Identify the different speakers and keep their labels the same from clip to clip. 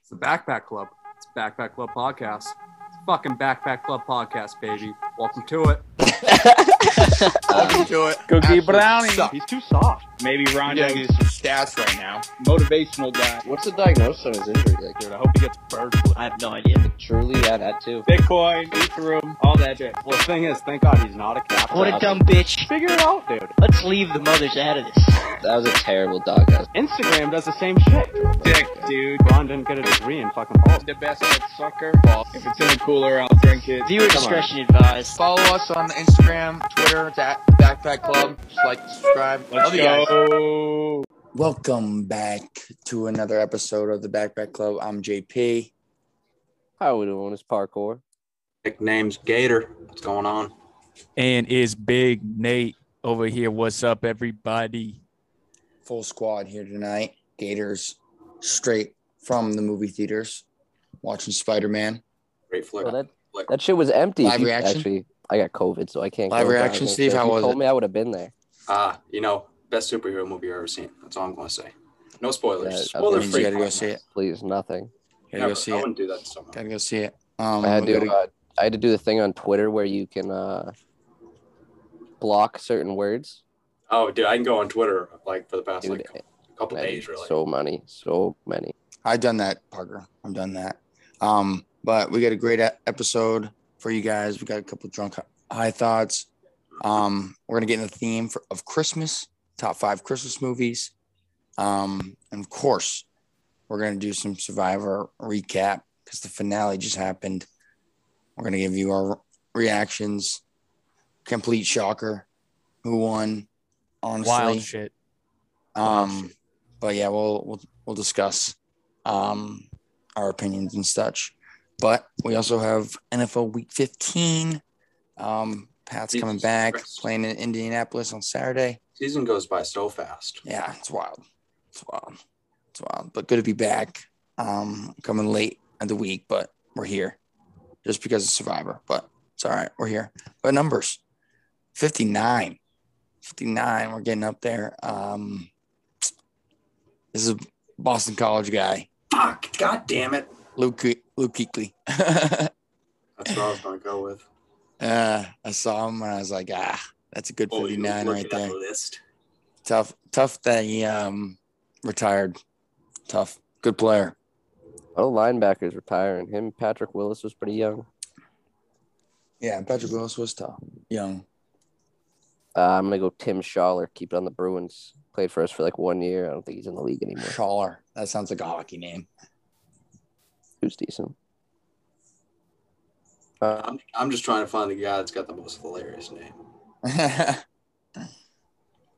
Speaker 1: It's the Backpack Club. It's Backpack Club Podcast. It's fucking Backpack Club Podcast, baby. Welcome to it.
Speaker 2: Welcome to it.
Speaker 3: Cookie
Speaker 2: Absolute
Speaker 3: Brownie.
Speaker 2: suck.
Speaker 3: He's too soft.
Speaker 4: Maybe Ron
Speaker 2: Yeah,
Speaker 4: Jones
Speaker 2: he's
Speaker 4: is
Speaker 2: some stats right now.
Speaker 4: motivational guy.
Speaker 5: What's the diagnosis on his injury? Like,
Speaker 3: Dude, I hope he gets bird flu.
Speaker 4: I have no idea.
Speaker 5: truly, yeah, that too.
Speaker 4: Bitcoin, Ethereum, all that shit.
Speaker 3: Well, the thing is, thank God he's not a cat.
Speaker 6: What a dumb bitch.
Speaker 3: Figure it out, dude.
Speaker 6: Let's leave the mothers out of this.
Speaker 5: That was a terrible doghouse.
Speaker 3: Instagram does the same shit.
Speaker 4: Dick, dude.
Speaker 3: Ron didn't get a degree in fucking balls.
Speaker 2: The best at soccer.
Speaker 4: If it's in the cooler, I'll drink it.
Speaker 6: Viewer
Speaker 5: Come on.
Speaker 6: discretion advised.
Speaker 2: Follow us on Instagram, Twitter, it's at Backpack Club. Just like, subscribe.
Speaker 4: Let's
Speaker 2: Love you guys.
Speaker 4: go.
Speaker 7: Welcome back to another episode of the Backpack Club. I'm JP.
Speaker 5: How we doing? It's parkour.
Speaker 8: Nickname's Gator. What's going on?
Speaker 9: and is Big Nate over here. What's up, everybody?
Speaker 7: Full squad here tonight. Gators straight from the movie theaters watching Spider Man.
Speaker 8: Great flick.
Speaker 10: Oh, that, that shit was empty.
Speaker 7: Live
Speaker 10: Steve,
Speaker 7: reaction?
Speaker 10: Actually, I got COVID, so I can't.
Speaker 7: Live
Speaker 10: go, but I
Speaker 7: reaction,
Speaker 10: was
Speaker 7: Steve?
Speaker 10: there.
Speaker 7: How
Speaker 10: If you
Speaker 7: was
Speaker 10: told
Speaker 7: it?
Speaker 10: me I would have been there.
Speaker 8: Ah, you know, best superhero movie I've ever seen. That's all I'm going to say. No spoilers.
Speaker 10: Yeah, I
Speaker 8: Spoiler
Speaker 10: mean,
Speaker 8: free.
Speaker 7: you gotta go see it.
Speaker 10: Please, nothing.
Speaker 7: Gotta go
Speaker 8: Never.
Speaker 7: see
Speaker 8: I
Speaker 7: it.
Speaker 8: wouldn't do that to someone.
Speaker 7: Gotta go see it. Um,
Speaker 10: I had
Speaker 7: we
Speaker 10: to.
Speaker 7: gotta-
Speaker 10: Uh, I had to do the thing on Twitter where you can uh, block certain words.
Speaker 8: Oh, dude, I can go on Twitter like for the past
Speaker 10: Dude,
Speaker 8: like couple, couple
Speaker 10: I
Speaker 8: days,
Speaker 10: did
Speaker 8: really.
Speaker 10: So many, so many.
Speaker 7: I've done that, Parker. I've done that. Um, but we got a great e- episode for you guys. We got a couple drunk hi- high thoughts. Um, we're gonna get in the theme for, of Christmas, top five Christmas movies. Um, and of course, we're gonna do some Survivor recap because the finale just happened. We're gonna give you our reactions. Complete shocker, who won? Honestly,
Speaker 9: Wild shit.
Speaker 7: um, but yeah, we'll we'll we'll discuss um our opinions and such. But we also have NFL Week 15. Um, Pat's
Speaker 8: Jesus
Speaker 7: coming back,
Speaker 8: Christ.
Speaker 7: playing in Indianapolis on Saturday.
Speaker 8: Season goes by so fast.
Speaker 7: Yeah, it's wild. It's wild. It's wild. But good to be back. Um, coming late in the week, but we're here just because of Survivor. But it's all right. We're here. But numbers 59. 59. We're getting up there. Um, this is a Boston College guy,
Speaker 8: Fuck. God damn it.
Speaker 7: Luke, Luke Kuechly.
Speaker 8: That's what I was going to go with.
Speaker 7: uh, I saw him and I was like, ah, that's a good
Speaker 8: Holy
Speaker 7: 59
Speaker 8: look
Speaker 7: right
Speaker 8: at
Speaker 7: there.
Speaker 8: That list.
Speaker 7: Tough, tough that he um, retired. Tough. Good player.
Speaker 10: A lot of linebackers retiring. Him, Patrick Willis was pretty young.
Speaker 7: Yeah, Patrick Willis was tough. Young.
Speaker 10: Uh, I'm gonna go Tim Schaller. Keep it on the Bruins. Played for us for like one year. I don't think he's in the league anymore.
Speaker 7: Schaller. That sounds like a hockey name.
Speaker 10: Who's decent? Uh,
Speaker 8: I'm, I'm just trying to find the guy that's got the most hilarious name.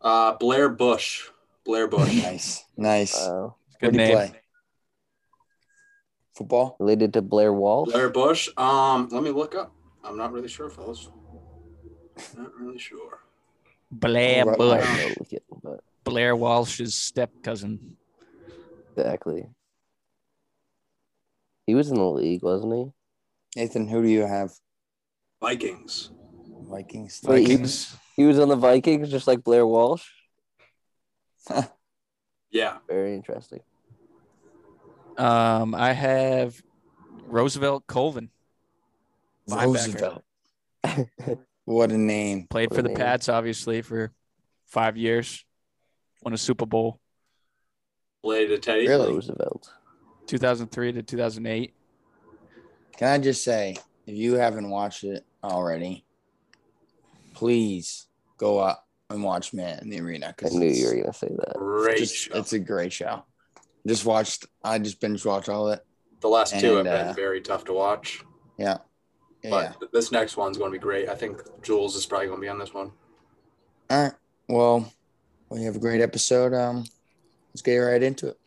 Speaker 8: Uh, Blair Bush. Blair Bush.
Speaker 7: nice. Nice.
Speaker 10: uh,
Speaker 7: Where
Speaker 9: Good
Speaker 7: do you
Speaker 9: name.
Speaker 7: play? Football?
Speaker 10: related to Blair Walsh.
Speaker 8: Blair Bush. Um, let me look up. I'm not really sure, fellas. Not really sure.
Speaker 9: Blair
Speaker 7: Right.
Speaker 10: I
Speaker 9: Bush.
Speaker 10: don't know, look it, but
Speaker 9: Blair Walsh's step cousin.
Speaker 10: Exactly. He was in the league, wasn't he?
Speaker 7: Nathan, who do you have?
Speaker 8: Vikings.
Speaker 7: Vikings.
Speaker 10: Wait, he-
Speaker 9: Vikings.
Speaker 10: He was on the Vikings, just like Blair Walsh.
Speaker 8: Yeah.
Speaker 10: Very interesting.
Speaker 9: Um, I have Roosevelt Colvin. Linebacker.
Speaker 7: Roosevelt. what a name.
Speaker 9: Played
Speaker 10: What
Speaker 9: for
Speaker 10: a
Speaker 9: the
Speaker 10: name.
Speaker 9: Pats, obviously, for five years. Won a Super Bowl
Speaker 8: Play to Teddy.
Speaker 7: Really?
Speaker 10: Roosevelt.
Speaker 9: 2003 to 2008.
Speaker 7: Can I just say, if you haven't watched it already, please go up and watch Man in the Arena.
Speaker 10: I
Speaker 7: 'cause
Speaker 10: knew you
Speaker 7: it's-
Speaker 10: were gonna say that.
Speaker 8: Great
Speaker 7: just-
Speaker 8: show.
Speaker 7: It's a great show. Just watched. I just binge watched all of it.
Speaker 8: the last two have
Speaker 7: and,
Speaker 8: been
Speaker 7: uh,
Speaker 8: very tough to watch,
Speaker 7: Yeah. Yeah.
Speaker 8: but th- this next one's going to be great. I think Jules is probably going to be on this one.
Speaker 7: yeah. All right. Well, we have a great episode. Um, let's get right into it.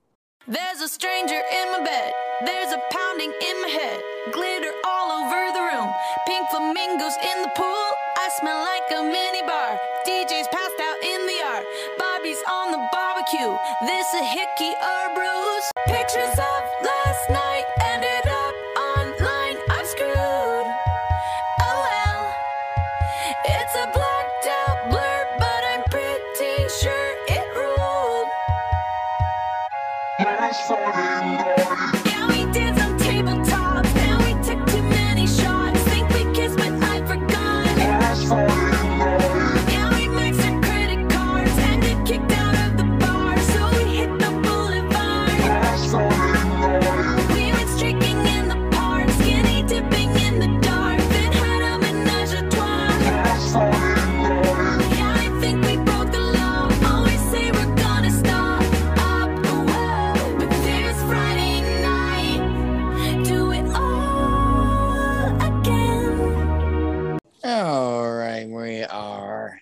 Speaker 11: There's a stranger in my bed. There's a pounding in my head. Glitter all over the room. Pink flamingos in the pool. I smell like a minibar. DJ's passed out in the yard. Bobby's on the barbecue. This a hickey or bruise. Pictures of last night ended up online. I'm screwed. Oh well. It's a blacked out blur, but I'm pretty sure it ruled. Yeah, we did.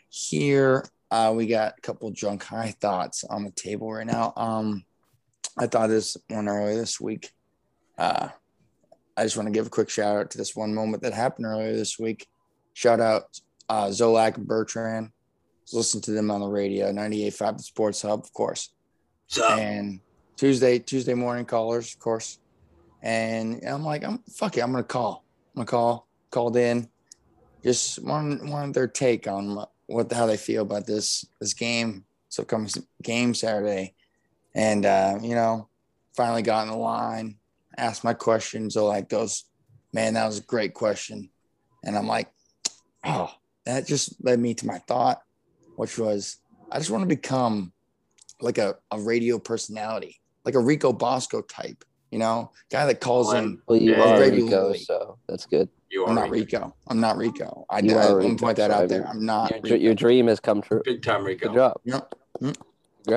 Speaker 7: here. Uh, we got a couple drunk high thoughts on the table right now. Um, I thought this one earlier this week. Uh, I just want to give a quick shout out to this one moment that happened earlier this week. Shout out uh, Zolak and Bertrand. Just Listen to them on the radio, 98.5 The Sports Hub, of course. And Tuesday, Tuesday morning callers, of course. And I'm like, I'm fuck it, I'm gonna call. I'm gonna call. Called in, just wanted wanted their take on what how they feel about this this game. So coming game Saturday, and uh, you know, finally got in the line, asked my question. So like goes, man, that was a great question, and I'm like, oh, that just led me to my thought, which was I just want to become like a, a radio personality, like a Rico Bosco type, you know, guy that calls in.
Speaker 10: Well, you are Rico,
Speaker 7: regularly.
Speaker 10: so that's good.
Speaker 8: You
Speaker 7: I'm not Rico. I'm not Rico. I, I
Speaker 10: You are
Speaker 7: want to
Speaker 10: Rico,
Speaker 7: point that
Speaker 10: so I
Speaker 7: out there.
Speaker 10: mean,
Speaker 7: I'm not.
Speaker 10: Your,
Speaker 7: Rico.
Speaker 10: dr- your dream has come true.
Speaker 8: Big time, Rico.
Speaker 10: Good job.
Speaker 7: Nope.
Speaker 10: Congrats.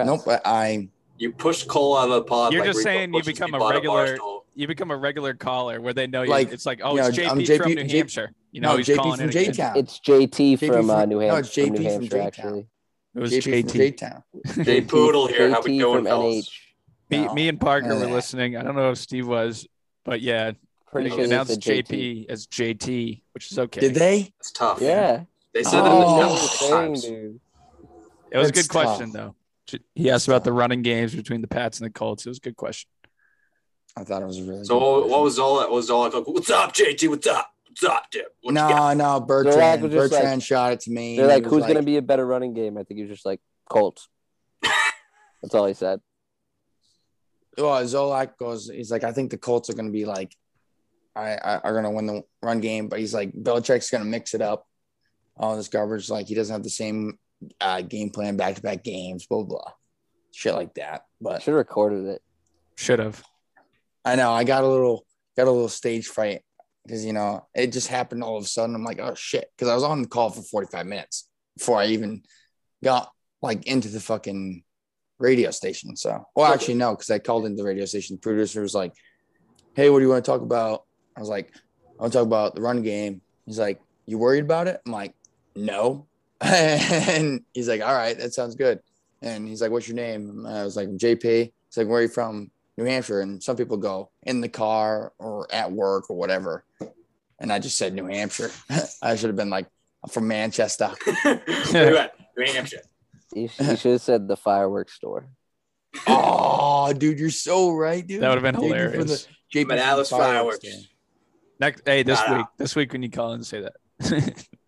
Speaker 7: Nope. But I.
Speaker 8: You pushed Cole out of the pod.
Speaker 9: You're
Speaker 8: like
Speaker 9: just
Speaker 8: Rico
Speaker 9: saying you
Speaker 8: pushes
Speaker 9: become
Speaker 8: people
Speaker 9: a
Speaker 8: out of
Speaker 9: regular.
Speaker 8: Barstool.
Speaker 9: You become a regular caller where they know you.
Speaker 7: Like,
Speaker 9: it's like, oh,
Speaker 7: you
Speaker 9: it's
Speaker 7: know,
Speaker 9: JP
Speaker 7: I'm
Speaker 9: from
Speaker 7: JP
Speaker 9: New
Speaker 7: J-
Speaker 9: Hampshire. You know,
Speaker 7: no,
Speaker 9: he's
Speaker 7: JP
Speaker 9: calling
Speaker 7: from
Speaker 9: it again.
Speaker 7: J-Town.
Speaker 10: It's JT,
Speaker 7: JP
Speaker 10: from, uh,
Speaker 7: from-
Speaker 10: New
Speaker 7: no,
Speaker 10: Hampshire.
Speaker 7: it's
Speaker 10: from
Speaker 7: JP
Speaker 10: New
Speaker 7: from
Speaker 10: Hampshire,
Speaker 7: J-Town.
Speaker 10: actually.
Speaker 9: It was
Speaker 7: from
Speaker 9: JT.
Speaker 7: J-Town.
Speaker 8: Jay Poodle here. How we
Speaker 10: JT
Speaker 8: doing,
Speaker 10: from
Speaker 8: fellas?
Speaker 10: NH.
Speaker 9: Me,
Speaker 7: No,
Speaker 9: me and Parker
Speaker 7: none of
Speaker 9: were
Speaker 7: that.
Speaker 9: listening. I don't know if Steve was, but yeah,
Speaker 10: Pretty
Speaker 9: they
Speaker 10: sure
Speaker 9: announced
Speaker 10: it's a JT.
Speaker 9: JP as JT, which is okay.
Speaker 7: Did they?
Speaker 8: It's tough.
Speaker 10: Yeah.
Speaker 8: Oh, They said
Speaker 7: Oh.
Speaker 8: it
Speaker 10: That's
Speaker 8: a
Speaker 10: the
Speaker 8: couple
Speaker 10: thing,
Speaker 8: times.
Speaker 10: dude.
Speaker 9: It was a
Speaker 7: That's
Speaker 9: good question though. J- He asked about the running games between the Pats and the Colts. It was a good question.
Speaker 7: I thought it was really.
Speaker 8: So
Speaker 7: good
Speaker 8: what
Speaker 7: question.
Speaker 8: was all that? Was all like, what's up, JT? What's up? What's up, dude? What you got?
Speaker 7: No, no,
Speaker 10: Zolak
Speaker 7: Bertrand.
Speaker 10: was just
Speaker 7: Bertrand
Speaker 10: like-
Speaker 7: shot it to me.
Speaker 10: They're
Speaker 7: and he
Speaker 10: like,
Speaker 7: was
Speaker 10: who's going to be a better running game? I think he was just like, Colts. That's all he said.
Speaker 7: Well, Zolak oh, goes. He's like, I think the Colts are going to be like, I, I are going to win the run game, but he's like, Belichick's going to mix it up. All this garbage, like he doesn't have the same uh, game plan, back to back games, blah blah, blah. shit like that.
Speaker 10: I
Speaker 7: But
Speaker 10: should have recorded it.
Speaker 9: Should have.
Speaker 7: I know I got a little got a little stage fright because you know it just happened all of a sudden. I'm like, oh shit, because I was on the call for 45 minutes before I even got like into the fucking radio station. So, well, actually no, because I called into the radio station. The producer was like, hey, what do you want to talk about? I was like, I want to talk about the run game. He's like, you worried about it? I'm like, no. and he's like, all right, that sounds good. And he's like, what's your name? And I was like, I'm JP. He's like, where are you from? New Hampshire. And some people go in the car or at work or whatever. And I just said New Hampshire. I should have been like, I'm from Manchester.
Speaker 8: Where you at? New Hampshire.
Speaker 10: You, sh- you should have said the fireworks store.
Speaker 7: oh, dude, you're so right, dude.
Speaker 9: That would have been
Speaker 7: Dude, you're from
Speaker 9: hilarious.
Speaker 7: the- JP
Speaker 8: I'm at
Speaker 7: from
Speaker 8: Alice
Speaker 7: Fireworks
Speaker 8: Fireworks.
Speaker 7: game.
Speaker 9: Next, hey, this
Speaker 8: Nah, nah.
Speaker 9: week, this week when you call and say that.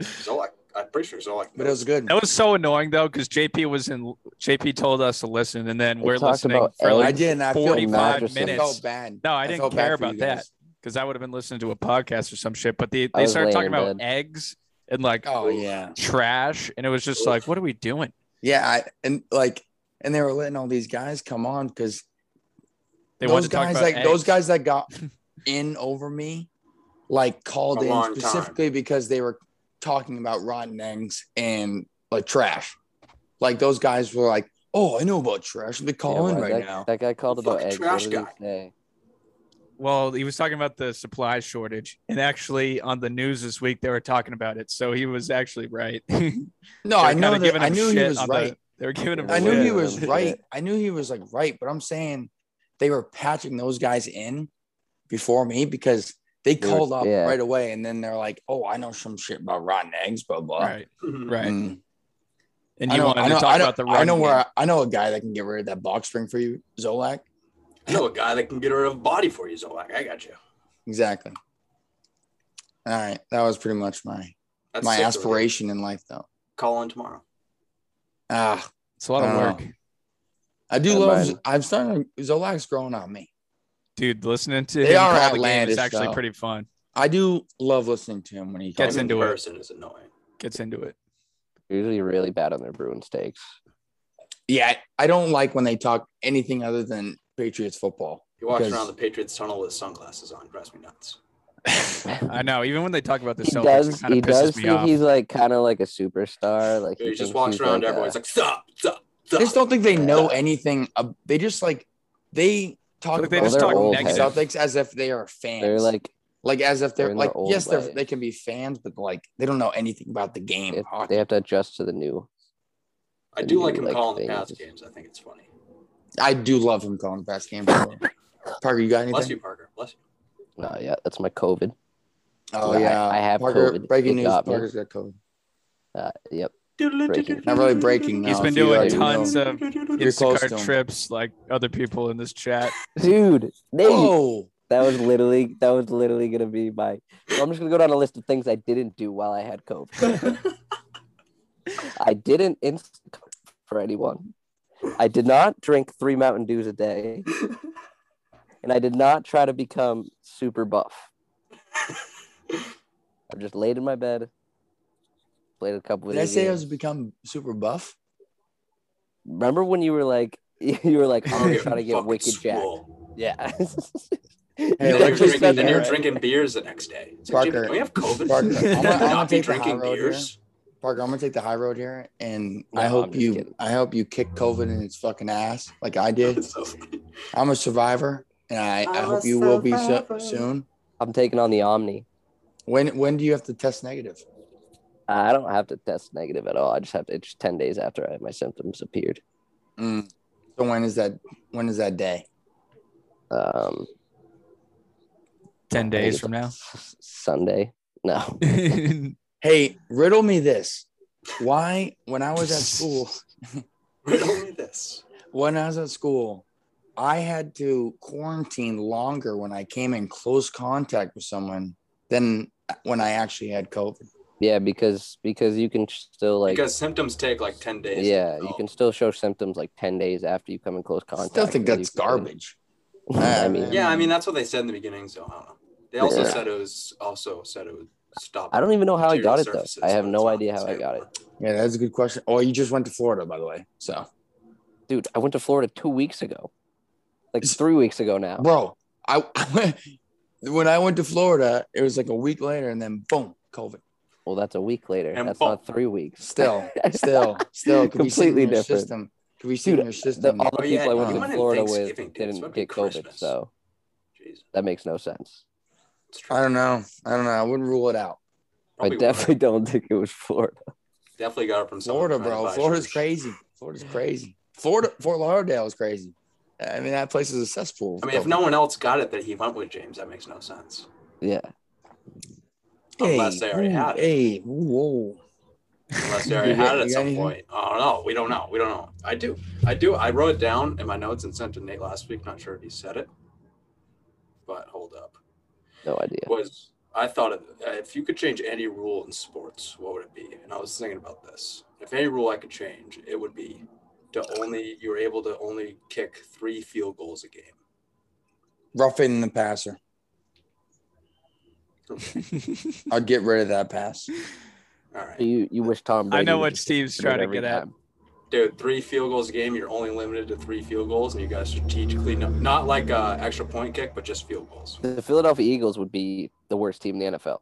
Speaker 8: Zolak. I'm pretty sure Zolak.
Speaker 7: But it was good.
Speaker 9: that was so annoying though, because JP was in. JP told us to listen, and then
Speaker 10: They
Speaker 9: we're
Speaker 10: talked
Speaker 9: listening
Speaker 10: about
Speaker 9: for
Speaker 10: eggs.
Speaker 7: I
Speaker 9: like
Speaker 7: didn't. I feel
Speaker 9: 45
Speaker 7: bad. I
Speaker 9: minutes.
Speaker 7: felt bad.
Speaker 9: No, I
Speaker 7: I
Speaker 9: didn't
Speaker 7: felt
Speaker 9: care
Speaker 7: bad for you
Speaker 9: about that
Speaker 7: guys.
Speaker 9: because I would have been listening to a podcast or some shit. But they,
Speaker 10: I
Speaker 9: they
Speaker 10: was
Speaker 9: started
Speaker 10: laying
Speaker 9: talking
Speaker 10: in
Speaker 9: about
Speaker 10: bed.
Speaker 9: eggs and like
Speaker 7: Oh yeah,
Speaker 9: trash, and it was just like, what are we doing?
Speaker 7: yeah. I and like and they were letting all these guys come on because
Speaker 9: They
Speaker 7: those
Speaker 9: wanted to talk
Speaker 7: guys
Speaker 9: about
Speaker 7: like those
Speaker 9: eggs.
Speaker 7: guys that got in over me, like called
Speaker 8: A long
Speaker 7: in
Speaker 8: time.
Speaker 7: specifically because they were talking about rotten eggs and like trash. Like those guys were like, "Oh, I know about trash." They
Speaker 10: Yeah,
Speaker 7: call in
Speaker 10: well,
Speaker 7: right
Speaker 10: that,
Speaker 7: now.
Speaker 10: That guy called about
Speaker 8: Fucking
Speaker 10: eggs.
Speaker 8: trash
Speaker 10: What did he
Speaker 8: guy.
Speaker 10: say?
Speaker 9: Well, he was talking about the supply shortage, and actually on the news this week they were talking about it, so he was actually right.
Speaker 7: No, Oh, I know that. I knew he was right.
Speaker 9: they were giving him.
Speaker 7: I knew
Speaker 9: shit
Speaker 7: he
Speaker 10: Yeah.
Speaker 9: on
Speaker 7: was
Speaker 9: the-
Speaker 7: right. I knew he was like right, but I'm saying they were patching those guys in before me because they
Speaker 10: were-
Speaker 7: called up
Speaker 10: yeah.
Speaker 7: right away, and then they're like, "Oh, I know some shit about rotten eggs, blah blah."
Speaker 9: Right, right.
Speaker 7: Mm.
Speaker 9: And
Speaker 7: I
Speaker 9: you
Speaker 7: know,
Speaker 9: wanted
Speaker 7: I know,
Speaker 9: to talk
Speaker 7: I know,
Speaker 9: about the.
Speaker 7: I
Speaker 9: run
Speaker 7: know
Speaker 9: game.
Speaker 7: where I, I know a guy that can get rid of that box spring for you, Zolak.
Speaker 8: I know a guy that can get rid of a body for you, Zolak. I got you.
Speaker 7: Exactly. All right, that was pretty much my
Speaker 8: That's
Speaker 7: my
Speaker 8: sick,
Speaker 7: aspiration in life, though.
Speaker 8: though. Call in tomorrow.
Speaker 7: Ah,
Speaker 9: it's a lot of
Speaker 7: I don't
Speaker 9: work,
Speaker 7: I do
Speaker 10: Yeah,
Speaker 7: love.
Speaker 10: mine-
Speaker 7: I'm starting. to- Zolak's growing on me.
Speaker 9: dude. Listening to
Speaker 7: They
Speaker 9: him
Speaker 7: are
Speaker 9: call the game
Speaker 7: outlandish,
Speaker 9: is actually
Speaker 7: though.
Speaker 9: pretty fun.
Speaker 7: I do love listening to him when he
Speaker 9: Gets
Speaker 7: calls.
Speaker 9: into it.
Speaker 8: person is annoying.
Speaker 9: Gets into it.
Speaker 10: They're Usually really bad on their Bruins takes.
Speaker 7: Yeah, I don't like when they talk anything other than Patriots football.
Speaker 8: He walks
Speaker 7: Because-
Speaker 8: around the Patriots tunnel with sunglasses on. Drives me nuts.
Speaker 9: I know. Even when they talk about the
Speaker 10: He
Speaker 9: Celtics, it
Speaker 10: does.
Speaker 9: kind of
Speaker 10: He
Speaker 9: pisses
Speaker 10: does
Speaker 9: me
Speaker 10: think
Speaker 9: off.
Speaker 10: he's like kind of like a superstar. Like
Speaker 8: He, just
Speaker 10: thinks
Speaker 8: walks
Speaker 10: he's
Speaker 8: around.
Speaker 10: like,
Speaker 8: everyone's
Speaker 10: uh,
Speaker 8: like, stop, stop,
Speaker 7: I
Speaker 8: stop.
Speaker 7: just don't think they know anything. uh, They just like they talk
Speaker 9: Like, they
Speaker 7: about
Speaker 9: just
Speaker 10: they're
Speaker 9: talk
Speaker 10: old
Speaker 7: the
Speaker 9: negative.
Speaker 10: heads.
Speaker 7: Celtics as if they are fans.
Speaker 10: they're like
Speaker 7: Like as if
Speaker 10: They're
Speaker 7: they're,
Speaker 10: in their
Speaker 7: like
Speaker 10: old
Speaker 7: yes, they're,
Speaker 10: way.
Speaker 7: they can be fans, but like they don't know anything about the game.
Speaker 10: They,
Speaker 7: Fuck.
Speaker 10: they have to adjust to the new.
Speaker 8: I
Speaker 10: the
Speaker 8: do
Speaker 10: new,
Speaker 8: like him calling the
Speaker 10: things.
Speaker 8: pass games. I think it's funny.
Speaker 7: I do love him calling fast game. Parker, you got anything?
Speaker 8: Bless you, Parker. Bless you.
Speaker 10: No, uh, yeah, that's my COVID.
Speaker 7: Oh
Speaker 10: I-
Speaker 7: yeah,
Speaker 10: I have
Speaker 7: Parker,
Speaker 10: COVID. It
Speaker 7: breaking news.
Speaker 10: got me.
Speaker 7: Parker's got COVID.
Speaker 10: Uh, yep. Breaking.
Speaker 7: Not really breaking.
Speaker 9: He's
Speaker 7: now,
Speaker 9: been
Speaker 7: if you,
Speaker 9: doing
Speaker 7: like, you know.
Speaker 9: tons of
Speaker 7: You're close to
Speaker 9: Instacart
Speaker 7: him.
Speaker 9: trips like other people in this chat.
Speaker 10: Dude, Nate,
Speaker 7: Whoa.
Speaker 10: that was literally that was literally gonna be my. so I'm just gonna go down a list of things I didn't do while I had COVID. I didn't Instacart for anyone. I did not drink three Mountain Dews a day, and I did not try to become super buff. I just laid in my bed, played a couple.
Speaker 7: Did
Speaker 10: video
Speaker 7: I say I
Speaker 10: games.
Speaker 7: was become super buff?
Speaker 10: Remember when you were like, you were like, I'm
Speaker 8: You're
Speaker 10: trying to get
Speaker 8: fucking
Speaker 10: wicked jacked.
Speaker 8: swole.
Speaker 10: Yeah.
Speaker 7: Hey,
Speaker 8: And then you're
Speaker 7: like just
Speaker 8: drinking,
Speaker 7: said
Speaker 8: then
Speaker 7: that,
Speaker 8: you're
Speaker 7: right?
Speaker 8: drinking beers the next day. It's like,
Speaker 7: Parker,
Speaker 8: Jimmy, don't we have COVID?
Speaker 7: Parker, I'm gonna- I'm gonna
Speaker 8: not be
Speaker 7: take the high
Speaker 8: drinking
Speaker 7: road here.
Speaker 8: beers.
Speaker 7: Parker, I'm gonna take the high road here, and
Speaker 10: No,
Speaker 7: I
Speaker 10: I'm
Speaker 7: hope
Speaker 10: just
Speaker 7: you,
Speaker 10: kidding.
Speaker 7: I hope you kick COVID in its fucking ass like I did.
Speaker 8: So-
Speaker 7: I'm a survivor, and I, I
Speaker 8: I'm a
Speaker 7: hope you will be so,
Speaker 8: survivor.
Speaker 7: soon.
Speaker 10: I'm taking on the Omni.
Speaker 7: When when do you have to test negative?
Speaker 10: Uh, I don't have to test negative at all. I just have to. It's just ten days after I, my symptoms appeared.
Speaker 7: Mm. So when is that? When is that day?
Speaker 10: Um,
Speaker 9: Ten
Speaker 10: I think
Speaker 9: days
Speaker 10: it's
Speaker 9: from now.
Speaker 10: S- Sunday. No.
Speaker 7: Hey, riddle me this: Why, when I was at school,
Speaker 8: Riddle me this.
Speaker 7: when I was at school, I had to quarantine longer when I came in close contact with someone than when I actually had COVID.
Speaker 10: Yeah, because because you can still like.
Speaker 8: because symptoms take like 10 days.
Speaker 10: yeah,
Speaker 8: to
Speaker 10: you
Speaker 8: develop.
Speaker 10: can still show symptoms like ten days after you come in close
Speaker 7: I
Speaker 10: contact.
Speaker 7: still think
Speaker 10: and
Speaker 7: that's
Speaker 10: you can-
Speaker 7: garbage.
Speaker 10: I
Speaker 7: Ah,
Speaker 10: mean,
Speaker 7: man.
Speaker 8: Yeah, I mean, that's what they said in the beginning. So I don't know. They also
Speaker 10: Yeah.
Speaker 8: said it was also said it would stop.
Speaker 10: I don't even know how I got it though.
Speaker 8: surfaces,
Speaker 10: I
Speaker 8: so
Speaker 10: have
Speaker 8: it's
Speaker 10: no
Speaker 8: not
Speaker 10: idea how I
Speaker 8: stable.
Speaker 10: got it,
Speaker 7: Yeah, that's a good question. Oh, you just went to Florida, by the way. So,
Speaker 10: dude. I went to Florida two weeks ago, like three weeks ago now.
Speaker 7: bro, I, when I went to Florida, it was like a week later, and then boom, COVID.
Speaker 10: Well, that's a week later.
Speaker 8: And
Speaker 10: that's
Speaker 8: fuck.
Speaker 10: not three weeks.
Speaker 7: Still, still, still, could be sitting
Speaker 10: Completely
Speaker 7: in your
Speaker 10: different.
Speaker 7: System. Could we see in
Speaker 10: Dude,
Speaker 7: your
Speaker 10: The,
Speaker 7: system?
Speaker 10: all the
Speaker 8: Oh,
Speaker 10: people
Speaker 8: yeah,
Speaker 10: I
Speaker 7: you
Speaker 10: went
Speaker 7: went
Speaker 10: to
Speaker 8: in
Speaker 10: Florida with
Speaker 8: Thanksgiving, dude. It's
Speaker 10: didn't
Speaker 8: supposed to be
Speaker 10: get COVID,
Speaker 8: Christmas.
Speaker 10: so
Speaker 8: Jeez.
Speaker 10: that makes no sense.
Speaker 8: It's true.
Speaker 7: I don't know. I don't know. I wouldn't rule it out.
Speaker 10: I
Speaker 8: Probably would.
Speaker 10: definitely don't think it was Florida.
Speaker 8: definitely got it from someone
Speaker 7: Florida,
Speaker 8: trying to
Speaker 7: bro.
Speaker 8: buy
Speaker 7: Florida's
Speaker 8: shirts.
Speaker 7: crazy. Florida's crazy. Florida, Fort Lauderdale is crazy. I mean, that place is a cesspool.
Speaker 8: I mean, if no one else got it that he went with James, that makes no sense.
Speaker 10: Yeah.
Speaker 8: unless they already
Speaker 7: ooh,
Speaker 8: had it.
Speaker 7: Hey, whoa.
Speaker 8: Unless they already
Speaker 7: You got-
Speaker 8: had it at
Speaker 7: you got
Speaker 8: some
Speaker 7: anything?
Speaker 8: point. I don't know. We don't know. We don't know. I do. I do. I wrote it down in my notes and sent to Nate last week. Not sure if he said it, but hold up.
Speaker 10: No idea.
Speaker 8: was I thought of, uh, if you could change any rule in sports, what would it be? And I was thinking about this. If any rule I could change, it would be to only you were able to only kick three field goals a game.
Speaker 7: Roughing the passer. I'd get rid of that pass.
Speaker 8: All
Speaker 10: So
Speaker 8: right,
Speaker 10: You you wish Tom Brady
Speaker 9: I know
Speaker 10: would
Speaker 9: what
Speaker 10: just
Speaker 9: Steve's
Speaker 10: do it
Speaker 9: trying to
Speaker 10: every
Speaker 9: get at.
Speaker 10: time.
Speaker 8: dude, three field goals a game. You're only limited to three field goals, and you guys strategically no, not like uh, extra point kick, but just field goals.
Speaker 10: The Philadelphia Eagles would be the worst team in the NFL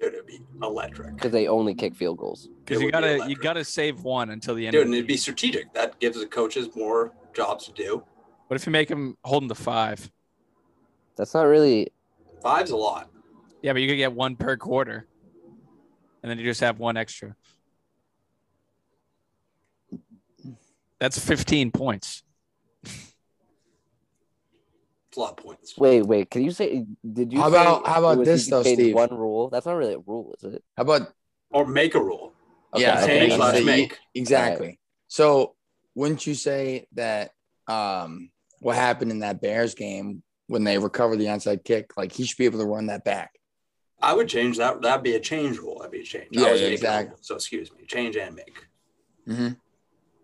Speaker 8: Dude, it'd be electric.
Speaker 10: because they only kick field goals.
Speaker 8: It
Speaker 9: Because
Speaker 8: would be
Speaker 9: you gotta you
Speaker 8: electric.
Speaker 9: gotta save one until the end.
Speaker 8: dude,
Speaker 9: of
Speaker 8: and
Speaker 9: the
Speaker 8: it'd be
Speaker 9: game.
Speaker 8: strategic. That gives the coaches more jobs to do.
Speaker 9: What if you make him hold him to five?
Speaker 10: That's not really.
Speaker 8: Five's a lot.
Speaker 9: Yeah, but you could get one per quarter, and then you just have one extra. That's fifteen points.
Speaker 8: It's a lot of points.
Speaker 10: Wait, wait. Can you say? Did you?
Speaker 7: How
Speaker 10: say
Speaker 7: about- how
Speaker 10: it
Speaker 7: about
Speaker 10: was-
Speaker 7: this,
Speaker 10: you
Speaker 7: though,
Speaker 10: change
Speaker 7: Steve?
Speaker 10: One rule. That's not really a rule, is it?
Speaker 7: How about
Speaker 8: Or make a rule.
Speaker 10: Okay,
Speaker 7: yeah,
Speaker 10: okay,
Speaker 8: Change
Speaker 7: okay,
Speaker 8: slash
Speaker 7: so you-
Speaker 8: make.
Speaker 7: exactly. So wouldn't you say that um, what happened in that Bears game when they recovered the onside kick, like he should be able to run that back?
Speaker 8: I would change that. That'd be a change rule. That'd be a change. I
Speaker 7: Yeah,
Speaker 8: was
Speaker 7: yeah,
Speaker 8: making a
Speaker 7: exactly.
Speaker 8: rule, So excuse me, change and make,
Speaker 7: Mhm.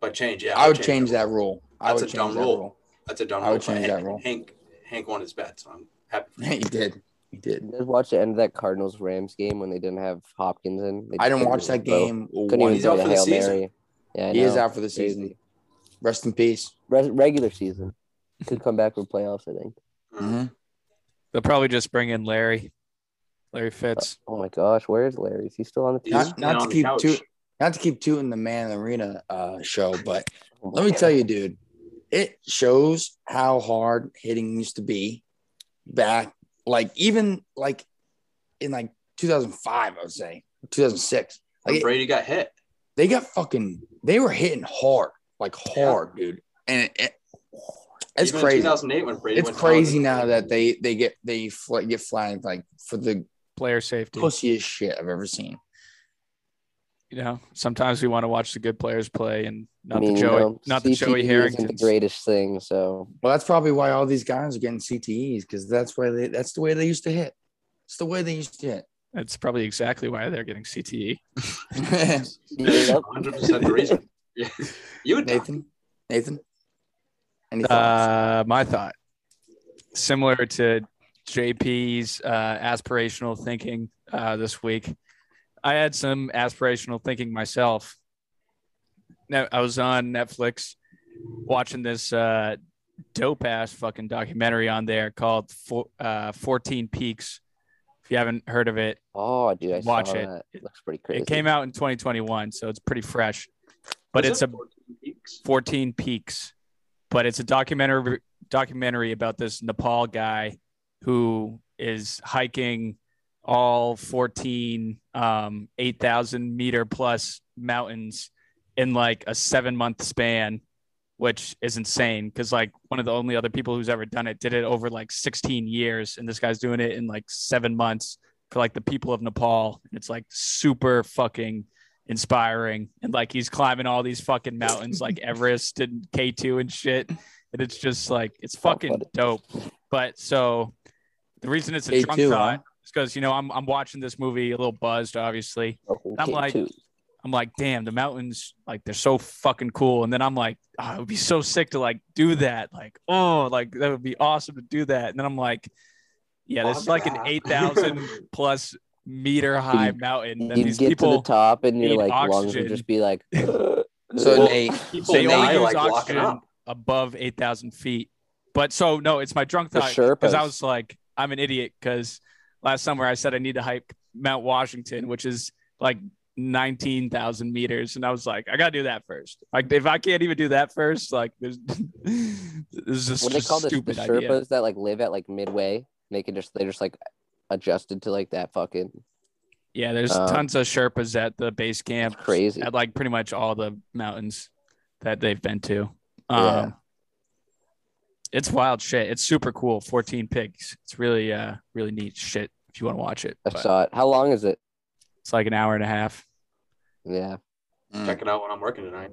Speaker 8: but change. Yeah,
Speaker 7: I would change that rule. I
Speaker 8: That's
Speaker 7: would
Speaker 8: a
Speaker 7: change
Speaker 8: dumb
Speaker 7: that
Speaker 8: rule.
Speaker 7: rule.
Speaker 8: That's a dumb
Speaker 7: I
Speaker 8: rule.
Speaker 7: would
Speaker 8: but
Speaker 7: change
Speaker 8: Hank,
Speaker 7: that rule.
Speaker 8: Hank Hank won his bet, so I'm happy. for
Speaker 7: he
Speaker 8: him.
Speaker 7: did. He did.
Speaker 10: You guys watch the end of that Cardinals Rams game when they didn't have Hopkins in. They
Speaker 7: I didn't
Speaker 10: couldn't
Speaker 7: watch
Speaker 10: even
Speaker 7: that
Speaker 10: throw-
Speaker 7: game.
Speaker 10: Couldn't
Speaker 7: once.
Speaker 10: even
Speaker 8: He's
Speaker 10: throw
Speaker 8: out
Speaker 10: the
Speaker 8: for the
Speaker 10: hail
Speaker 8: season.
Speaker 10: mary. Yeah, I
Speaker 7: He is
Speaker 10: know.
Speaker 7: out for the
Speaker 10: Crazy.
Speaker 7: season. Rest in peace.
Speaker 10: Res- regular season. Could come back for playoffs, I think.
Speaker 8: Mm-hmm.
Speaker 7: hmm
Speaker 9: They'll probably just bring in Larry, Larry Fitz.
Speaker 10: Oh my gosh, where is Larry? Is he still on the team?
Speaker 8: He's
Speaker 7: Not,
Speaker 8: been
Speaker 7: not
Speaker 8: on
Speaker 7: to
Speaker 8: the
Speaker 7: keep
Speaker 8: couch.
Speaker 7: toot, not to keep tooting the man in the arena uh, show, but
Speaker 10: Oh my
Speaker 7: let me
Speaker 10: God.
Speaker 7: tell you, dude, it shows how hard hitting used to be back Like even like in like 2005, I would say 2006. Like
Speaker 8: When Brady got hit.
Speaker 7: they got fucking they were hitting hard, like hard, dude. And it, it- it's
Speaker 8: Even in
Speaker 7: crazy.
Speaker 8: 2008 when Brady
Speaker 7: it's
Speaker 8: went
Speaker 7: crazy
Speaker 8: down,
Speaker 7: now that they they get they fl- get flagged like for the
Speaker 9: player safety.
Speaker 7: pussiest shit I've ever seen.
Speaker 9: You know, sometimes we want to watch the good players play and not
Speaker 10: I mean, um,
Speaker 9: the
Speaker 10: you
Speaker 9: Joey,
Speaker 10: know,
Speaker 9: not the Joey
Speaker 10: CTE E isn't
Speaker 9: Harrington.
Speaker 10: the greatest thing. So
Speaker 7: Well, that's probably why all these guys are getting CTEs because that's why they that's the way they used to hit. It's the way they used to hit.
Speaker 9: That's probably exactly why they're getting E. CTE.
Speaker 10: Yep.
Speaker 8: 100% the reason. Yeah. You would
Speaker 7: Nathan, Nathan, any thoughts?
Speaker 9: Uh, my thought, similar to JP's uh, aspirational thinking uh, this week, I had some aspirational thinking myself. Now I was on Netflix watching this uh, dope ass fucking documentary on there called Four, uh, 14 Peaks. If you haven't heard of it,
Speaker 10: oh, dude, I
Speaker 9: Watch
Speaker 10: saw
Speaker 9: it.
Speaker 10: That. It looks pretty crazy.
Speaker 9: it came out in 2021, so it's pretty fresh. But
Speaker 8: Was
Speaker 9: it's
Speaker 8: it
Speaker 9: a
Speaker 8: 14 weeks?
Speaker 9: 14 Peaks, but it's a documentary documentary about this Nepal guy who is hiking all 14 um 8,000 meter plus mountains in like a 7 month span which is insane cuz like one of the only other people who's ever done it did it over like 16 years and this guy's doing it in like 7 months for like the people of Nepal and it's like super fucking inspiring and like he's climbing all these fucking mountains like Everest and K2 and shit and it's just like it's fucking
Speaker 10: funny.
Speaker 9: dope but so the reason it's a
Speaker 7: K2,
Speaker 9: drunk
Speaker 7: huh?
Speaker 9: thought is because you know I'm I'm watching this movie a little buzzed obviously
Speaker 10: Fucking
Speaker 9: I'm
Speaker 10: kid,
Speaker 9: like-
Speaker 10: too.
Speaker 9: I'm like, damn, the mountains, like they're so fucking cool. And then I'm like, oh, it would be so sick to like do that. Like, oh, like that would be awesome to do that. And then I'm like, yeah, this is like an
Speaker 8: Fuck that.
Speaker 9: 8,000 plus meter high mountain. And
Speaker 10: you
Speaker 9: these
Speaker 10: get to
Speaker 9: people,
Speaker 10: the top and your
Speaker 9: need
Speaker 10: like lungs
Speaker 9: oxygen.
Speaker 10: would just be like,
Speaker 7: so
Speaker 8: well,
Speaker 7: Nate,
Speaker 8: People
Speaker 9: they
Speaker 8: now
Speaker 9: only
Speaker 8: are,
Speaker 9: use
Speaker 8: like walking
Speaker 9: oxygen
Speaker 8: up.
Speaker 9: above 8,000 feet. But so, no, it's my drunk
Speaker 10: The
Speaker 9: thought because I
Speaker 10: Sherpas.
Speaker 9: was like, I'm an idiot because last summer I said I need to hike Mount Washington, which is like 19,000 meters. And I was like, I got to do that first. Like, if I can't even do that first, like, there's, this is
Speaker 10: what do they
Speaker 9: just
Speaker 10: call the, the
Speaker 9: stupid
Speaker 10: Sherpas
Speaker 9: idea.
Speaker 10: that like live at like midway? They can just they're just like adjusted to like that fucking
Speaker 9: Yeah, there's
Speaker 10: Um,
Speaker 9: tons of Sherpas at the base camp,
Speaker 10: crazy.
Speaker 9: at like pretty much all the mountains that they've been to. Um,
Speaker 10: Yeah.
Speaker 9: It's wild shit. It's super cool. 14 pigs. It's really, uh, really neat shit if you want to watch it.
Speaker 10: I
Speaker 9: But
Speaker 10: saw it. How long is it?
Speaker 9: it's like an hour and a half.
Speaker 10: Yeah.
Speaker 8: Check it out when I'm working tonight.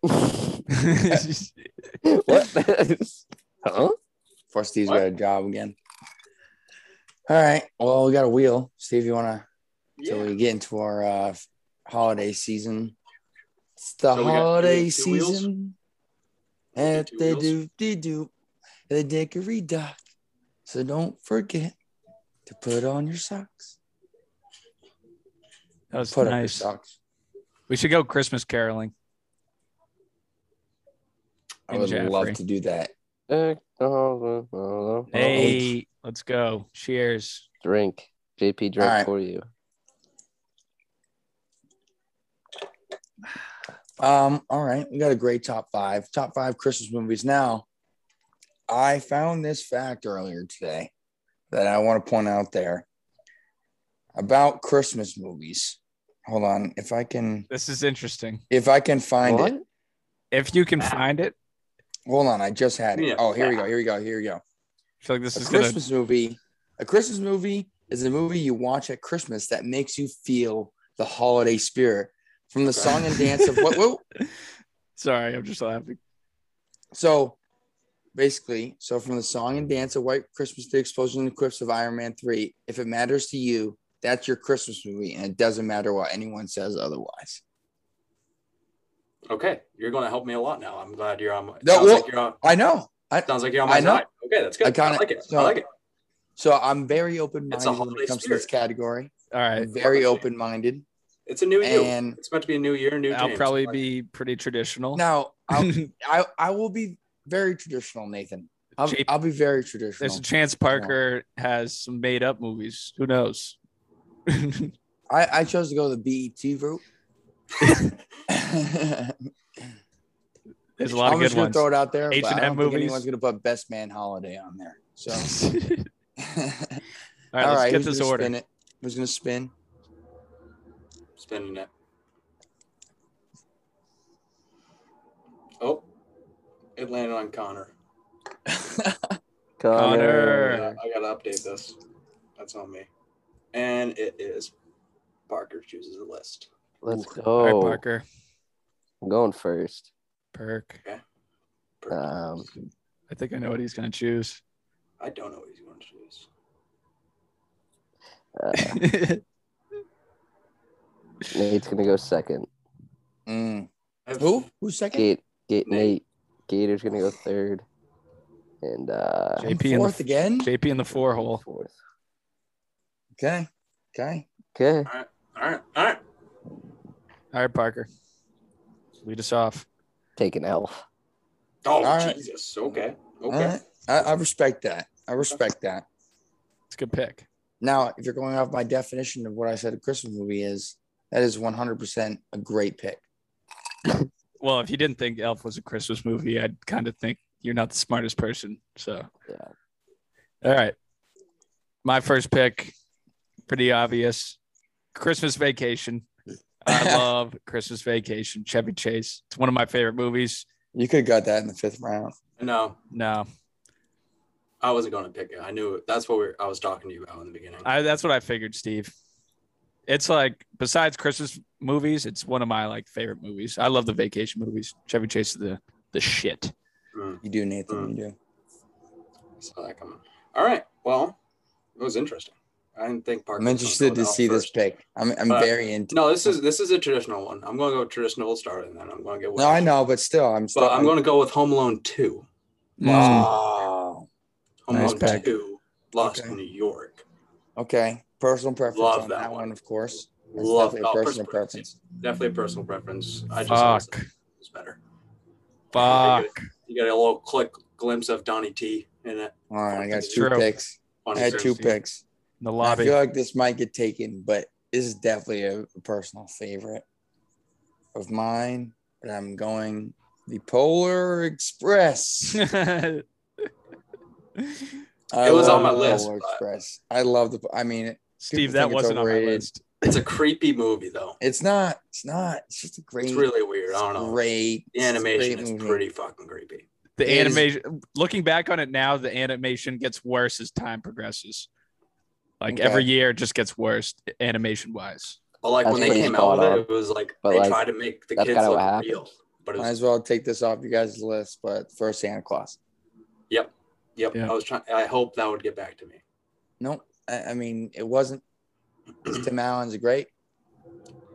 Speaker 10: what? huh?
Speaker 7: Poor Steve's got a job again. All right. Well, we got a wheel. Steve, you want to? Till we get into our uh, holiday season. It's the
Speaker 8: So we got two-
Speaker 7: holiday
Speaker 8: two wheels?
Speaker 7: season. At
Speaker 8: two
Speaker 7: the
Speaker 8: wheels?
Speaker 7: do de do, the dickory dock. So don't forget to put on your socks.
Speaker 9: That was
Speaker 7: put
Speaker 9: nice.
Speaker 7: up your socks.
Speaker 9: We should go Christmas caroling.
Speaker 7: I
Speaker 9: And
Speaker 7: would love
Speaker 9: Jaffrey.
Speaker 7: to do that.
Speaker 9: Hey, let's go. Cheers.
Speaker 10: Drink. JP
Speaker 7: All
Speaker 10: drink
Speaker 7: right.
Speaker 10: for you.
Speaker 7: Um, all right, we got a great top five. Top five Christmas movies. Now, I found this fact earlier today that I want to point out there about Christmas movies. Hold on, if I can,
Speaker 9: This is interesting.
Speaker 7: if I can find
Speaker 10: What?
Speaker 7: it.
Speaker 9: If you can find it,
Speaker 7: Hold on, I just had it.
Speaker 8: Yeah.
Speaker 7: Oh, here we go. Here we go. Here we go.
Speaker 9: I feel like this
Speaker 7: A
Speaker 9: is going to.
Speaker 7: Christmas movie. A Christmas movie is a movie you watch at Christmas that makes you feel the holiday spirit from the song and dance of what? what
Speaker 9: Sorry, I'm just laughing.
Speaker 7: So basically, so from the song and dance of White Christmas to the explosion and quips of Iron Man 3, if it matters to you, that's your Christmas movie, and it doesn't matter what anyone says otherwise.
Speaker 8: Okay, you're going to help me a lot now. I'm glad you're on. My,
Speaker 7: No,
Speaker 8: sounds,
Speaker 7: well-
Speaker 8: like you're on
Speaker 7: I know. I
Speaker 8: sounds like you're on
Speaker 7: I
Speaker 8: my
Speaker 7: know.
Speaker 8: side. Okay, that's good.
Speaker 7: I
Speaker 8: I,
Speaker 7: kinda-
Speaker 8: like it.
Speaker 7: so-
Speaker 8: I like it.
Speaker 7: so I'm very open
Speaker 8: It's a
Speaker 7: minded when
Speaker 8: holiday
Speaker 7: it comes to this
Speaker 8: spirit.
Speaker 7: category.
Speaker 9: All right.
Speaker 7: I'm very
Speaker 8: Love it.
Speaker 7: open minded.
Speaker 8: It's a new year.
Speaker 7: And
Speaker 8: It's about to be a new year, new.
Speaker 9: I'll
Speaker 8: James.
Speaker 9: probably be pretty traditional.
Speaker 7: now I'll, I I will be very traditional, Nathan. I'll,
Speaker 9: JP
Speaker 7: I'll be very traditional.
Speaker 9: There's a chance Parker has some made up movies. Who knows?
Speaker 7: I, I chose to go the BET route.
Speaker 9: There's a lot
Speaker 7: I'm
Speaker 9: of good
Speaker 7: just gonna
Speaker 9: ones.
Speaker 7: throw it out there. but I
Speaker 9: H&M
Speaker 7: don't think
Speaker 9: movies.
Speaker 7: Anyone's gonna put Best Man Holiday on there. So
Speaker 9: All right, let's get
Speaker 7: who's
Speaker 9: this
Speaker 7: gonna
Speaker 9: order.
Speaker 7: spin it? Who's gonna spin?
Speaker 8: Spinning it. Oh, it landed on Connor.
Speaker 9: Connor.
Speaker 8: I gotta update this. That's on me. And it is Parker chooses a list.
Speaker 10: Let's go.
Speaker 9: All right, Parker.
Speaker 10: I'm going first.
Speaker 9: Perk.
Speaker 10: Um,
Speaker 9: I think I know what he's going to choose.
Speaker 8: I don't know what he's going to choose.
Speaker 10: uh, Nate's gonna go second.
Speaker 7: Mm.
Speaker 8: I've-
Speaker 7: Who? Who's second?
Speaker 10: Gate, gate, Nate. Gator's gonna go third, and uh,
Speaker 7: I'm
Speaker 9: JP in the
Speaker 7: fourth again.
Speaker 9: JP in the four hole.
Speaker 10: fourth.
Speaker 7: Okay. Okay.
Speaker 10: Okay.
Speaker 8: All right, all right.
Speaker 9: All right, Parker. Lead us off.
Speaker 10: Take an L.
Speaker 8: Oh,
Speaker 7: All right.
Speaker 8: Jesus. Okay,
Speaker 7: All
Speaker 8: okay.
Speaker 7: right. I, I respect that. I respect that.
Speaker 9: It's a good pick.
Speaker 7: Now, if you're going off my definition of what I said a Christmas movie is, that is 100% a great pick.
Speaker 9: Well, if you didn't think Elf was a Christmas movie, I'd kind of think you're not the smartest person. So,
Speaker 10: Yeah.
Speaker 9: All right. My first pick, pretty obvious Christmas Vacation. I love Christmas Vacation. Chevy Chase. It's one of my favorite movies.
Speaker 7: You could have got that in the fifth round.
Speaker 8: No,
Speaker 9: No,
Speaker 8: I wasn't going to pick it. I knew it. that's what we were, I was talking to you about in the beginning.
Speaker 9: I, that's what I figured, Steve. It's like besides Christmas movies, it's one of my like favorite movies. I love the vacation movies. Chevy Chase is the the shit.
Speaker 8: Mm,
Speaker 7: You do, Nathan. You do.
Speaker 8: saw that coming. All right. Well, it was interesting. I didn't think Parker.
Speaker 7: I'm
Speaker 8: was gonna
Speaker 7: interested
Speaker 8: go
Speaker 7: to
Speaker 8: with Elf
Speaker 7: see this
Speaker 8: first.
Speaker 7: pick. I'm, I'm
Speaker 8: But-
Speaker 7: very into
Speaker 8: No, this is this is a traditional one. I'm going to go traditional start, and then I'm going to get.
Speaker 7: No, I know, but still, I'm still.
Speaker 8: But I'm going to go with Home Alone Two.
Speaker 7: Mm. Wow.
Speaker 8: Home
Speaker 9: Nice
Speaker 8: Alone
Speaker 9: pick.
Speaker 8: Two, Lost
Speaker 7: Okay.
Speaker 8: in New York.
Speaker 7: Okay. Personal preference
Speaker 8: Love
Speaker 7: on
Speaker 8: that
Speaker 7: that, one.
Speaker 8: one.
Speaker 7: of course. That's
Speaker 8: Love
Speaker 7: definitely a
Speaker 8: oh,
Speaker 7: personal preference.
Speaker 8: it's Definitely a personal preference. I just always
Speaker 9: Fuck.
Speaker 8: thought it was better.
Speaker 9: Fuck.
Speaker 8: You got a little quick glimpse of Donnie T in it.
Speaker 7: All right, I got
Speaker 8: It's
Speaker 7: two
Speaker 9: true.
Speaker 7: picks. I
Speaker 8: Funny
Speaker 7: had two
Speaker 8: scenes.
Speaker 7: picks.
Speaker 9: In the
Speaker 7: I
Speaker 9: lobby.
Speaker 7: feel like this might get taken, but this is definitely a personal favorite of mine. But I'm going the Polar Express. I
Speaker 8: It was
Speaker 7: love
Speaker 8: on my
Speaker 7: the
Speaker 8: list,
Speaker 7: Polar
Speaker 8: but-
Speaker 7: Express. I love the. I mean,
Speaker 9: Steve,
Speaker 7: People
Speaker 9: that
Speaker 7: think it's
Speaker 9: wasn't on my
Speaker 7: overrated.
Speaker 9: list.
Speaker 8: It's a creepy movie though.
Speaker 7: it's not. It's not. It's just a great.
Speaker 8: It's really weird. I don't know.
Speaker 7: Great.
Speaker 8: The
Speaker 7: it's a
Speaker 8: animation
Speaker 7: great
Speaker 8: is
Speaker 7: movie.
Speaker 8: pretty fucking creepy.
Speaker 9: The
Speaker 7: It is-
Speaker 9: animation looking back on it now, the animation gets worse as time progresses. Like
Speaker 7: Okay.
Speaker 9: every year it just gets worse animation wise.
Speaker 8: But like when
Speaker 10: That's
Speaker 8: they
Speaker 10: pretty
Speaker 8: came out with
Speaker 10: spot
Speaker 8: it, it was like
Speaker 10: But,
Speaker 8: they
Speaker 10: like,
Speaker 8: tried to make the
Speaker 10: that's
Speaker 8: kids
Speaker 10: kinda
Speaker 8: look
Speaker 10: what happened.
Speaker 8: real. But it
Speaker 7: Might
Speaker 8: was,
Speaker 7: as well take this off you guys' list, but first Santa Claus.
Speaker 8: yep.
Speaker 9: Yeah.
Speaker 8: I was trying. I hope that would get back to me.
Speaker 7: No, I, I mean it wasn't. 'cause Tim Allen's great.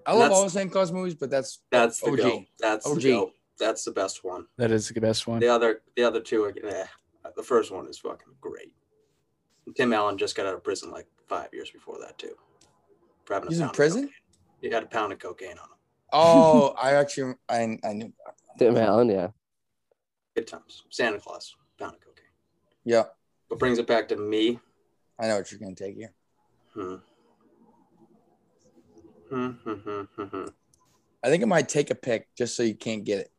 Speaker 7: I
Speaker 8: And
Speaker 7: love
Speaker 8: that's-
Speaker 7: all the Santa Claus movies, but that's
Speaker 8: That's the
Speaker 7: OG.
Speaker 8: go. That's the
Speaker 7: OG.
Speaker 8: go. That's the best one.
Speaker 9: That is the best one.
Speaker 8: The other, the other two are. Eh. The first one is fucking great. Tim Allen just got out of prison like five years before that too. For having a
Speaker 7: he's in
Speaker 8: pound of
Speaker 7: prison.
Speaker 8: cocaine. He had a pound of cocaine on him.
Speaker 7: Oh, I actually I, I knew.
Speaker 10: Tim Allen, yeah.
Speaker 8: Good times. Santa Claus, pound of cocaine.
Speaker 7: Yeah,
Speaker 8: What brings it back to me?
Speaker 7: I know what you're gonna take here.
Speaker 8: Hmm. Hmm, hmm, hmm, hmm, hmm.
Speaker 7: I think I might take a pick just so you can't get it.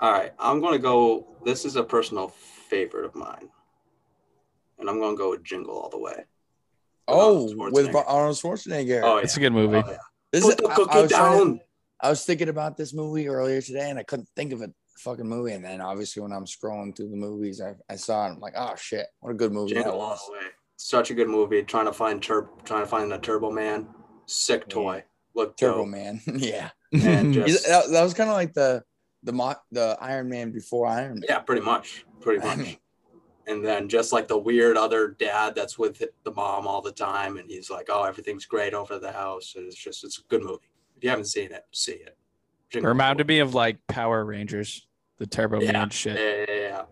Speaker 8: All right, I'm gonna go. This is a personal favorite of mine, and I'm gonna go with Jingle all the way.
Speaker 7: Oh,
Speaker 8: Arnold
Speaker 7: with
Speaker 8: Schwarzenegger.
Speaker 7: Arnold Schwarzenegger.
Speaker 8: Oh yeah.
Speaker 9: It's a good movie.
Speaker 8: Oh, yeah.
Speaker 7: this is,
Speaker 8: Put the
Speaker 7: I, I
Speaker 8: cookie
Speaker 7: was trying-
Speaker 8: down.
Speaker 7: I was thinking about this movie earlier today, and I couldn't think of a fucking movie. And then obviously, when I'm scrolling through the movies, I, I saw it. I'm like, oh shit, what a good movie that
Speaker 8: Jingle all
Speaker 7: was.
Speaker 8: the way. Such a good movie. Trying to find tur- trying to find a Turbo Man. Sick toy. Look
Speaker 7: Turbo
Speaker 8: dope.
Speaker 7: Man. yeah,
Speaker 8: And
Speaker 7: He's-
Speaker 8: just,
Speaker 7: that, that was kind of like the the mo- the Iron Man before Iron Man.
Speaker 8: yeah, pretty much, pretty
Speaker 7: I
Speaker 8: much.
Speaker 7: mean-
Speaker 8: And then just like the weird other dad that's with the mom all the time, and he's like, "Oh, everything's great over the house." And it's just, it's a good movie. If you haven't seen it, see it. Jingle all the
Speaker 9: Reminded me of like Power Rangers, the Turbo
Speaker 8: Yeah.
Speaker 9: Man shit.
Speaker 8: Way. Yeah, yeah, yeah, yeah.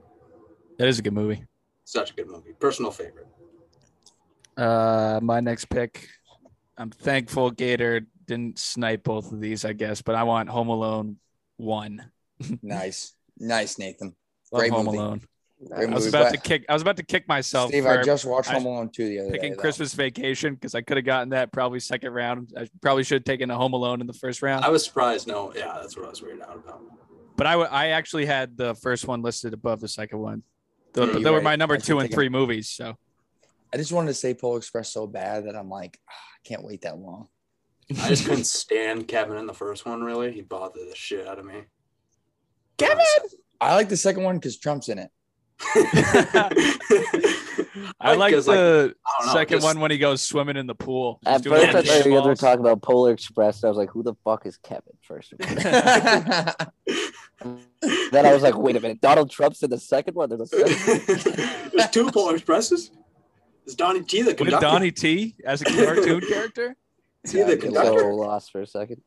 Speaker 9: That is a good movie.
Speaker 8: Such a good movie. Personal favorite.
Speaker 9: Uh, my next pick. I'm thankful Gator didn't snipe both of these, I guess, but I want Home Alone one.
Speaker 7: Nice, nice, Nathan.
Speaker 9: Love
Speaker 7: Great
Speaker 9: Home
Speaker 7: movie.
Speaker 9: Alone.
Speaker 7: Great
Speaker 9: I was
Speaker 7: movie,
Speaker 9: about to
Speaker 7: but-
Speaker 9: kick. I was about to kick myself
Speaker 7: Steve,
Speaker 9: for
Speaker 7: I just watched
Speaker 9: I-
Speaker 7: Home Alone two the other day.
Speaker 9: picking
Speaker 7: though.
Speaker 9: Christmas Vacation because I could have gotten that probably second round. I probably should have taken a Home Alone in the first round,
Speaker 8: I was surprised. No, yeah, that's what I was weirded out about.
Speaker 9: but I, w- I actually had the first one listed above the second one. Tho-
Speaker 8: Yeah,
Speaker 9: but
Speaker 7: you're
Speaker 9: they were
Speaker 7: right.
Speaker 9: my number
Speaker 7: I should
Speaker 9: two
Speaker 7: have
Speaker 9: and
Speaker 7: taken-
Speaker 9: three movies. So
Speaker 7: I just wanted to say Pole Express so bad that I'm like, "Ah, I can't wait that long.
Speaker 8: I just couldn't stand Kevin in the first one. Really, he bothered the shit out of me.
Speaker 7: Kevin. I like the second one because Trump's in it.
Speaker 9: I
Speaker 8: Like,
Speaker 9: like
Speaker 8: 'cause, like,
Speaker 9: the
Speaker 8: I don't know,
Speaker 9: second
Speaker 8: just-
Speaker 9: one when he goes swimming in the pool. He's
Speaker 10: At
Speaker 9: doing
Speaker 10: first, I
Speaker 9: that
Speaker 10: thought you guys were
Speaker 9: handballs.
Speaker 10: talking about Polar Express. And I was like, who the fuck is Kevin, first of all? then I was like, wait a minute. Donald Trump's in the second one. There's a second
Speaker 8: There's two Polar Expresses. Is Donnie T the
Speaker 9: With
Speaker 8: conductor?
Speaker 9: Donnie T as a cartoon character?
Speaker 8: Is he the
Speaker 10: I'm so
Speaker 8: conductor?
Speaker 10: lost for a second.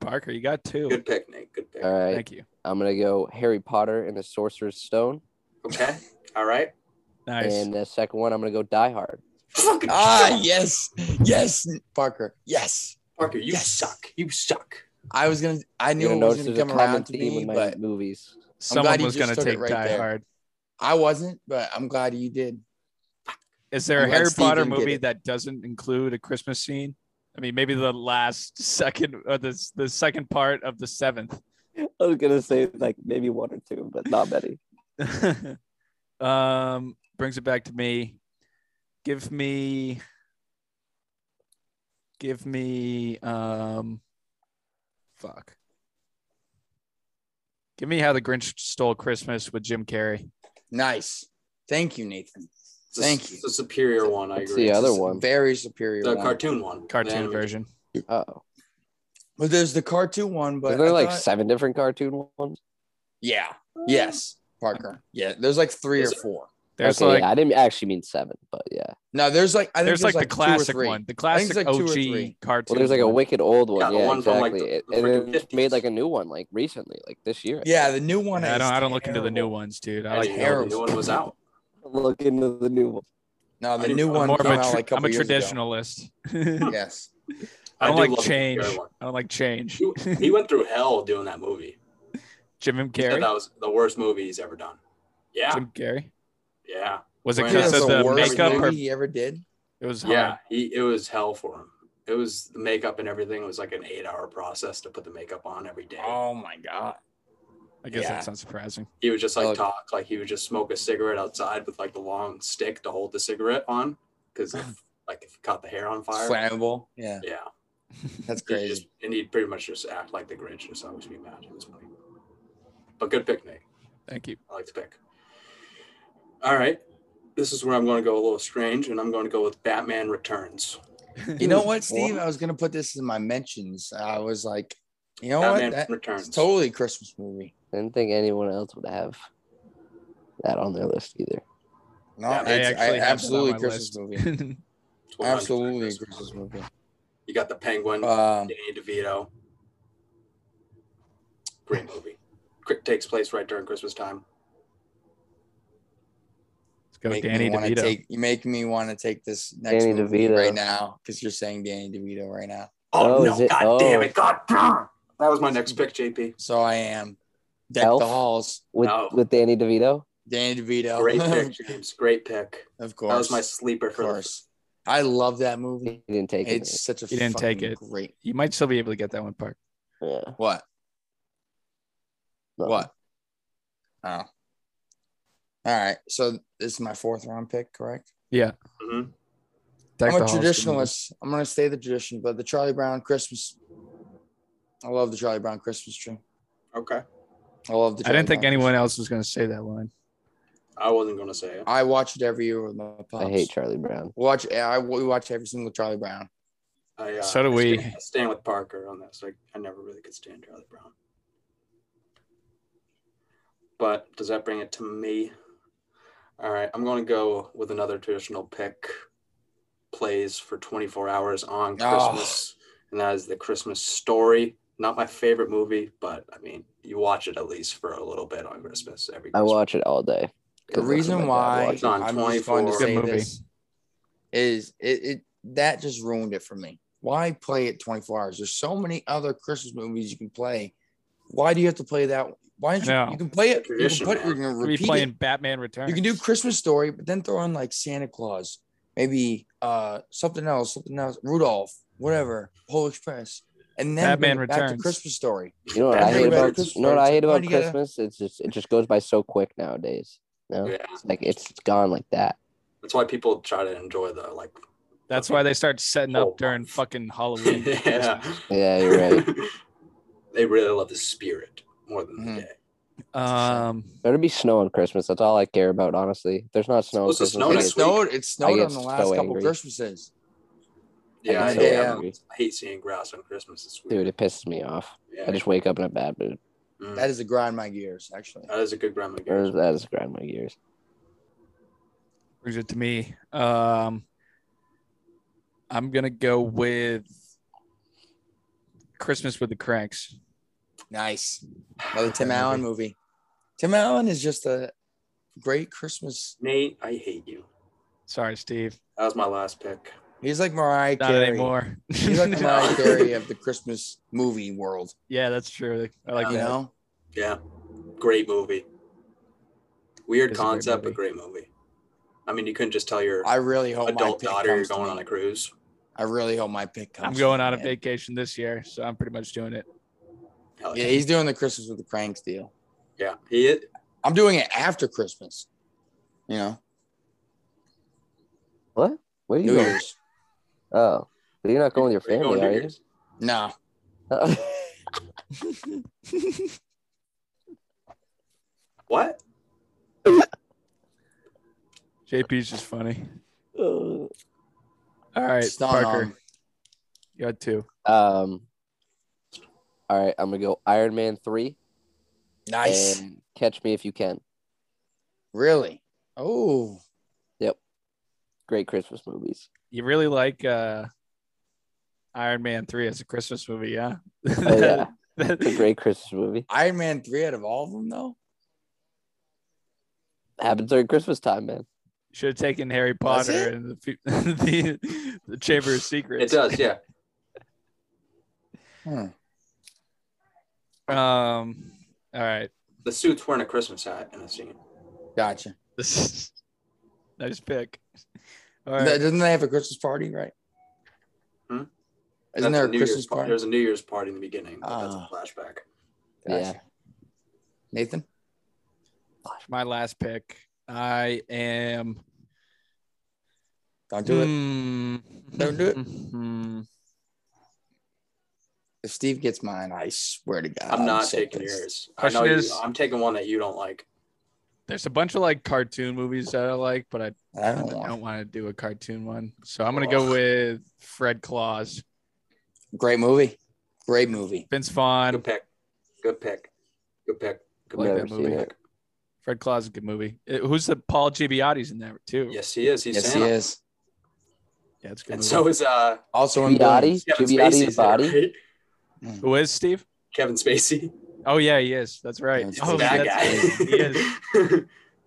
Speaker 9: Parker, you got two.
Speaker 8: Good pick, Nate. Good pick.
Speaker 10: All right.
Speaker 9: Thank you.
Speaker 10: I'm going to go Harry Potter and the Sorcerer's Stone.
Speaker 8: Okay. All right.
Speaker 9: Nice.
Speaker 10: And the second one, I'm going to go Die Hard.
Speaker 8: Fucking
Speaker 7: ah,
Speaker 8: suck.
Speaker 7: yes, yes, Parker, yes.
Speaker 8: Parker, you
Speaker 7: Yes.
Speaker 8: suck. You suck.
Speaker 7: I was gonna. I
Speaker 10: I
Speaker 7: knew it was gonna come around to me, but
Speaker 10: movies.
Speaker 9: Someone
Speaker 7: he
Speaker 9: was
Speaker 7: just
Speaker 9: going to
Speaker 7: took it
Speaker 9: take
Speaker 7: right
Speaker 9: Die
Speaker 7: there.
Speaker 9: Hard.
Speaker 7: I wasn't. But I'm glad you did.
Speaker 9: Is there a
Speaker 7: I'm glad
Speaker 9: Harry
Speaker 7: Steve
Speaker 9: Potter
Speaker 7: didn't get
Speaker 9: movie
Speaker 7: it.
Speaker 9: that doesn't include a Christmas scene? I mean, maybe the last second or the the second part of the seventh.
Speaker 10: I was going to say like maybe one or two, but not many.
Speaker 9: um, brings it back to me. Give me, give me, um, fuck. Give me how the Grinch stole Christmas with Jim Carrey.
Speaker 7: Nice. Thank you, Nathan.
Speaker 8: It's a-
Speaker 7: Thank you.
Speaker 8: It's a superior one. I
Speaker 10: What's
Speaker 8: agree.
Speaker 10: the
Speaker 8: It's
Speaker 10: other
Speaker 8: a-
Speaker 10: one?
Speaker 7: Very superior.
Speaker 8: The
Speaker 7: one.
Speaker 8: cartoon one. The
Speaker 9: Cartoon
Speaker 8: animated.
Speaker 9: version.
Speaker 10: Oh,
Speaker 7: But there's the cartoon one. But
Speaker 10: are there
Speaker 7: I
Speaker 10: like
Speaker 7: thought-
Speaker 10: seven different cartoon ones?
Speaker 7: yeah, yes, Parker. Yeah, there's like three
Speaker 8: Mm. Is
Speaker 7: or
Speaker 8: it-
Speaker 7: four.
Speaker 9: There's
Speaker 10: okay,
Speaker 9: like
Speaker 10: yeah, I didn't actually mean seven, but yeah.
Speaker 7: No, there's like I think
Speaker 9: there's like, the
Speaker 7: two or
Speaker 9: classic
Speaker 7: three.
Speaker 9: one, the
Speaker 7: I think
Speaker 9: classic
Speaker 7: it's like two or
Speaker 9: OG
Speaker 7: three.
Speaker 9: cartoon.
Speaker 10: Well, there's like a
Speaker 9: one.
Speaker 10: wicked old one.
Speaker 8: Yeah, the
Speaker 10: Yeah,
Speaker 8: one from, like,
Speaker 10: exactly.
Speaker 8: the-
Speaker 10: It-
Speaker 8: the
Speaker 10: and
Speaker 8: freaking
Speaker 10: then just
Speaker 8: 50s.
Speaker 10: made like a new one like recently, like this year.
Speaker 7: Yeah, the new one.
Speaker 9: Yeah, I
Speaker 7: is
Speaker 9: don't. I don't look into the new
Speaker 7: terrible.
Speaker 9: ones, dude. I
Speaker 8: I
Speaker 9: like
Speaker 8: didn't Oh, know the
Speaker 7: Harold's.
Speaker 8: new one was out.
Speaker 10: Look into the new one.
Speaker 7: No, the
Speaker 8: I'm-
Speaker 7: new
Speaker 8: I'm
Speaker 7: one
Speaker 9: more of
Speaker 7: came
Speaker 9: a
Speaker 7: out
Speaker 9: tr-
Speaker 7: like a couple
Speaker 9: I'm a
Speaker 7: years ago.
Speaker 9: traditionalist.
Speaker 7: Yes.
Speaker 9: I don't
Speaker 8: do
Speaker 9: like
Speaker 8: love the
Speaker 9: change.
Speaker 8: Jim Carrey one.
Speaker 9: I don't like change.
Speaker 8: He, he went through hell doing that movie.
Speaker 9: Jim
Speaker 8: He said
Speaker 9: Carrey.
Speaker 8: that was the worst movie he's ever done. Yeah,
Speaker 9: Jim Carrey.
Speaker 8: yeah,
Speaker 9: Was it
Speaker 8: Right.
Speaker 9: because
Speaker 8: Yeah,
Speaker 9: of
Speaker 8: so
Speaker 9: the
Speaker 8: worst
Speaker 9: makeup
Speaker 7: movie
Speaker 9: or
Speaker 7: he ever did.
Speaker 9: it was?
Speaker 8: yeah.
Speaker 9: hard?
Speaker 8: He it was hell for him. It was the makeup and everything. It was like an eight-hour process to put the makeup on every day.
Speaker 7: Oh my god.
Speaker 9: I guess
Speaker 7: Yeah.
Speaker 9: that's not surprising.
Speaker 8: He would just like
Speaker 7: Oh.
Speaker 8: talk, like he would just smoke a cigarette outside with like the long stick to hold the cigarette on, because if, like if it caught the hair on fire,
Speaker 7: Flammable. Yeah,
Speaker 8: yeah. He
Speaker 7: that's
Speaker 8: just-
Speaker 7: crazy.
Speaker 8: and he'd pretty much just act like the Grinch, just always be mad at this point. But good pick, Nate.
Speaker 9: Thank you.
Speaker 8: I like to pick. All right. This is where I'm going to go a little strange, and I'm going to go with Batman Returns.
Speaker 7: You know what, Steve? I was gonna put this in my mentions. I was like, you know
Speaker 8: Batman
Speaker 7: what? That-
Speaker 8: Returns.
Speaker 7: It's totally a Christmas movie.
Speaker 10: I didn't think anyone else would have that on their list either.
Speaker 7: No,
Speaker 8: Yeah, I
Speaker 7: it's
Speaker 9: actually
Speaker 7: I-
Speaker 9: have it on
Speaker 7: absolutely
Speaker 9: my
Speaker 7: Christmas
Speaker 9: list.
Speaker 7: movie.
Speaker 8: It's 100%
Speaker 7: Absolutely a
Speaker 8: Christmas.
Speaker 7: Christmas movie.
Speaker 8: You got the Penguin,
Speaker 7: Um,
Speaker 8: Danny DeVito. Great movie. Quick takes place right during Christmas time.
Speaker 9: Let's go,
Speaker 7: make
Speaker 9: Danny
Speaker 7: me wanna
Speaker 9: DeVito.
Speaker 7: Take, you make me want to take this next
Speaker 10: Danny
Speaker 7: movie
Speaker 10: DeVito.
Speaker 7: right now because you're saying Danny DeVito right now.
Speaker 8: Oh,
Speaker 10: Oh,
Speaker 8: no!
Speaker 10: is it-
Speaker 8: God damn
Speaker 10: oh.
Speaker 8: it! God, that was my next pick, JP.
Speaker 7: So I am. Deck
Speaker 10: Elf?
Speaker 7: the halls.
Speaker 10: With
Speaker 8: No.
Speaker 10: with Danny DeVito,
Speaker 7: Danny DeVito.
Speaker 8: Great pick, James. Great pick.
Speaker 7: of course.
Speaker 8: That was my sleeper
Speaker 7: of
Speaker 8: for the
Speaker 7: course. I love that
Speaker 10: he
Speaker 7: movie.
Speaker 10: didn't take
Speaker 7: It's
Speaker 10: it.
Speaker 7: such a
Speaker 9: He didn't take
Speaker 7: fucking
Speaker 9: it.
Speaker 7: great.
Speaker 9: You might still be able to get that one, Park.
Speaker 10: Yeah,
Speaker 7: What?
Speaker 10: no.
Speaker 7: What? Oh. All right. So this is my fourth round pick, correct?
Speaker 8: Mhm.
Speaker 9: Deck
Speaker 7: I'm
Speaker 9: the
Speaker 7: a
Speaker 9: halls to
Speaker 7: traditionalist. I'm gonna stay the tradition, but the Charlie Brown Christmas. I love the Charlie Brown Christmas tree.
Speaker 8: Okay.
Speaker 7: I love the.
Speaker 9: movies. I didn't
Speaker 7: Charlie
Speaker 9: think
Speaker 7: Brown
Speaker 9: anyone else was going to say that line.
Speaker 8: I wasn't going to say it.
Speaker 7: Christmas- I watch it every year with my pops.
Speaker 10: I hate Charlie Brown.
Speaker 7: Watch. I we watch every single Charlie Brown.
Speaker 8: I, uh,
Speaker 9: So do
Speaker 8: I
Speaker 9: we.
Speaker 8: Stand, I stand with Parker on this. I, I never really could stand Charlie Brown. But does that bring it to me? All right, I'm going to go with another traditional pick. Plays for 24 hours on
Speaker 10: Ah.
Speaker 7: Oh.
Speaker 8: Christmas, and that is the Christmas Story. Not my favorite movie, but I mean, you watch it at least for a little bit on Christmas every.
Speaker 10: I
Speaker 8: Christmas.
Speaker 10: watch it all day.
Speaker 7: The
Speaker 10: Good
Speaker 7: reason
Speaker 10: looking, my dad watches
Speaker 7: why
Speaker 8: it.
Speaker 7: I'm just going to
Speaker 8: Good
Speaker 7: say
Speaker 9: movie.
Speaker 7: this is it, it that just ruined it for me. Why play it 24 hours? There's so many other Christmas movies you can play. Why do you have to play that? Why don't you?
Speaker 9: No.
Speaker 7: You can play it. You can
Speaker 8: Tradition,
Speaker 7: put.
Speaker 8: man.
Speaker 7: You can
Speaker 9: We're
Speaker 7: repeat it.
Speaker 9: playing Batman Returns.
Speaker 7: You can do Christmas Story, but then throw in like Santa Claus, maybe uh something else, something else, Rudolph, whatever, Pole Express, and then
Speaker 9: Batman
Speaker 7: bring it back to
Speaker 9: Returns.
Speaker 7: Christmas Story.
Speaker 10: You know what I
Speaker 7: Batman
Speaker 10: hate about
Speaker 7: Returns.
Speaker 10: you know what I hate
Speaker 7: Why
Speaker 10: about
Speaker 7: do you gotta-
Speaker 10: Christmas? It's just it just goes by so quick nowadays. No,
Speaker 8: Yeah,
Speaker 10: like it's gone like that.
Speaker 8: That's why people try to enjoy the like.
Speaker 9: That's why they start setting
Speaker 7: Oh.
Speaker 9: up during fucking Halloween.
Speaker 10: Mm-hmm.
Speaker 8: yeah.
Speaker 10: Yeah, you're right.
Speaker 8: they really love the spirit more than
Speaker 7: Mm-hmm.
Speaker 8: the day.
Speaker 9: Um,
Speaker 10: better be snow on Christmas. That's all I care about, honestly. If There's not snow. on
Speaker 8: supposed to
Speaker 10: Christmas,
Speaker 8: snow
Speaker 10: I
Speaker 7: It
Speaker 8: next
Speaker 10: get-
Speaker 8: week.
Speaker 7: snowed. It snowed
Speaker 10: get
Speaker 7: on the
Speaker 10: so
Speaker 7: last couple
Speaker 10: angry.
Speaker 7: Christmases.
Speaker 8: Yeah,
Speaker 10: I
Speaker 8: I,
Speaker 10: get
Speaker 8: hate,
Speaker 10: so
Speaker 8: I
Speaker 10: angry.
Speaker 8: hate seeing grass on Christmas. It's weird.
Speaker 10: Dude, it pisses me off.
Speaker 8: yeah.
Speaker 10: I just wake up in a bad mood.
Speaker 8: Mm.
Speaker 7: That is a grind my gears, actually.
Speaker 8: that is a good grandma game.
Speaker 10: Or that is grind my gears.
Speaker 9: brings it to me. Um, I'm gonna go with Christmas with the Cranks.
Speaker 7: Nice. Another Tim Allen movie. Tim Allen is just a great Christmas.
Speaker 8: Nate, I hate you.
Speaker 9: Sorry, Steve.
Speaker 8: That was my last pick.
Speaker 7: He's like Mariah
Speaker 9: Not
Speaker 7: Carey.
Speaker 9: anymore.
Speaker 7: He's like Mariah Carey of the Christmas movie world.
Speaker 9: yeah, that's true. I like
Speaker 7: You
Speaker 9: that.
Speaker 7: know,
Speaker 8: Yeah, great movie. Weird
Speaker 9: It's a great
Speaker 8: concept,
Speaker 9: movie.
Speaker 8: but great movie. I mean, you couldn't just tell your
Speaker 7: I really hope my
Speaker 8: adult
Speaker 7: pick
Speaker 8: daughter you're
Speaker 7: comes to
Speaker 8: going
Speaker 7: me.
Speaker 8: on a cruise.
Speaker 7: I really hope my pick comes.
Speaker 9: I'm
Speaker 7: to
Speaker 9: going
Speaker 7: me,
Speaker 9: on a
Speaker 7: man.
Speaker 9: vacation this year, so I'm pretty much doing it.
Speaker 8: Hell
Speaker 7: Yeah, he's doing the Christmas with the Cranks deal.
Speaker 8: yeah. He is.
Speaker 7: I'm doing it after Christmas. You know,
Speaker 10: What? Where are you
Speaker 7: New
Speaker 10: going?
Speaker 7: Year's.
Speaker 10: Oh, but you're not going with your
Speaker 8: Are you
Speaker 10: family,
Speaker 8: going New
Speaker 10: are you?
Speaker 8: Year's?
Speaker 7: No,
Speaker 8: What?
Speaker 9: JP's just funny.
Speaker 10: Uh,
Speaker 9: All right,
Speaker 7: it's not
Speaker 9: Parker,
Speaker 7: on.
Speaker 9: you had two.
Speaker 10: um. All right, I'm gonna go Iron Man three
Speaker 7: Nice,
Speaker 10: and Catch Me If You Can.
Speaker 7: really. Oh,
Speaker 10: Great Christmas movies.
Speaker 9: You really like uh, Iron Man three as a Christmas movie, yeah?
Speaker 10: Oh, yeah, it's a great Christmas movie.
Speaker 7: Iron Man three out of all of them though.
Speaker 10: Happens during Christmas time, man.
Speaker 9: Should have taken Harry
Speaker 7: Was
Speaker 9: Potter
Speaker 7: it?
Speaker 9: and the, fe- the the Chamber of
Speaker 8: It
Speaker 9: Secrets.
Speaker 8: does, yeah.
Speaker 7: Hmm.
Speaker 9: Um. All right.
Speaker 8: The suit's wearing a Christmas hat in a scene.
Speaker 7: Gotcha.
Speaker 9: This is nice pick. All
Speaker 7: Th-
Speaker 9: right.
Speaker 7: Doesn't they have a Christmas party, right?
Speaker 8: Hmm?
Speaker 7: Isn't
Speaker 8: That's
Speaker 7: there a
Speaker 8: New
Speaker 7: Christmas
Speaker 8: Year's par-
Speaker 7: party?
Speaker 8: There's a New Year's party in the beginning. But that's
Speaker 7: Ah.
Speaker 8: a flashback.
Speaker 10: Yeah.
Speaker 7: Nathan?
Speaker 9: My last pick. I am.
Speaker 7: Don't do it.
Speaker 9: it.
Speaker 7: Don't do it.
Speaker 9: it.
Speaker 7: If Steve gets mine, I swear to God.
Speaker 8: I'm not
Speaker 7: Um, so
Speaker 8: taking
Speaker 7: pissed.
Speaker 8: yours. I
Speaker 9: Question
Speaker 8: know
Speaker 9: is-
Speaker 8: you, I'm taking one that you don't like.
Speaker 9: There's a bunch of like cartoon movies that I like, but I
Speaker 7: I
Speaker 9: don't,
Speaker 7: don't want.
Speaker 9: want to do a cartoon one. So I'm gonna go with Fred Claus,
Speaker 7: Great movie. Great movie.
Speaker 9: Vince Vaughn.
Speaker 8: Good pick. Good pick. Good pick. Good
Speaker 9: like
Speaker 8: pick.
Speaker 9: that
Speaker 10: Never seen
Speaker 9: movie.
Speaker 10: it.
Speaker 9: Fred Claus is a good movie. It- who's the Paul Giamatti's in there too?
Speaker 8: Yes, he is. He's
Speaker 7: yes,
Speaker 8: Santa.
Speaker 7: he is.
Speaker 9: Yeah, it's a good.
Speaker 8: And
Speaker 9: movie.
Speaker 8: so is uh
Speaker 7: Also in
Speaker 10: Giamatti,
Speaker 7: Billions.
Speaker 8: Kevin
Speaker 10: Giamatti the
Speaker 8: Spacey's there,
Speaker 10: body.
Speaker 8: right?
Speaker 9: Who is Steve?
Speaker 8: Kevin Spacey.
Speaker 9: Oh yeah, he is. That's right.
Speaker 7: It's
Speaker 9: oh,
Speaker 8: that guy.
Speaker 9: that's- He is.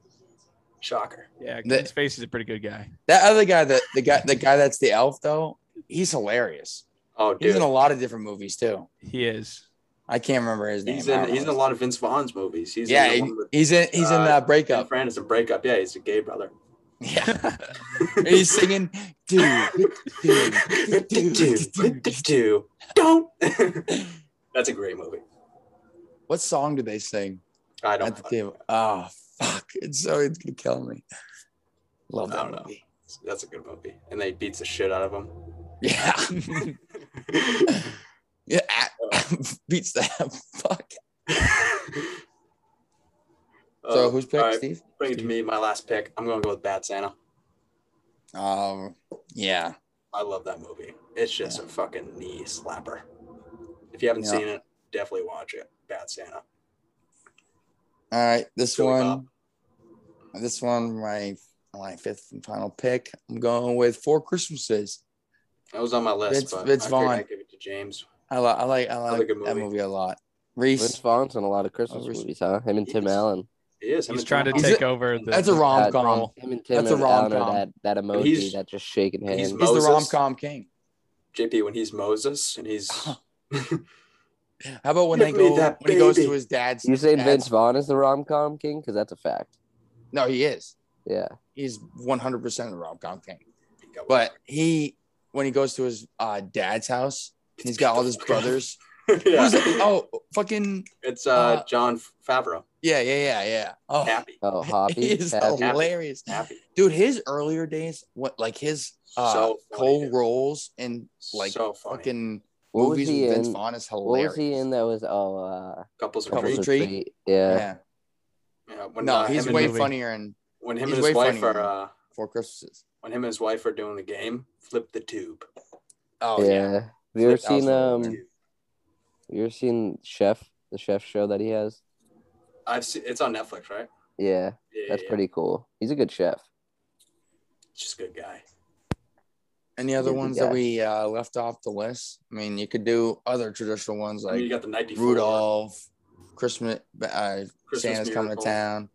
Speaker 8: Shocker.
Speaker 9: Yeah,
Speaker 7: The-
Speaker 9: Vince Spacey's a pretty good guy.
Speaker 7: That other guy, that the guy, the guy that's the elf though, he's hilarious.
Speaker 8: Oh,
Speaker 7: He's
Speaker 8: dude.
Speaker 7: in a lot of different movies too.
Speaker 9: He is.
Speaker 7: I can't remember his name.
Speaker 8: He's
Speaker 7: I don't
Speaker 8: in,
Speaker 7: know
Speaker 8: he's in a
Speaker 7: his-
Speaker 8: lot of Vince Vaughn's movies. He's
Speaker 7: yeah,
Speaker 8: in the
Speaker 7: he-
Speaker 8: one with
Speaker 7: he's in he's in
Speaker 8: uh,
Speaker 7: that
Speaker 8: Ben
Speaker 7: breakup.
Speaker 8: Fran is a breakup. Yeah, he's a gay brother.
Speaker 7: Yeah, he's singing, dude, dude, dude, dude, dude, dude.
Speaker 8: Do-do-do-do-do. Don't. That's a great movie.
Speaker 7: What song do they sing
Speaker 8: I
Speaker 7: at
Speaker 8: don't.
Speaker 7: the table? Oh fuck! It's so it's gonna kill me. Love
Speaker 8: I
Speaker 7: that
Speaker 8: don't know.
Speaker 7: movie.
Speaker 8: That's a good movie. And they beats the shit out of him.
Speaker 7: Yeah. Yeah, beats that fuck. so
Speaker 8: Uh,
Speaker 7: who's pick,
Speaker 8: all right,
Speaker 7: Steve?
Speaker 8: Bring it to me. My last pick. I'm gonna go with Bad Santa.
Speaker 7: Um, yeah,
Speaker 8: I love that movie. It's just a fucking knee slapper. If you haven't
Speaker 7: Yeah.
Speaker 8: seen it, definitely watch it. Bad Santa.
Speaker 7: All right, this
Speaker 8: Billy
Speaker 7: one, this one, my my fifth and final pick. I'm going with Four Christmases.
Speaker 8: That was on my list,
Speaker 7: Vince-
Speaker 8: but I
Speaker 7: Vince
Speaker 8: figured
Speaker 7: Vaughn.
Speaker 8: I'd give it to James.
Speaker 7: I, li- I like I like
Speaker 8: good
Speaker 7: that
Speaker 8: movie.
Speaker 7: movie a lot.
Speaker 10: Vince
Speaker 7: Reese,
Speaker 10: Vaughn's in a lot of Christmas
Speaker 7: Oh, Reese-
Speaker 10: movies, huh? Him and Tim
Speaker 8: Yes.
Speaker 10: Allen.
Speaker 8: He is. him
Speaker 9: He's
Speaker 8: and
Speaker 9: trying to
Speaker 8: Tom.
Speaker 9: take
Speaker 7: it-
Speaker 9: over the.
Speaker 7: that's a rom com.
Speaker 9: role.
Speaker 10: Him and Tim
Speaker 7: That's a
Speaker 10: and Allen
Speaker 7: rom-com.
Speaker 10: are that that emoji,
Speaker 8: he's-
Speaker 10: that just shaking
Speaker 8: he's
Speaker 10: hands.
Speaker 7: He's the
Speaker 8: Moses.
Speaker 7: rom com king.
Speaker 8: JP when he's Moses and he's
Speaker 7: Oh. How about when
Speaker 8: Give
Speaker 7: they
Speaker 8: me
Speaker 7: go when
Speaker 8: that
Speaker 7: he goes to
Speaker 8: baby.
Speaker 7: his dad's?
Speaker 10: You saying
Speaker 7: dad's-
Speaker 10: Vince Vaughn is the rom com king? Because that's a fact.
Speaker 7: No, he is.
Speaker 10: Yeah.
Speaker 7: He's 100 percent the rom com king.
Speaker 8: he got-
Speaker 7: But he when he goes to his uh, dad's house, and he's got all his brothers.
Speaker 8: Yeah.
Speaker 7: Who's that? Oh, fucking
Speaker 8: It's uh,
Speaker 7: Uh,
Speaker 8: John Favreau.
Speaker 7: yeah, yeah, yeah, yeah. Oh,
Speaker 8: Happy.
Speaker 5: Oh, Hoppy.
Speaker 7: he is
Speaker 5: Happy.
Speaker 7: hilarious,
Speaker 8: Happy.
Speaker 7: dude. His earlier days, what like his uh,
Speaker 8: So funny,
Speaker 7: cold
Speaker 8: dude.
Speaker 7: roles and like
Speaker 8: so funny.
Speaker 7: fucking
Speaker 10: What was
Speaker 7: movies
Speaker 10: he
Speaker 7: with Vince
Speaker 10: in?
Speaker 7: Vaughn is
Speaker 10: What
Speaker 7: hilarious.
Speaker 10: was he in that was oh uh
Speaker 8: Couples
Speaker 7: Couples
Speaker 8: Retreat.
Speaker 7: Retreat?
Speaker 10: Yeah.
Speaker 7: Yeah.
Speaker 8: Yeah, when,
Speaker 7: no,
Speaker 8: uh,
Speaker 7: he's
Speaker 8: him and-
Speaker 7: way
Speaker 9: movie.
Speaker 7: funnier in
Speaker 8: when him
Speaker 7: he's
Speaker 8: and
Speaker 7: way
Speaker 8: his wife
Speaker 7: funnier.
Speaker 8: are uh,
Speaker 7: Four Christmases.
Speaker 8: when him and his wife are doing the game, flip the tube.
Speaker 7: Oh
Speaker 10: yeah.
Speaker 7: yeah.
Speaker 10: Have you ever
Speaker 7: That was
Speaker 10: seen um
Speaker 7: hilarious.
Speaker 10: have you ever seen Chef, the chef show that he has?
Speaker 8: I've seen it's on Netflix, right?
Speaker 10: Yeah,
Speaker 8: Yeah,
Speaker 10: that's
Speaker 8: yeah,
Speaker 10: pretty cool. He's a good chef.
Speaker 8: yeah. Just a good guy.
Speaker 7: Any other
Speaker 10: He's a
Speaker 7: ones
Speaker 10: guy.
Speaker 7: that we uh, left off the list? I mean, you could do other traditional ones
Speaker 8: I mean, you
Speaker 7: like
Speaker 8: got the night before.
Speaker 7: Rudolph, Christmas, uh,
Speaker 8: Christmas
Speaker 7: Santa's coming to
Speaker 8: Miracle.
Speaker 7: town.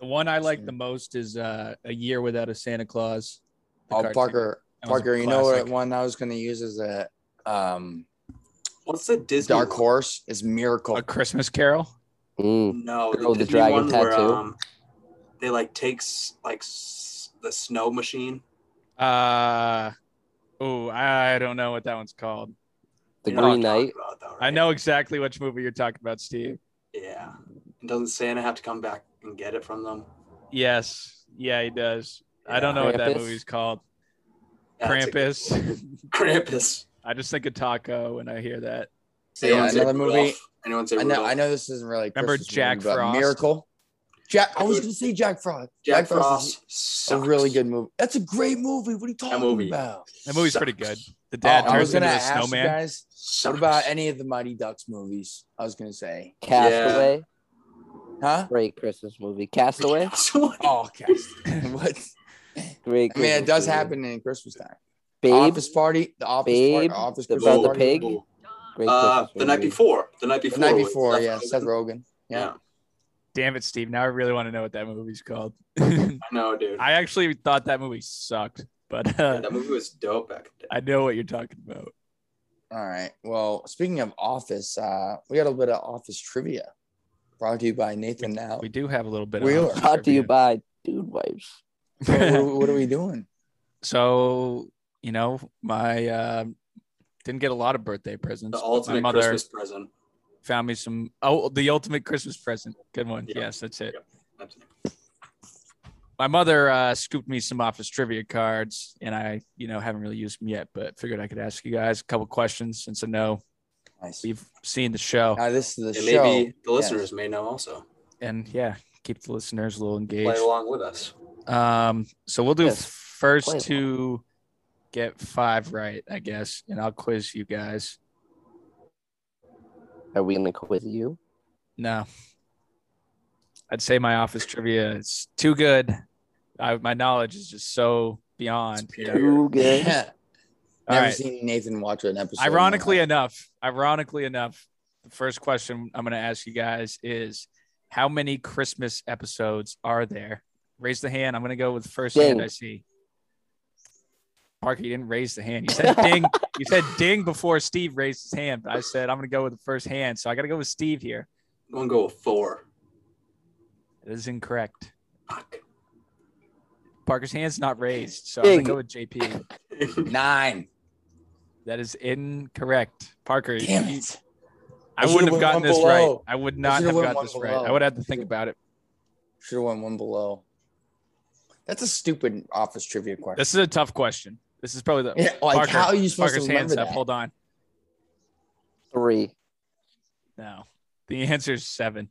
Speaker 9: The one I like the most is uh, A Year Without a Santa Claus. The
Speaker 7: Oh,
Speaker 9: cartoon.
Speaker 7: Parker,
Speaker 9: That was a
Speaker 7: Parker, you know what
Speaker 9: classic.
Speaker 7: one I was going to use as a um,
Speaker 8: What's the Disney
Speaker 7: dark
Speaker 8: one?
Speaker 7: horse is Miracle.
Speaker 9: A Christmas Carol.
Speaker 10: Mm.
Speaker 8: No,
Speaker 10: Girl with the dragon
Speaker 8: one um,
Speaker 10: tattoo.
Speaker 8: they like takes like s- the snow machine.
Speaker 9: Uh, oh, I don't know what that one's called.
Speaker 10: The
Speaker 8: You know what
Speaker 10: Green
Speaker 8: I'm talking
Speaker 10: Knight.
Speaker 8: about, though,
Speaker 9: I
Speaker 8: right?
Speaker 9: know exactly which movie you're talking about, Steve.
Speaker 8: Yeah. And doesn't Santa have to come back and get it from them?
Speaker 9: Yes. Yeah, he does. I don't know what that
Speaker 10: Krampus?
Speaker 9: movie's called.
Speaker 8: Yeah, that's a good one.
Speaker 9: Krampus.
Speaker 8: Krampus.
Speaker 9: I just think of taco when I hear that.
Speaker 7: Yeah,
Speaker 8: Anyone say
Speaker 7: another movie-
Speaker 8: Rudolph? Anyone say
Speaker 7: I know,
Speaker 8: Rudolph?
Speaker 7: I know this isn't really. a
Speaker 9: Remember
Speaker 7: Christmas
Speaker 9: Jack
Speaker 7: movie, but
Speaker 9: Frost?
Speaker 7: Miracle. Jack, I was going to say Jack Frost.
Speaker 8: Jack,
Speaker 7: is
Speaker 8: Frost.
Speaker 7: a
Speaker 8: sucks.
Speaker 7: really good movie. That's a great movie. What are you talking
Speaker 8: movie.
Speaker 7: about?
Speaker 9: That movie's
Speaker 8: Sucks.
Speaker 9: pretty good. The dad
Speaker 7: Oh, I was
Speaker 9: turns
Speaker 7: gonna
Speaker 9: into a
Speaker 7: ask you
Speaker 9: snowman.
Speaker 7: guys.
Speaker 8: Sucks.
Speaker 7: What about any of the Mighty Ducks movies? I was gonna say,
Speaker 10: Castaway.
Speaker 7: huh?
Speaker 10: Great Christmas movie. Castaway.
Speaker 7: Oh, okay. what?
Speaker 10: Great.
Speaker 7: I mean, it
Speaker 10: Christmas
Speaker 7: does
Speaker 10: movie.
Speaker 7: happen in Christmas time.
Speaker 10: Babe.
Speaker 7: Office party, the office
Speaker 10: Babe,
Speaker 7: party, office
Speaker 10: the
Speaker 7: Christmas
Speaker 10: About the
Speaker 7: party.
Speaker 10: pig? Great
Speaker 8: Uh,
Speaker 10: Christmas
Speaker 8: the night
Speaker 10: movie.
Speaker 8: before. The night
Speaker 7: The
Speaker 8: before.
Speaker 7: night
Speaker 8: was
Speaker 7: before,
Speaker 8: Seth
Speaker 7: yeah,
Speaker 8: Rogen.
Speaker 7: Seth Rogen. Yeah.
Speaker 8: Yeah.
Speaker 9: Damn it, Steve. Now I really want to know what that movie's called.
Speaker 8: I know, dude.
Speaker 9: I actually thought that movie sucked, but
Speaker 8: Yeah,
Speaker 9: uh,
Speaker 8: that movie was dope back then.
Speaker 9: I know what you're talking about.
Speaker 7: All right. Well, speaking of office, uh, we got a little bit of office trivia brought to you by Nathan now.
Speaker 9: We do have a little bit
Speaker 7: We
Speaker 9: of
Speaker 7: are.
Speaker 10: Brought to you by Dude Wipes.
Speaker 7: what, what- what are we doing?
Speaker 9: so you know my um didn't get a lot of birthday presents
Speaker 8: The
Speaker 9: but my
Speaker 8: ultimate
Speaker 9: mother
Speaker 8: Christmas present.
Speaker 9: found me some oh the ultimate christmas present good one
Speaker 8: Yeah.
Speaker 9: yes that's it
Speaker 8: Yeah. That's-
Speaker 9: my mother uh scooped me some office trivia cards and i you know haven't really used them yet but figured i could ask you guys a couple questions since i know
Speaker 7: Nice.
Speaker 9: you've seen the show
Speaker 7: Now this is the
Speaker 8: And
Speaker 7: show.
Speaker 8: maybe the
Speaker 7: Yes.
Speaker 8: listeners may know also.
Speaker 9: and yeah keep the listeners a little
Speaker 8: Play
Speaker 9: engaged
Speaker 8: along with us.
Speaker 9: um so we'll do
Speaker 10: Yes. Play
Speaker 9: first
Speaker 10: along.
Speaker 9: to get five right i guess and i'll quiz you guys
Speaker 10: Are we gonna quiz you?
Speaker 9: No. I'd say my office trivia is too good. I, my knowledge is just so beyond.
Speaker 8: It's pure.
Speaker 10: Too good.
Speaker 7: Yeah.
Speaker 9: All
Speaker 7: Never
Speaker 9: right.
Speaker 7: seen Nathan watch an episode. in my
Speaker 9: Ironically
Speaker 7: life.
Speaker 9: enough, ironically enough, the first question I'm going to ask you guys is how many Christmas episodes are there? Raise the hand. I'm going to go with the first hand
Speaker 10: Ding.
Speaker 9: I see. Parker, you didn't raise the hand. You said ding. you said ding before Steve raised his hand. But I said I'm going to go with the first hand. So I got to go with Steve here.
Speaker 8: I'm gonna go with four.
Speaker 9: That is incorrect.
Speaker 8: Fuck.
Speaker 9: Parker's hand's not raised, so I'm gonna
Speaker 10: Ding.
Speaker 9: go with JP.
Speaker 7: nine.
Speaker 9: That is incorrect, Parker.
Speaker 7: Damn
Speaker 9: you-
Speaker 7: it. I
Speaker 9: I wouldn't
Speaker 7: should've
Speaker 9: have
Speaker 7: went
Speaker 9: gotten
Speaker 7: one
Speaker 9: this right.
Speaker 7: below.
Speaker 9: I would
Speaker 7: I
Speaker 9: not
Speaker 7: should've
Speaker 9: have
Speaker 7: went
Speaker 9: got
Speaker 7: one
Speaker 9: this right. I
Speaker 7: below.
Speaker 9: would have to think about it.
Speaker 7: Should have won one below. That's a stupid office trivia question.
Speaker 9: This is a tough question. This is probably the
Speaker 7: yeah, like
Speaker 9: Parker,
Speaker 7: how are you supposed
Speaker 9: Parker's
Speaker 7: to remember
Speaker 9: hands up.
Speaker 7: that?
Speaker 9: Hold on.
Speaker 10: Three.
Speaker 9: No, the answer is seven.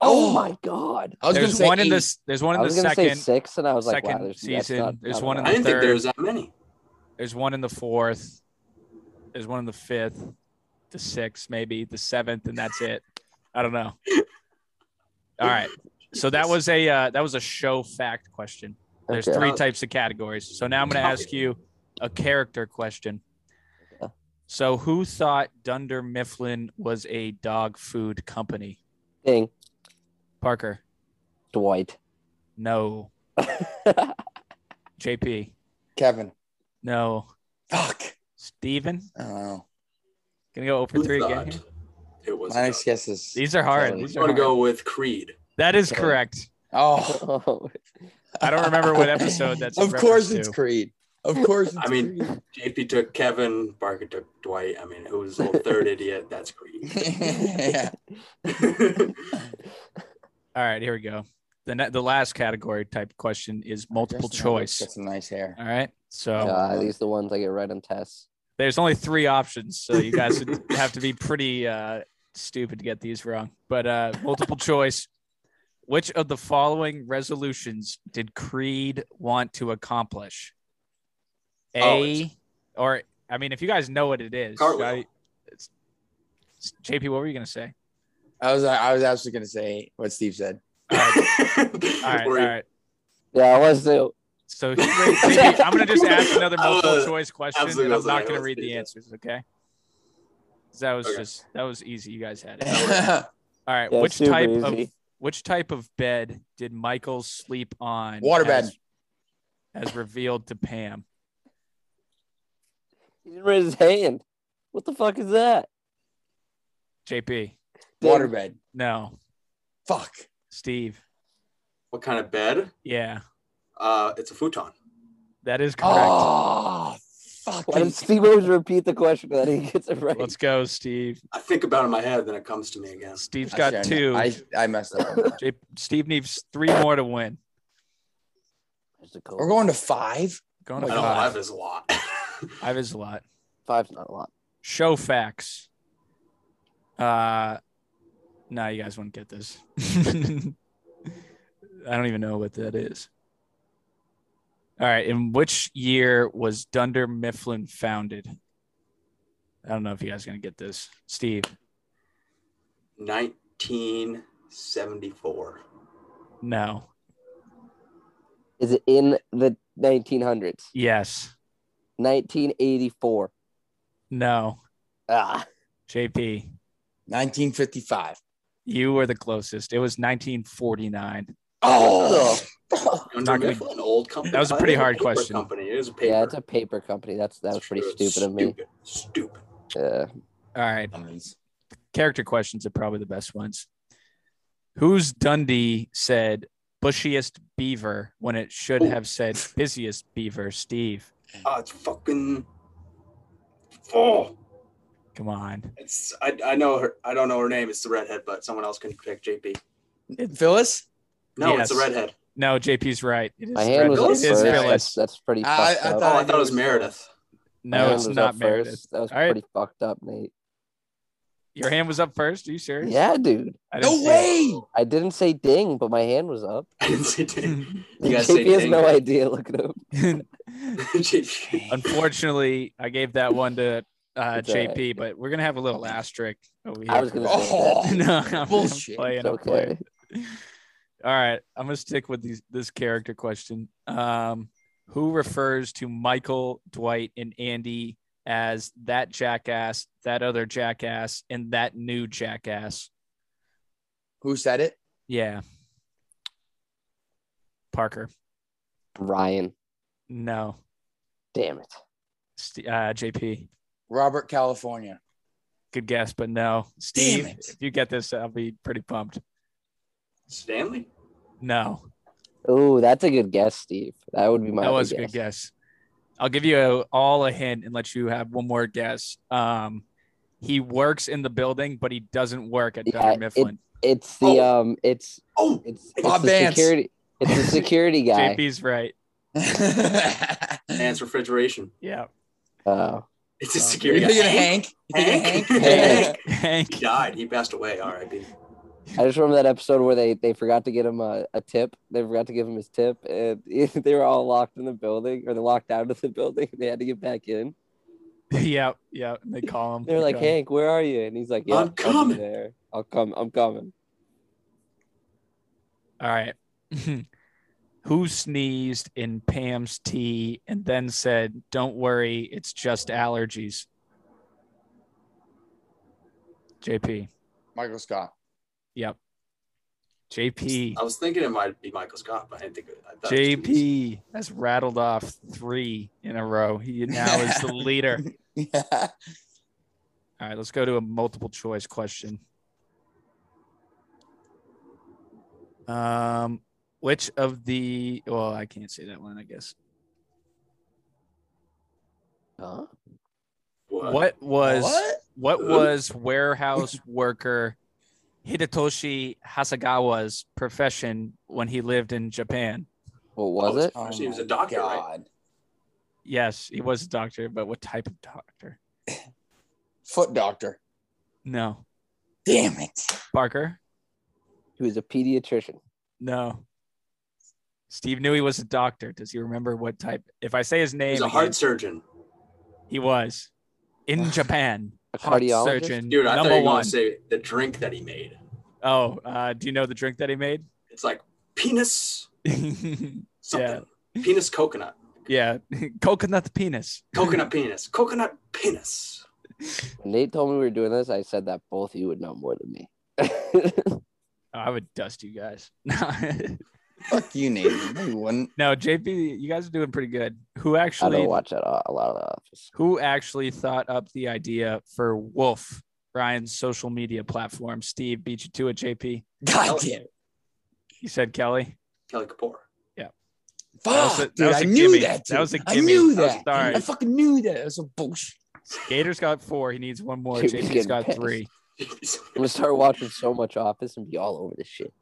Speaker 10: Oh,
Speaker 7: Oh.
Speaker 10: my god.
Speaker 7: I was gonna
Speaker 9: There's
Speaker 7: say
Speaker 9: one in
Speaker 7: eight.
Speaker 9: this. There's one
Speaker 10: I
Speaker 9: in the
Speaker 10: was gonna say
Speaker 9: second.
Speaker 10: six, and I was like, wow,
Speaker 9: second
Speaker 10: there's, that's
Speaker 9: season.
Speaker 10: not-
Speaker 9: There's
Speaker 10: not
Speaker 9: one in
Speaker 8: I
Speaker 10: enough.
Speaker 8: didn't think there
Speaker 9: Third.
Speaker 8: was that many.
Speaker 9: There's one in the fourth. There's one in the fifth. The sixth, maybe the seventh, and that's it. I don't know. All right. So that was a uh, that was a show fact question. There's
Speaker 10: Okay.
Speaker 9: three types of categories. So now I'm going to ask you a character question.
Speaker 10: Okay.
Speaker 9: So who thought Dunder Mifflin was a dog food company?
Speaker 10: Ding.
Speaker 9: Parker,
Speaker 10: Dwight.
Speaker 9: no. JP,
Speaker 7: Kevin.
Speaker 9: no.
Speaker 7: Fuck.
Speaker 9: Steven,
Speaker 7: I don't know.
Speaker 9: gonna go over
Speaker 8: Who
Speaker 9: three again.
Speaker 8: thought
Speaker 9: here?
Speaker 8: It was.
Speaker 7: My next guess is
Speaker 9: These are hard.
Speaker 7: Kelly.
Speaker 9: These
Speaker 8: I'm
Speaker 9: are
Speaker 8: gonna
Speaker 9: hard.
Speaker 8: go with Creed.
Speaker 9: That is
Speaker 7: Kelly.
Speaker 9: correct.
Speaker 7: oh.
Speaker 10: oh,
Speaker 9: I don't remember what episode that's in
Speaker 7: Of course,
Speaker 9: reference
Speaker 7: it's
Speaker 9: to.
Speaker 7: Creed. Of course.
Speaker 8: I mean, JP took Kevin, Barker took Dwight. I mean, who's the third idiot? That's Creed.
Speaker 7: yeah.
Speaker 9: All right, here we go. The ne- the last category type question is multiple
Speaker 7: Justin Roberts
Speaker 9: choice.
Speaker 7: Got some nice hair.
Speaker 9: All right, so
Speaker 10: God, these are the ones I get right on tests.
Speaker 9: there's only three options, so you guys would have to be pretty uh, stupid to get these wrong. But uh, multiple choice: Which of the following resolutions did Creed want to accomplish?
Speaker 8: Oh,
Speaker 9: A, or I mean, if you guys know what it is,
Speaker 8: Cartwheel.
Speaker 9: I- it's, JP, what were you gonna say?
Speaker 7: I was I was actually gonna say what Steve said.
Speaker 9: uh, All right, all
Speaker 8: Or-
Speaker 9: right.
Speaker 10: Yeah, I was too.
Speaker 9: So he raised- JP, I'm gonna just ask another
Speaker 8: I was-
Speaker 9: multiple choice question,
Speaker 8: absolutely
Speaker 9: and I'm
Speaker 8: was like,
Speaker 9: not
Speaker 8: I
Speaker 9: gonna
Speaker 8: was
Speaker 9: read the
Speaker 8: thinking.
Speaker 9: answers. Okay. 'Cause That was
Speaker 8: Okay.
Speaker 9: just that was easy. You guys had it.
Speaker 7: Water
Speaker 9: All right.
Speaker 10: Yeah,
Speaker 9: which
Speaker 10: super
Speaker 9: type of
Speaker 10: easy.
Speaker 9: which type of bed did Michael sleep on?
Speaker 7: Waterbed.
Speaker 9: As, as revealed to Pam.
Speaker 10: He didn't raise his hand. What the fuck is that?
Speaker 9: JP.
Speaker 7: Waterbed.
Speaker 9: No.
Speaker 7: Fuck.
Speaker 9: Steve.
Speaker 8: What kind of bed?
Speaker 9: Yeah.
Speaker 8: Uh, it's a futon.
Speaker 9: That is correct.
Speaker 7: Oh fuck.
Speaker 10: Why did Steve always repeat the question that he gets it right?
Speaker 9: Let's go, Steve.
Speaker 8: I think about it in my head, then it comes to me again.
Speaker 9: Steve's got two.
Speaker 7: I, I messed up.
Speaker 9: J- Steve needs three more to win.
Speaker 10: There's the code.
Speaker 7: We're going to five.
Speaker 9: Going
Speaker 10: Oh
Speaker 8: I
Speaker 9: to
Speaker 8: don't
Speaker 9: five.
Speaker 8: have is a lot.
Speaker 9: Five is a lot.
Speaker 10: Five's not a lot.
Speaker 9: Show facts. Uh no, you guys wouldn't get this. I don't even know what that is. All right, in which year was Dunder Mifflin founded? I don't know if you guys are gonna get this. Steve,
Speaker 8: 1974.
Speaker 9: no.
Speaker 10: Is it in the 1900s?
Speaker 9: Yes.
Speaker 10: 1984.
Speaker 9: No.
Speaker 10: Ah,
Speaker 9: JP,
Speaker 7: 1955.
Speaker 9: you were the closest. It was 1949.
Speaker 7: Oh,
Speaker 8: Under
Speaker 9: not gonna-
Speaker 8: Mifflin, an old company.
Speaker 9: That was a
Speaker 8: It
Speaker 9: pretty
Speaker 8: is
Speaker 9: hard
Speaker 8: paper
Speaker 9: question.
Speaker 8: Company. It is a paper.
Speaker 10: yeah, it's a paper company. That's that was pretty stupid of me.
Speaker 8: Stupid. Stupid.
Speaker 10: Yeah.
Speaker 9: All right.
Speaker 7: Dummies.
Speaker 9: character questions are probably the best ones. Who's Dundee said bushiest beaver when it should
Speaker 8: Ooh.
Speaker 9: have said busiest beaver? Steve,
Speaker 8: Ah, it's fucking. Oh,
Speaker 9: come on.
Speaker 8: it's I, I know her. I don't know her name. It's the redhead, but someone else can pick JP.
Speaker 7: Phyllis.
Speaker 8: No,
Speaker 9: Yes.
Speaker 8: it's the redhead.
Speaker 9: No, JP's right. It is
Speaker 10: My hand was
Speaker 9: Phyllis.
Speaker 10: up first.
Speaker 8: Phyllis?
Speaker 9: It is
Speaker 10: That's,
Speaker 9: Phyllis.
Speaker 10: that's pretty
Speaker 7: I-
Speaker 10: fucked up.
Speaker 8: Oh,
Speaker 7: I
Speaker 8: I
Speaker 7: it
Speaker 8: thought it was
Speaker 7: was-
Speaker 8: Meredith.
Speaker 10: My
Speaker 9: No,
Speaker 10: hand
Speaker 9: it's
Speaker 10: was
Speaker 9: not
Speaker 10: up
Speaker 9: Meredith.
Speaker 10: First. That was
Speaker 9: All right.
Speaker 10: pretty fucked up, Nate.
Speaker 9: Your hand was up first. Are you serious?
Speaker 10: Yeah, dude.
Speaker 9: I didn't
Speaker 7: No
Speaker 9: see it.
Speaker 7: way.
Speaker 10: I didn't say ding, but my hand was up.
Speaker 8: I didn't say ding. You guys say
Speaker 10: JP has
Speaker 8: ding.
Speaker 10: no idea. Look at him.
Speaker 8: JP.
Speaker 9: Unfortunately, I gave that one to uh,
Speaker 10: It's all right.
Speaker 9: JP, but we're gonna have a little asterisk over here.
Speaker 10: I was gonna say
Speaker 7: Oh.
Speaker 10: that.
Speaker 9: no, I'm- I'm
Speaker 7: Bullshit.
Speaker 9: playing,
Speaker 10: It's
Speaker 9: I'm playing.
Speaker 10: okay.
Speaker 9: All right, I'm gonna stick with these this character question. Um, who refers to Michael, Dwight, and Andy as that jackass, that other jackass, and that new jackass?
Speaker 7: Who said it?
Speaker 9: Yeah, Parker.
Speaker 10: Ryan.
Speaker 9: No,
Speaker 10: Damn it.
Speaker 9: St- uh, JP.
Speaker 7: Robert California.
Speaker 9: Good guess, but no, Steve.
Speaker 7: it.
Speaker 9: If you get this, I'll be pretty pumped.
Speaker 8: Stanley.
Speaker 9: No,
Speaker 10: Oh, that's a good guess, Steve. That would be my
Speaker 9: that
Speaker 10: other
Speaker 9: was a good guess. I'll give you a, all a hint and let you have one more guess. Um, he works in the building, but he doesn't work at
Speaker 10: Yeah,
Speaker 9: Dunder
Speaker 10: it-
Speaker 9: Mifflin.
Speaker 10: It's the um it's
Speaker 8: Oh,
Speaker 10: it's, it's
Speaker 7: Bob
Speaker 10: the
Speaker 7: Vance.
Speaker 10: security it's the security guy.
Speaker 9: JP's right.
Speaker 8: man's refrigeration.
Speaker 9: Yeah,
Speaker 10: Oh.
Speaker 8: It's a
Speaker 9: Um,
Speaker 8: security.
Speaker 7: You
Speaker 8: guy.
Speaker 7: thinking of Hank? You thinking
Speaker 8: Hank?
Speaker 7: of
Speaker 8: Hank?
Speaker 7: Hank?
Speaker 9: Hank.
Speaker 8: He died. He passed away. R.I.P.
Speaker 10: I just remember that episode where they, they forgot to get him a, a tip. They forgot to give him his tip. And they were all locked in the building or they locked out of the building. They had to get back in.
Speaker 9: yeah, yeah. and They call him.
Speaker 10: They're like,
Speaker 9: Okay.
Speaker 10: Hank, where are you? And he's like, Yeah,
Speaker 8: I'm
Speaker 10: fucking
Speaker 8: coming."
Speaker 10: There. I'll come. I'm coming.
Speaker 9: All right. Who sneezed in Pam's tea and then said, "Don't worry, it's just allergies." JP.
Speaker 7: Michael Scott.
Speaker 9: Yep. JP.
Speaker 8: I was thinking it might be Michael Scott, but I didn't think. It, I thought it was Steve.
Speaker 9: JP has rattled off three in a row. He now is the leader.
Speaker 7: Yeah.
Speaker 9: All right, let's go to a multiple choice question. Um, which of the well, I can't say that one, I guess.
Speaker 10: Huh?
Speaker 9: What, was what, was warehouse worker Hidetoshi Hasagawa's profession when he lived in Japan?
Speaker 10: What was
Speaker 7: Oh
Speaker 10: it?
Speaker 8: Actually, he was a doctor, right?
Speaker 9: Yes, he was a doctor, but what type of doctor?
Speaker 7: Foot doctor.
Speaker 9: No.
Speaker 7: Damn it.
Speaker 9: Barker?
Speaker 10: He was a pediatrician.
Speaker 9: No. Steve knew he was a doctor. Does he remember what type? If I say his name,
Speaker 8: He's a
Speaker 9: again-
Speaker 8: heart surgeon.
Speaker 9: He was in Japan.
Speaker 10: A
Speaker 9: Heart
Speaker 10: cardiologist?
Speaker 9: surgeon,
Speaker 8: Dude, I thought you were
Speaker 9: number
Speaker 8: going
Speaker 9: one.
Speaker 8: to say the drink that he made.
Speaker 9: Oh, uh, do you know the drink that he made?
Speaker 8: It's like penis
Speaker 9: something.
Speaker 8: something. Penis coconut.
Speaker 9: Yeah, coconut penis.
Speaker 8: Coconut penis. Coconut penis.
Speaker 10: When Nate told me we were doing this, I said that both of you would know more than me.
Speaker 9: Oh, I would dust you guys.
Speaker 7: Fuck you, Nate. No, you wouldn't.
Speaker 9: no, JP, you guys are doing pretty good. Who
Speaker 10: I
Speaker 9: actually
Speaker 10: don't watch that a a lot of The Office.
Speaker 9: who actually thought up the idea for Wolf, Ryan's social media platform? Steve beat you to it, JP.
Speaker 7: God damn it.
Speaker 9: You said Kelly.
Speaker 8: Kelly Kapoor.
Speaker 7: Fuck,
Speaker 9: was a- that
Speaker 7: dude,
Speaker 9: was a
Speaker 7: I knew
Speaker 9: gimme.
Speaker 7: that.
Speaker 9: That
Speaker 7: dude.
Speaker 9: was a
Speaker 7: I
Speaker 9: gimme.
Speaker 7: knew
Speaker 9: That was-
Speaker 7: that.
Speaker 9: all right.
Speaker 7: I fucking knew that. That was a bullshit.
Speaker 9: Gator's got four. He needs one more.
Speaker 10: Dude, he's
Speaker 9: JP's
Speaker 10: getting
Speaker 9: got
Speaker 10: pissed.
Speaker 9: three.
Speaker 10: I'm gonna start watching so much Office and be all over this shit.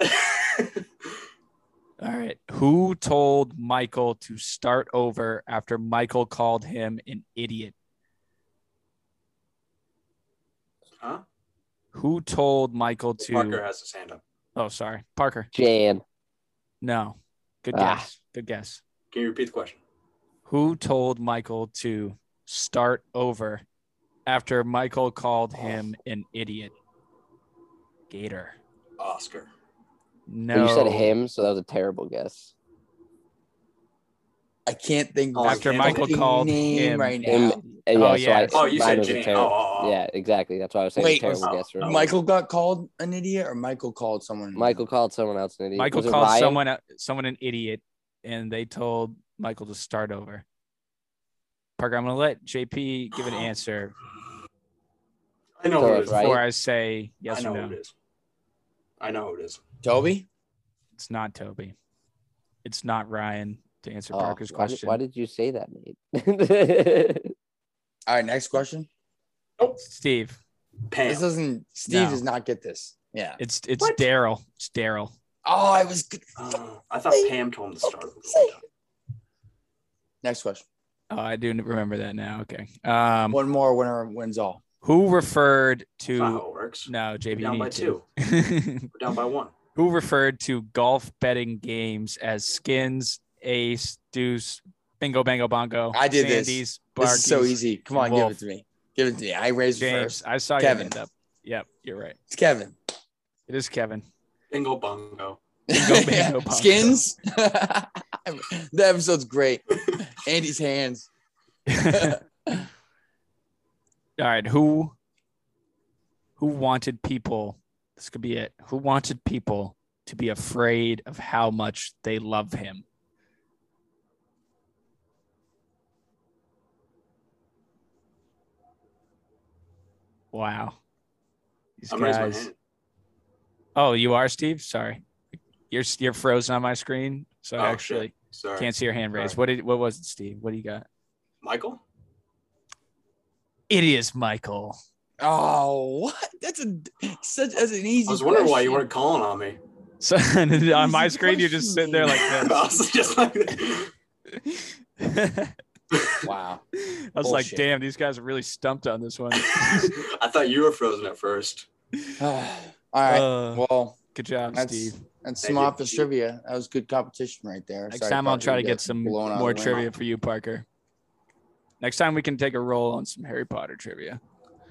Speaker 9: All right. Who told Michael to start over after Michael called him an idiot?
Speaker 8: Huh?
Speaker 9: Who told Michael to?
Speaker 8: Parker has his hand up.
Speaker 9: Oh, sorry, Parker.
Speaker 10: Jan,
Speaker 9: No. Good
Speaker 10: Ah.
Speaker 9: guess. Good guess.
Speaker 8: Can you repeat the question?
Speaker 9: Who told Michael to start over after Michael called him an idiot? Gator.
Speaker 8: Oscar.
Speaker 9: No.
Speaker 10: But Oh, you said him, so that was a terrible guess.
Speaker 7: I can't think of
Speaker 9: Oh, After
Speaker 7: his
Speaker 9: Michael
Speaker 7: fucking
Speaker 9: called
Speaker 7: name
Speaker 9: him-
Speaker 7: right
Speaker 10: Him-
Speaker 7: now.
Speaker 10: And
Speaker 9: Oh,
Speaker 10: Uh, so I-
Speaker 9: yeah.
Speaker 8: Oh, you
Speaker 10: mine
Speaker 8: said
Speaker 10: was a
Speaker 8: Jan.
Speaker 10: terrible-
Speaker 8: Oh, oh, oh.
Speaker 10: Yeah, exactly. That's why I was saying
Speaker 7: Wait,
Speaker 10: Wait, terrible guess. for him.
Speaker 7: Michael got called an idiot, or Michael called someone. an
Speaker 10: Michael called someone else an idiot.
Speaker 9: Michael
Speaker 10: Was it
Speaker 9: called
Speaker 10: Ryan?
Speaker 9: someone someone an idiot, and they told Michael to start over. Parker, I'm gonna let JP give an answer
Speaker 8: I know
Speaker 10: So
Speaker 8: who it
Speaker 10: it's
Speaker 8: is.
Speaker 10: right?
Speaker 9: before I say
Speaker 8: I
Speaker 9: yes
Speaker 8: know
Speaker 9: or
Speaker 8: who
Speaker 9: no.
Speaker 8: it is. I know who it is.
Speaker 7: idiot? Toby?
Speaker 9: It's not Toby. It's not Ryan. To answer
Speaker 10: Oh,
Speaker 9: Parker's
Speaker 10: why did-
Speaker 9: question,
Speaker 10: Why did, you say that, Nate?
Speaker 7: All right, next question.
Speaker 9: Steve,
Speaker 8: Pam.
Speaker 7: Oh, This doesn't. Steve
Speaker 9: No.
Speaker 7: does not get this. Yeah.
Speaker 9: it's it's Daryl. It's Daryl.
Speaker 7: Oh, I was. Good.
Speaker 8: Oh, I thought Pam told him
Speaker 7: Oh,
Speaker 8: to start.
Speaker 7: Next question.
Speaker 9: Oh, I do remember that now. Okay. Um,
Speaker 7: One more winner wins all.
Speaker 9: who referred
Speaker 8: That's
Speaker 9: to?
Speaker 8: not how it works.
Speaker 9: No, JP.
Speaker 8: We're down
Speaker 9: you
Speaker 8: by
Speaker 9: need
Speaker 8: two.
Speaker 9: to.
Speaker 8: We're down by one.
Speaker 9: who referred to golf betting games as skins, ace, deuce, bingo, bango, bongo.
Speaker 7: I did this.
Speaker 9: Sandies,
Speaker 7: This is so
Speaker 9: Barkies,
Speaker 7: easy. Come on,
Speaker 9: Wolf.
Speaker 7: give it to me. Give it to me. I raised it
Speaker 9: James,
Speaker 7: first.
Speaker 9: I saw
Speaker 7: Kevin.
Speaker 9: your hand up. Yep, you're right.
Speaker 7: It's Kevin.
Speaker 9: It is Kevin.
Speaker 8: Bingo bongo.
Speaker 9: bingo, bongo.
Speaker 7: Skins. the episode's great. Andy's hands.
Speaker 9: All right, who who wanted people? This could be it. Who wanted people to be afraid of how much they love him? Wow. These
Speaker 8: I'm raising my
Speaker 9: guys.
Speaker 8: hand.
Speaker 9: Oh, you are Steve? Sorry. You're you're frozen on my screen. So
Speaker 8: Oh,
Speaker 9: I
Speaker 8: shit.
Speaker 9: actually
Speaker 8: Sorry.
Speaker 9: can't see your hand raised.
Speaker 8: Sorry.
Speaker 9: What did what was it, Steve? What do you got?
Speaker 8: Michael?
Speaker 9: It is Michael.
Speaker 7: Oh, what? That's a such as an easy.
Speaker 8: I was wondering why you
Speaker 7: question.
Speaker 8: weren't calling on me.
Speaker 9: So on my
Speaker 7: Easy
Speaker 9: screen, you're just sitting there like
Speaker 8: I
Speaker 9: this.
Speaker 8: was just like,
Speaker 7: Wow.
Speaker 9: I was like,
Speaker 7: Bullshit.
Speaker 9: damn, these guys are really stumped on this one.
Speaker 8: I thought you were frozen at first.
Speaker 7: all right.
Speaker 9: Uh,
Speaker 7: well,
Speaker 9: good job,
Speaker 7: that's
Speaker 9: Steve.
Speaker 7: that's
Speaker 8: Thank
Speaker 7: some
Speaker 8: you.
Speaker 7: office trivia. That was good competition right there.
Speaker 9: Next
Speaker 7: Sorry,
Speaker 9: time, I'll
Speaker 7: Parker,
Speaker 9: try to
Speaker 7: you
Speaker 9: get
Speaker 7: got
Speaker 9: some
Speaker 7: blown out of
Speaker 9: more
Speaker 7: the
Speaker 9: trivia
Speaker 7: wind.
Speaker 9: for you, Parker. Next time, we can take a roll on some Harry Potter trivia.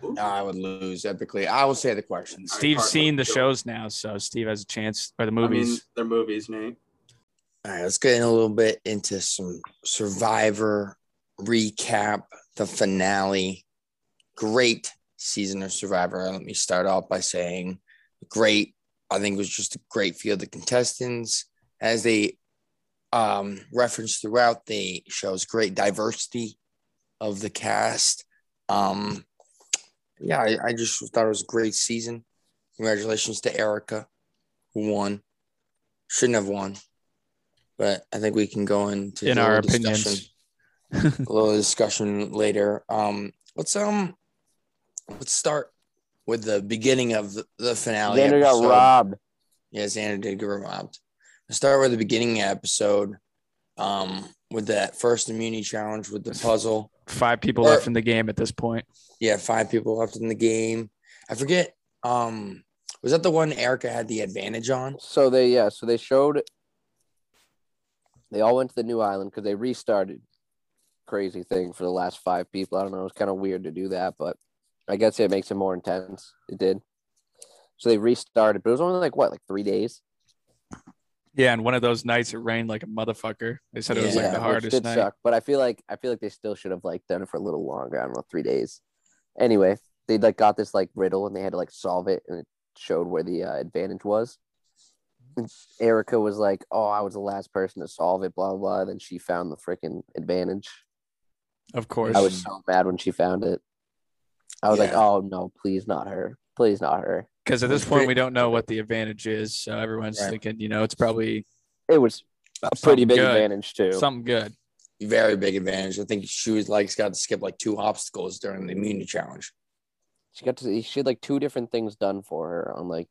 Speaker 7: No, I would lose epically. I will say the questions.
Speaker 9: Steve's
Speaker 8: Parker,
Speaker 9: seen the
Speaker 8: go.
Speaker 9: shows now, so Steve has a chance, or the
Speaker 8: I mean,
Speaker 9: movies.
Speaker 8: they're movies, Nate.
Speaker 7: All right, let's get in a little bit into some Survivor recap, the finale. Great season of Survivor. Let me start off by saying great. I think it was just a great field of contestants. As they um, referenced throughout, the shows great diversity of the cast. Um, yeah, I, I just thought it was a great season. Congratulations to Erica, who won. Shouldn't have won but I think we can go into
Speaker 9: in
Speaker 7: the
Speaker 9: our
Speaker 7: discussion.
Speaker 9: opinions.
Speaker 7: a little discussion later. Um, let's um, let's start with the beginning of the, the finale.
Speaker 10: Xander got robbed.
Speaker 7: Yeah, Xander did get robbed. Let's start with the beginning episode. Um, with that first immunity challenge with the puzzle.
Speaker 9: Five people
Speaker 7: Or-
Speaker 9: left in the game at this point.
Speaker 7: Yeah, five people left in the game. I forget. Um, was that the one Erica had the advantage on?
Speaker 10: So they yeah, so they showed they all went to the new island because they restarted crazy thing for the last five people. I don't know, it was kind of weird to do that, but I guess it makes it more intense. It did. So they restarted, but it was only like what, like three days?
Speaker 9: Yeah, and one of those nights it rained like a motherfucker. They said it was like
Speaker 10: Yeah,
Speaker 9: the
Speaker 10: which
Speaker 9: hardest
Speaker 10: did
Speaker 9: night.
Speaker 10: suck, but I feel like I feel like they still should have like done it for a little longer. I don't know, three days. Anyway, they like got this like riddle and they had to like solve it, and it showed where the uh, advantage was. And Erica was like, "Oh, I was the last person to solve it." Blah blah. blah. Then she found the freaking advantage.
Speaker 9: Of course.
Speaker 10: I was so mad when she found it. I was like,
Speaker 9: Yeah.
Speaker 10: "Oh no, please not her! Please not her!"
Speaker 9: Because at this point, we don't know what the advantage is. So everyone's
Speaker 10: Right.
Speaker 9: thinking, you know, it's probably
Speaker 10: it was
Speaker 7: a
Speaker 9: pretty big good. advantage,
Speaker 10: too.
Speaker 9: something good.
Speaker 7: Very big advantage. I think she was like got to skip like two obstacles during the immunity challenge.
Speaker 10: She got to she had like two different things done for her on like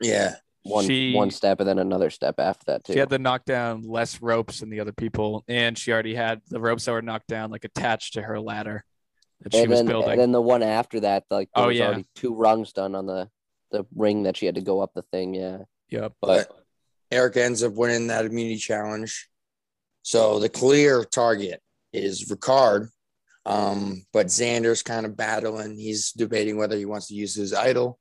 Speaker 7: Yeah.
Speaker 10: one
Speaker 9: She-
Speaker 10: one step and then another step after that too.
Speaker 9: She had to knock down less ropes than the other people, and she already had the ropes that were knocked down like attached to her ladder that she
Speaker 10: and
Speaker 9: was
Speaker 10: then,
Speaker 9: building.
Speaker 10: And then the one after that, like there
Speaker 9: Oh,
Speaker 10: was
Speaker 9: yeah.
Speaker 10: already two rungs done on the the ring that she had to go up the thing. Yeah.
Speaker 9: Yep.
Speaker 7: But Erica ends up winning that immunity challenge. So the clear target is Ricard. Um, but Xander's kind of battling. He's debating whether he wants to use his idol.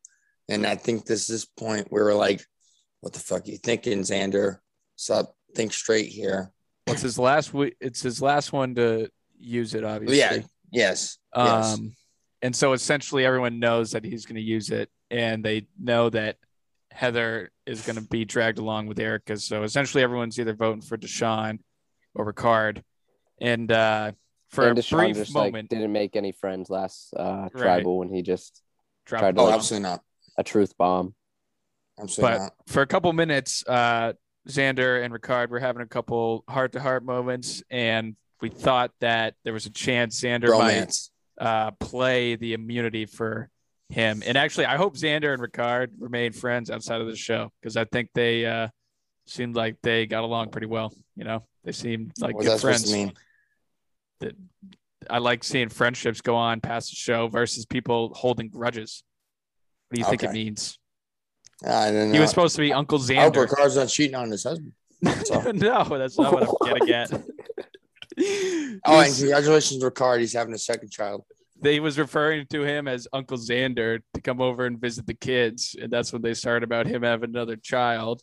Speaker 7: And I think this is point where we're like, what the fuck you thinking, Xander? Stop, think straight here.
Speaker 9: What's his last? we- It's his last one to use it, obviously.
Speaker 7: Yeah. Yes.
Speaker 9: Um,
Speaker 7: yes.
Speaker 9: And so essentially, everyone knows that he's going to use it, and they know that Heather is going to be dragged along with Erica. So essentially, everyone's either voting for Deshaun or Ricard. And uh, for
Speaker 10: and
Speaker 9: a
Speaker 10: Deshaun
Speaker 9: brief
Speaker 10: just, like,
Speaker 9: moment,
Speaker 10: didn't make any friends last uh, tribal when he just
Speaker 9: Dropped
Speaker 10: tried to
Speaker 9: the
Speaker 10: like,
Speaker 9: bomb. Oh, absolutely
Speaker 7: not
Speaker 10: a truth bomb.
Speaker 9: but for a couple minutes, uh, Xander and Ricard were having a couple heart to heart moments, and we thought that there was a chance Xander
Speaker 7: Bromance.
Speaker 9: might uh, play the immunity for him. And actually, I hope Xander and Ricard remain friends outside of the show because I think they uh, seemed like they got along pretty well. You know, they seemed like
Speaker 7: What's
Speaker 9: good
Speaker 7: that supposed to
Speaker 9: friends.
Speaker 7: mean?
Speaker 9: That I like seeing friendships go on past the show versus people holding grudges. What do you think it
Speaker 7: Okay.
Speaker 9: means?
Speaker 7: I don't know.
Speaker 9: He was supposed to be Uncle
Speaker 7: I hope
Speaker 9: Xander.
Speaker 7: Ricard's not cheating on his husband. That's all.
Speaker 9: no, that's not what I'm gonna get.
Speaker 7: oh, and congratulations, Ricard. He's having a second child.
Speaker 9: They was referring to him as Uncle Xander to come over and visit the kids, and that's when they started about him having another child,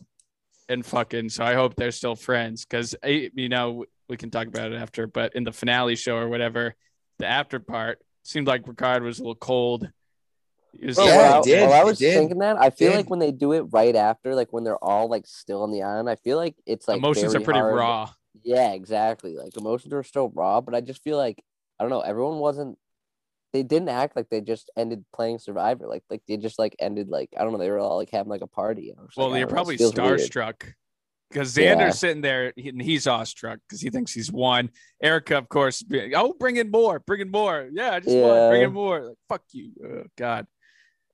Speaker 9: and fucking. So I hope they're still friends because you know we can talk about it after, but in the finale show or whatever, the after part seemed like Ricard was a little cold. Oh, He was
Speaker 10: Well,
Speaker 9: like-
Speaker 10: while, while I was thinking that, I feel
Speaker 9: did.
Speaker 10: like when they do it right after, like when they're all like still on the island, I feel like it's like
Speaker 9: Emotions are
Speaker 10: very
Speaker 9: pretty
Speaker 10: hard-
Speaker 9: raw.
Speaker 10: Yeah, exactly. Like emotions are still raw, but I just feel like I don't know. Everyone wasn't. They didn't act like they just ended playing Survivor. Like like they just like ended like I don't know. They were all like having like a party. And I was
Speaker 9: Well,
Speaker 10: like, I
Speaker 9: you're
Speaker 10: don't know,
Speaker 9: probably
Speaker 10: it feels weird.
Speaker 9: starstruck because
Speaker 10: Yeah.
Speaker 9: Xander's sitting there he- and he's awestruck because he thinks he's won. Erica, of course, be- oh, bring in more, bring in more. Yeah, I just won, bring
Speaker 10: Yeah.
Speaker 9: in more. Like, fuck you, oh, God.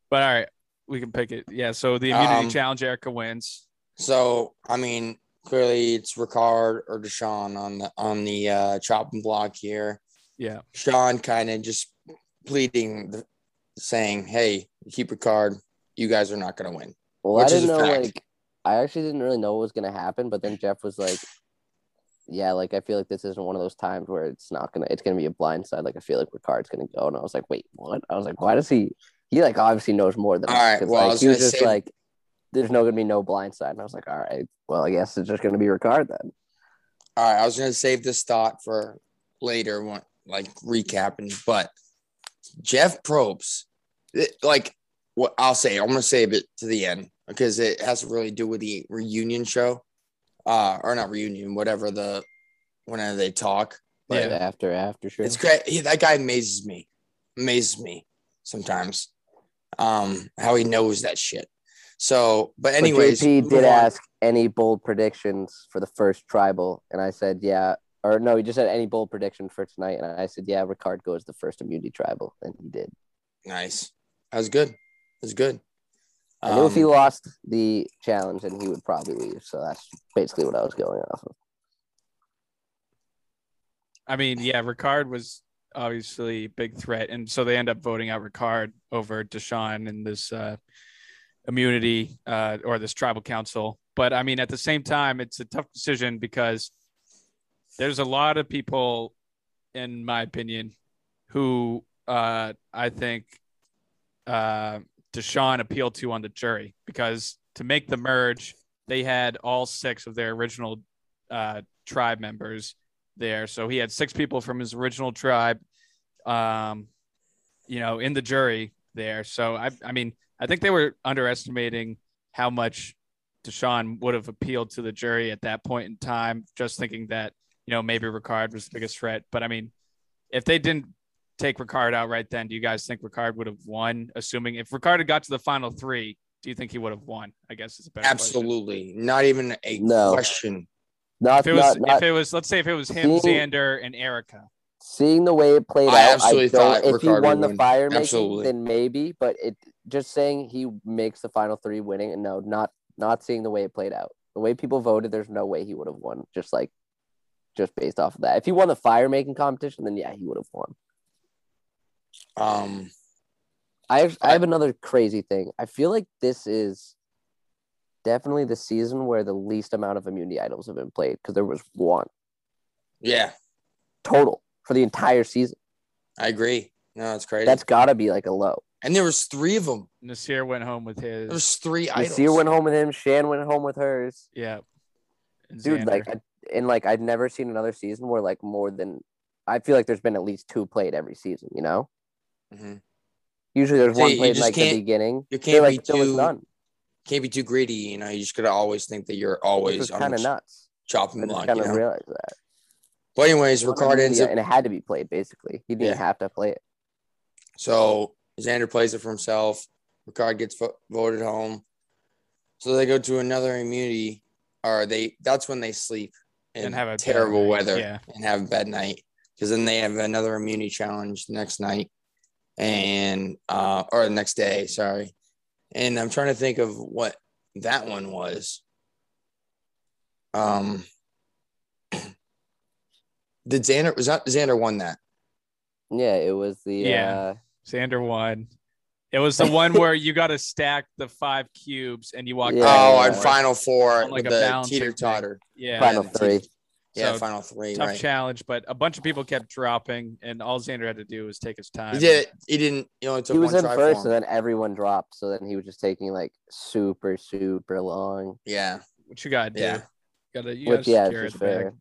Speaker 9: But all right, we can pick it. Yeah, so the immunity
Speaker 7: Um,
Speaker 9: challenge, Erica wins.
Speaker 7: So I mean, clearly it's Ricard or Deshaun on the on the uh, chopping block here.
Speaker 9: Yeah.
Speaker 7: Sean kind of just pleading, the, saying, "Hey, keep Ricard. You guys are not going to win."
Speaker 10: Well,
Speaker 7: Which
Speaker 10: I
Speaker 7: is
Speaker 10: didn't
Speaker 7: a
Speaker 10: know
Speaker 7: fact.
Speaker 10: like I actually didn't really know what was gonna happen, but then Jeff was like, "Yeah, like I feel like this isn't one of those times where it's not gonna it's gonna be a blind side. Like I feel like Ricard's gonna go." And I was like, "Wait, what?" I was like, "Why does he? He like obviously knows more than
Speaker 7: All
Speaker 10: us."
Speaker 7: right,
Speaker 10: 'cause,
Speaker 7: well, I
Speaker 10: like,
Speaker 7: was
Speaker 10: he was
Speaker 7: gonna
Speaker 10: just
Speaker 7: say-
Speaker 10: like, "There's no gonna be no blind side." And I was like, "All right, well, I guess it's just gonna be Ricard then."
Speaker 7: All right, I was going to save this thought for later, when, like recapping. But Jeff Probst, it- like what I'll say, I'm going to save it to the end because it has to really do with the reunion show, uh, or not reunion, whatever the whenever they talk.
Speaker 10: But
Speaker 7: Yeah.
Speaker 10: after after sure,
Speaker 7: It's great. He, that guy amazes me, amazes me sometimes. Um, how he knows that shit. So, but anyways,
Speaker 10: JP
Speaker 7: moving
Speaker 10: did
Speaker 7: on.
Speaker 10: ask any bold predictions for the first tribal, and I said, "Yeah, or no, he just had any bold prediction for tonight, and I said, yeah, Ricard goes the first immunity tribal, and he did.
Speaker 7: Nice. That was good. That was good.
Speaker 10: I knew if he
Speaker 7: Um,
Speaker 10: lost the challenge, then he would probably leave. So that's basically what I was going off of.
Speaker 9: I mean, yeah, Ricard was obviously a big threat, and so they end up voting out Ricard over Deshaun in this uh, immunity uh, or this tribal council. But I mean, at the same time, it's a tough decision because there's a lot of people, in my opinion, who uh, I think uh, Deshaun appealed to on the jury because to make the merge, they had all six of their original uh, tribe members there. So he had six people from his original tribe, um, you know, in the jury there. So I, I mean, I think they were underestimating how much Deshaun would have appealed to the jury at that point in time, just thinking that you know maybe Ricard was the biggest threat. But I mean, if they didn't take Ricard out right then, do you guys think Ricard would have won? Assuming if Ricard had got to the final three, do you think he would have won? I guess it's a better question.
Speaker 7: Absolutely. Not even a
Speaker 10: No.
Speaker 7: question.
Speaker 10: Not,
Speaker 9: If it was,
Speaker 10: not, not
Speaker 9: if it was, let's say if it was him,
Speaker 10: Who-
Speaker 9: Xander, and Erica.
Speaker 10: seeing the way it played
Speaker 7: I
Speaker 10: out.
Speaker 7: absolutely
Speaker 10: I don't,
Speaker 7: thought
Speaker 10: if
Speaker 7: Ricardo
Speaker 10: he won the
Speaker 7: would.
Speaker 10: fire making,
Speaker 7: Absolutely.
Speaker 10: then maybe. But it just saying he makes the final three winning, and no, not not seeing the way it played out. The way people voted, there's no way he would have won. Just like, just based off of that. If he won the fire making competition, then yeah, he would have won.
Speaker 7: Um,
Speaker 10: I have, I have another crazy thing. I feel like this is definitely the season where the least amount of immunity idols have been played because there was one
Speaker 7: yeah,
Speaker 10: total for the entire season.
Speaker 7: I agree. No, it's crazy.
Speaker 10: That's got to be like a low.
Speaker 7: and there was three of them.
Speaker 9: Nasir went home with his.
Speaker 7: There was three idols.
Speaker 10: Nasir went home with him. Shan went home with hers.
Speaker 9: Yeah. And
Speaker 10: Dude,
Speaker 9: Xander.
Speaker 10: like, I, and like I've never seen another season where like more than I feel like there's been at least two played every season. You know,
Speaker 7: Mhm.
Speaker 10: usually there's
Speaker 7: See,
Speaker 10: one
Speaker 7: you
Speaker 10: played
Speaker 7: just
Speaker 10: like the
Speaker 7: can't-
Speaker 10: beginning. They're
Speaker 7: You can't
Speaker 10: like,
Speaker 7: be
Speaker 10: there was
Speaker 7: too
Speaker 10: none.
Speaker 7: can't be too greedy. You know, you just gotta always think that you're
Speaker 10: Which
Speaker 7: always
Speaker 10: was
Speaker 7: on
Speaker 10: kind of
Speaker 7: the
Speaker 10: nuts.
Speaker 7: chopping
Speaker 10: I just
Speaker 7: block.
Speaker 10: kind
Speaker 7: you
Speaker 10: of
Speaker 7: know?
Speaker 10: realized that.
Speaker 7: But anyways, Ricard ends
Speaker 10: Yeah,
Speaker 7: up.
Speaker 10: and it had to be played. Basically, he didn't
Speaker 7: Yeah.
Speaker 10: have to play it.
Speaker 7: So Xander plays it for himself. Ricard gets vo- voted home. So they go to another immunity, or they. That's when they sleep in
Speaker 9: And have a bad
Speaker 7: terrible
Speaker 9: night,
Speaker 7: weather
Speaker 9: yeah.
Speaker 7: and have a bad night because then they have another immunity challenge the next night, and uh, or the next day. Sorry, and I'm trying to think of what that one was. Um, did Xander was that Xander won that?
Speaker 10: Yeah, it was the
Speaker 9: Yeah.
Speaker 10: uh,
Speaker 9: Xander won. It was the one where you got to stack the five cubes and you walk.
Speaker 10: Yeah.
Speaker 9: back
Speaker 7: oh,
Speaker 9: and
Speaker 7: on
Speaker 9: forth.
Speaker 7: final four,
Speaker 9: On like
Speaker 7: with
Speaker 9: a
Speaker 7: the
Speaker 9: balancing
Speaker 7: teeter totter.
Speaker 9: Yeah.
Speaker 10: final
Speaker 7: the
Speaker 10: three.
Speaker 7: teeter- Yeah,
Speaker 9: So,
Speaker 7: final three.
Speaker 9: Tough
Speaker 7: Right.
Speaker 9: challenge, but a bunch of people kept dropping, and all Xander had to do was take his time.
Speaker 7: He did. it. He didn't. He only took
Speaker 10: He was
Speaker 7: one
Speaker 10: in
Speaker 7: try
Speaker 10: first,
Speaker 7: for
Speaker 10: and
Speaker 7: him.
Speaker 10: then everyone dropped. So then he was just taking like super super long.
Speaker 7: Yeah.
Speaker 9: What you got,
Speaker 7: Yeah.
Speaker 9: dude? Gotta, you
Speaker 10: Which
Speaker 9: gotta
Speaker 10: yeah,
Speaker 9: secure
Speaker 10: it's
Speaker 9: the
Speaker 10: just
Speaker 9: bag.
Speaker 10: fair.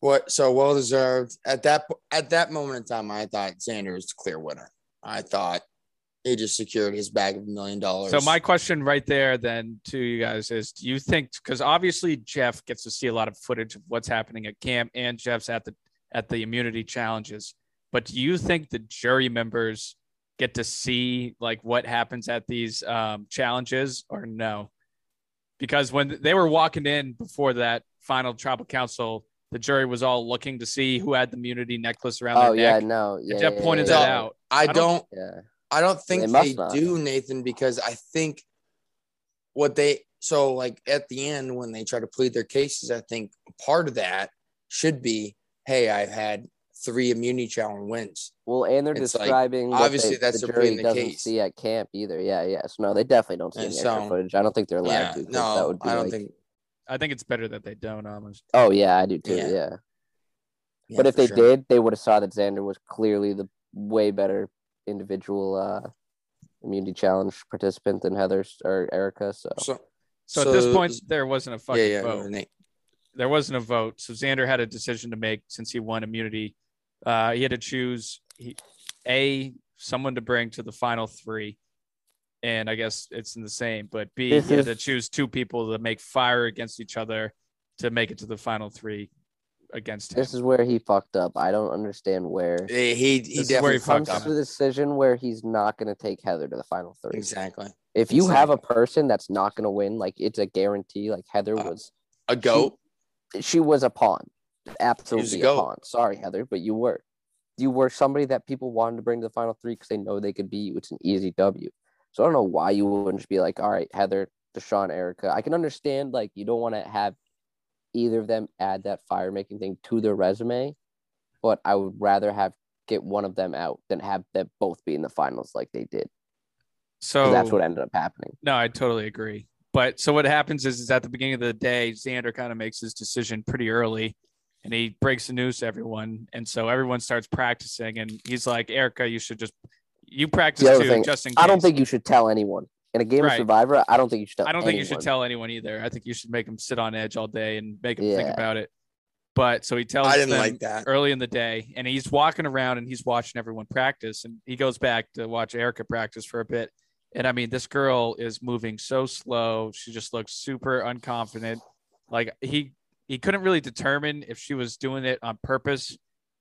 Speaker 7: What? So well deserved. At that po- at that moment in time, I thought Xander was the clear winner. I thought he just secured his bag of a million dollars.
Speaker 9: So my question right there then to you guys is do you think because obviously Jeff gets to see a lot of footage of what's happening at camp and Jeff's at the at the immunity challenges, but do you think the jury members get to see like what happens at these um, challenges or no? Because when they were walking in before that final tribal council, the jury was all looking to see who had the immunity necklace around
Speaker 10: Oh
Speaker 9: their
Speaker 10: yeah,
Speaker 9: neck.
Speaker 10: no, yeah.
Speaker 9: And Jeff
Speaker 10: yeah,
Speaker 9: pointed
Speaker 10: yeah,
Speaker 9: that
Speaker 7: yeah.
Speaker 9: out.
Speaker 7: I
Speaker 9: don't-
Speaker 7: don't.
Speaker 10: Yeah.
Speaker 7: I don't think
Speaker 10: They
Speaker 7: they,
Speaker 10: must not.
Speaker 7: do, Nathan, because I think what they so like at the end when they try to plead their cases, I think part of that should be, hey, I've had three immunity challenge wins.
Speaker 10: Well, and they're
Speaker 7: It's like,
Speaker 10: describing what
Speaker 7: obviously
Speaker 10: they-
Speaker 7: that's
Speaker 10: the
Speaker 7: their
Speaker 10: jury
Speaker 7: plea in the
Speaker 10: doesn't
Speaker 7: case.
Speaker 10: see at camp either. Yeah, yeah. So no, they definitely don't see
Speaker 7: And
Speaker 10: any extra
Speaker 7: so-
Speaker 10: footage. I don't think they're allowed
Speaker 7: Yeah,
Speaker 10: to. 'cause
Speaker 7: no,
Speaker 10: that would be
Speaker 7: I don't
Speaker 10: like-
Speaker 7: think.
Speaker 9: I think it's better that they don't almost.
Speaker 10: Oh yeah, I do too.
Speaker 7: Yeah.
Speaker 10: Yeah.
Speaker 7: yeah,
Speaker 10: but if
Speaker 7: for
Speaker 10: they
Speaker 7: sure.
Speaker 10: did, they would have saw that Xander was clearly the way better individual uh, immunity challenge participant than Heather or Erica. So
Speaker 7: so,
Speaker 9: So, at this
Speaker 7: So-
Speaker 9: point there wasn't a fucking
Speaker 7: yeah, yeah,
Speaker 9: vote.
Speaker 7: Nate.
Speaker 9: there wasn't a vote, so Xander had a decision to make since he won immunity. Uh, he had to choose he, a someone to bring to the final three, and I guess it's in the same. But B,
Speaker 10: This
Speaker 9: he had
Speaker 10: is-
Speaker 9: to choose two people to make fire against each other to make it to the final three against him.
Speaker 10: this is where he fucked up. I don't understand where
Speaker 7: He he, he
Speaker 9: This is where
Speaker 7: definitely
Speaker 9: he
Speaker 10: comes
Speaker 7: fucked
Speaker 10: to
Speaker 7: up.
Speaker 10: the decision where he's not going to take Heather to the final three.
Speaker 7: Exactly.
Speaker 10: If you have a person that's
Speaker 7: Uh-huh.
Speaker 10: not going to win, like it's a guarantee. Like Heather
Speaker 7: Uh,
Speaker 10: was,
Speaker 7: A goat.
Speaker 10: she was a pawn. absolutely
Speaker 7: go.
Speaker 10: a pawn. Sorry, Heather, but you were. You were somebody that people wanted to bring to the final three because they know they could beat you. It's an easy W. So I don't know why you wouldn't just be like, all right, Heather, Deshaun, Erica. I can understand like you don't want to have either of them add that fire making thing to their resume, but I would rather have get one of them out than have them both be in the finals like they did. 'Cause
Speaker 9: So
Speaker 10: that's what ended up happening.
Speaker 9: No, I totally agree. But so what happens is, is at the beginning of the day, Xander kind of makes his decision pretty early, and he breaks the news to everyone, and so everyone starts practicing, and he's like, "Erica, you should just you practice
Speaker 10: The other
Speaker 9: too,
Speaker 10: thing,
Speaker 9: just in case."
Speaker 10: I don't think you should tell anyone in a game
Speaker 9: Right.
Speaker 10: of Survivor. I don't think you should. Tell
Speaker 9: I don't think you should
Speaker 10: anyone.
Speaker 9: tell anyone either. I think you should make him sit on edge all day and make him think
Speaker 10: Yeah.
Speaker 9: about it. But so he tells
Speaker 7: I didn't
Speaker 9: them
Speaker 7: like that.
Speaker 9: early in the day, and he's walking around and he's watching everyone practice, and he goes back to watch Erica practice for a bit. And I mean, this girl is moving so slow. She just looks super unconfident. Like he he couldn't really determine if she was doing it on purpose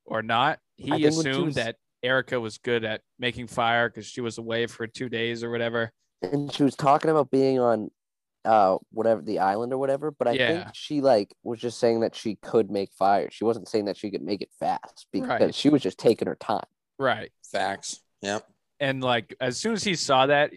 Speaker 9: or not.
Speaker 10: I
Speaker 9: He
Speaker 10: think when she
Speaker 9: assumed
Speaker 10: was-
Speaker 9: that Erica was good at making fire because she was away for two days or whatever.
Speaker 10: and she was talking about being on uh whatever the island or whatever but i think
Speaker 9: Yeah.
Speaker 10: she like was just saying that she could make fire she wasn't saying that she could make it fast because
Speaker 9: Right.
Speaker 10: she was just taking her time
Speaker 9: Right.
Speaker 7: Facts. Yep.
Speaker 9: and like as soon as he saw that,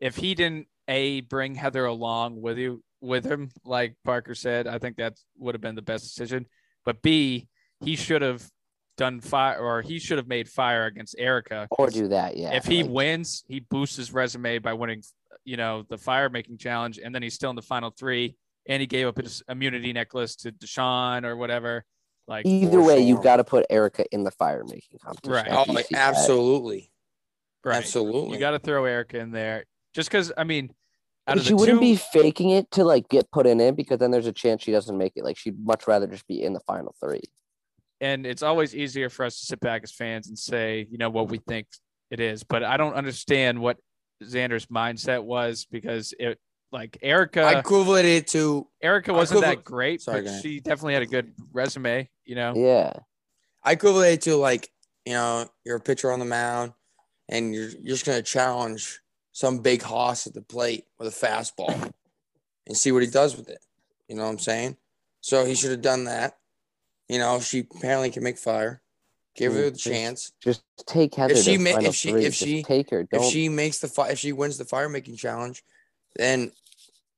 Speaker 9: if he didn't a bring Heather along with you with him, like Parker said, I think that would have been the best decision. But B, he should have done fire or he should have made fire against Erica.
Speaker 10: or do that yeah
Speaker 9: if he
Speaker 10: like,
Speaker 9: wins, he boosts his resume by winning, you know, the fire making challenge, and then he's still in the final three. And he gave up his immunity necklace to Deshaun or whatever. Like
Speaker 10: either way
Speaker 7: Sure.
Speaker 10: you've got to put erica in the fire making competition
Speaker 9: Right.
Speaker 10: I
Speaker 7: Oh,
Speaker 10: can see that.
Speaker 7: absolutely.
Speaker 9: right.
Speaker 7: Absolutely.
Speaker 9: You gotta throw Erica in there. Just because I mean out of
Speaker 10: But
Speaker 9: the
Speaker 10: she wouldn't
Speaker 9: two,
Speaker 10: be faking it to like get put in it because then there's a chance she doesn't make it like she'd much rather just be in the final three
Speaker 9: and it's always easier for us to sit back as fans and say, you know, what we think it is. But I don't understand what Xander's mindset was because it, like
Speaker 7: I
Speaker 9: Erica,
Speaker 7: equivalent it to
Speaker 9: Erica wasn't
Speaker 7: could've-
Speaker 9: that great,
Speaker 7: Sorry, go
Speaker 9: but
Speaker 7: ahead.
Speaker 9: she definitely had a good resume. You know,
Speaker 10: yeah
Speaker 7: I equivalent it to like, you know, you're a pitcher on the mound and you're, you're just gonna challenge some big hoss at the plate with a fastball and see what he does with it. You know what I'm saying? So he should have done that. You know, she apparently can make fire. Give her
Speaker 10: Mm,
Speaker 7: the
Speaker 10: just-
Speaker 7: chance.
Speaker 10: just take heather
Speaker 7: she
Speaker 10: to the
Speaker 7: ma- if
Speaker 10: final
Speaker 7: she-
Speaker 10: three
Speaker 7: if
Speaker 10: just
Speaker 7: she-
Speaker 10: take her don't
Speaker 7: If she makes the fire, if she wins the fire making challenge, then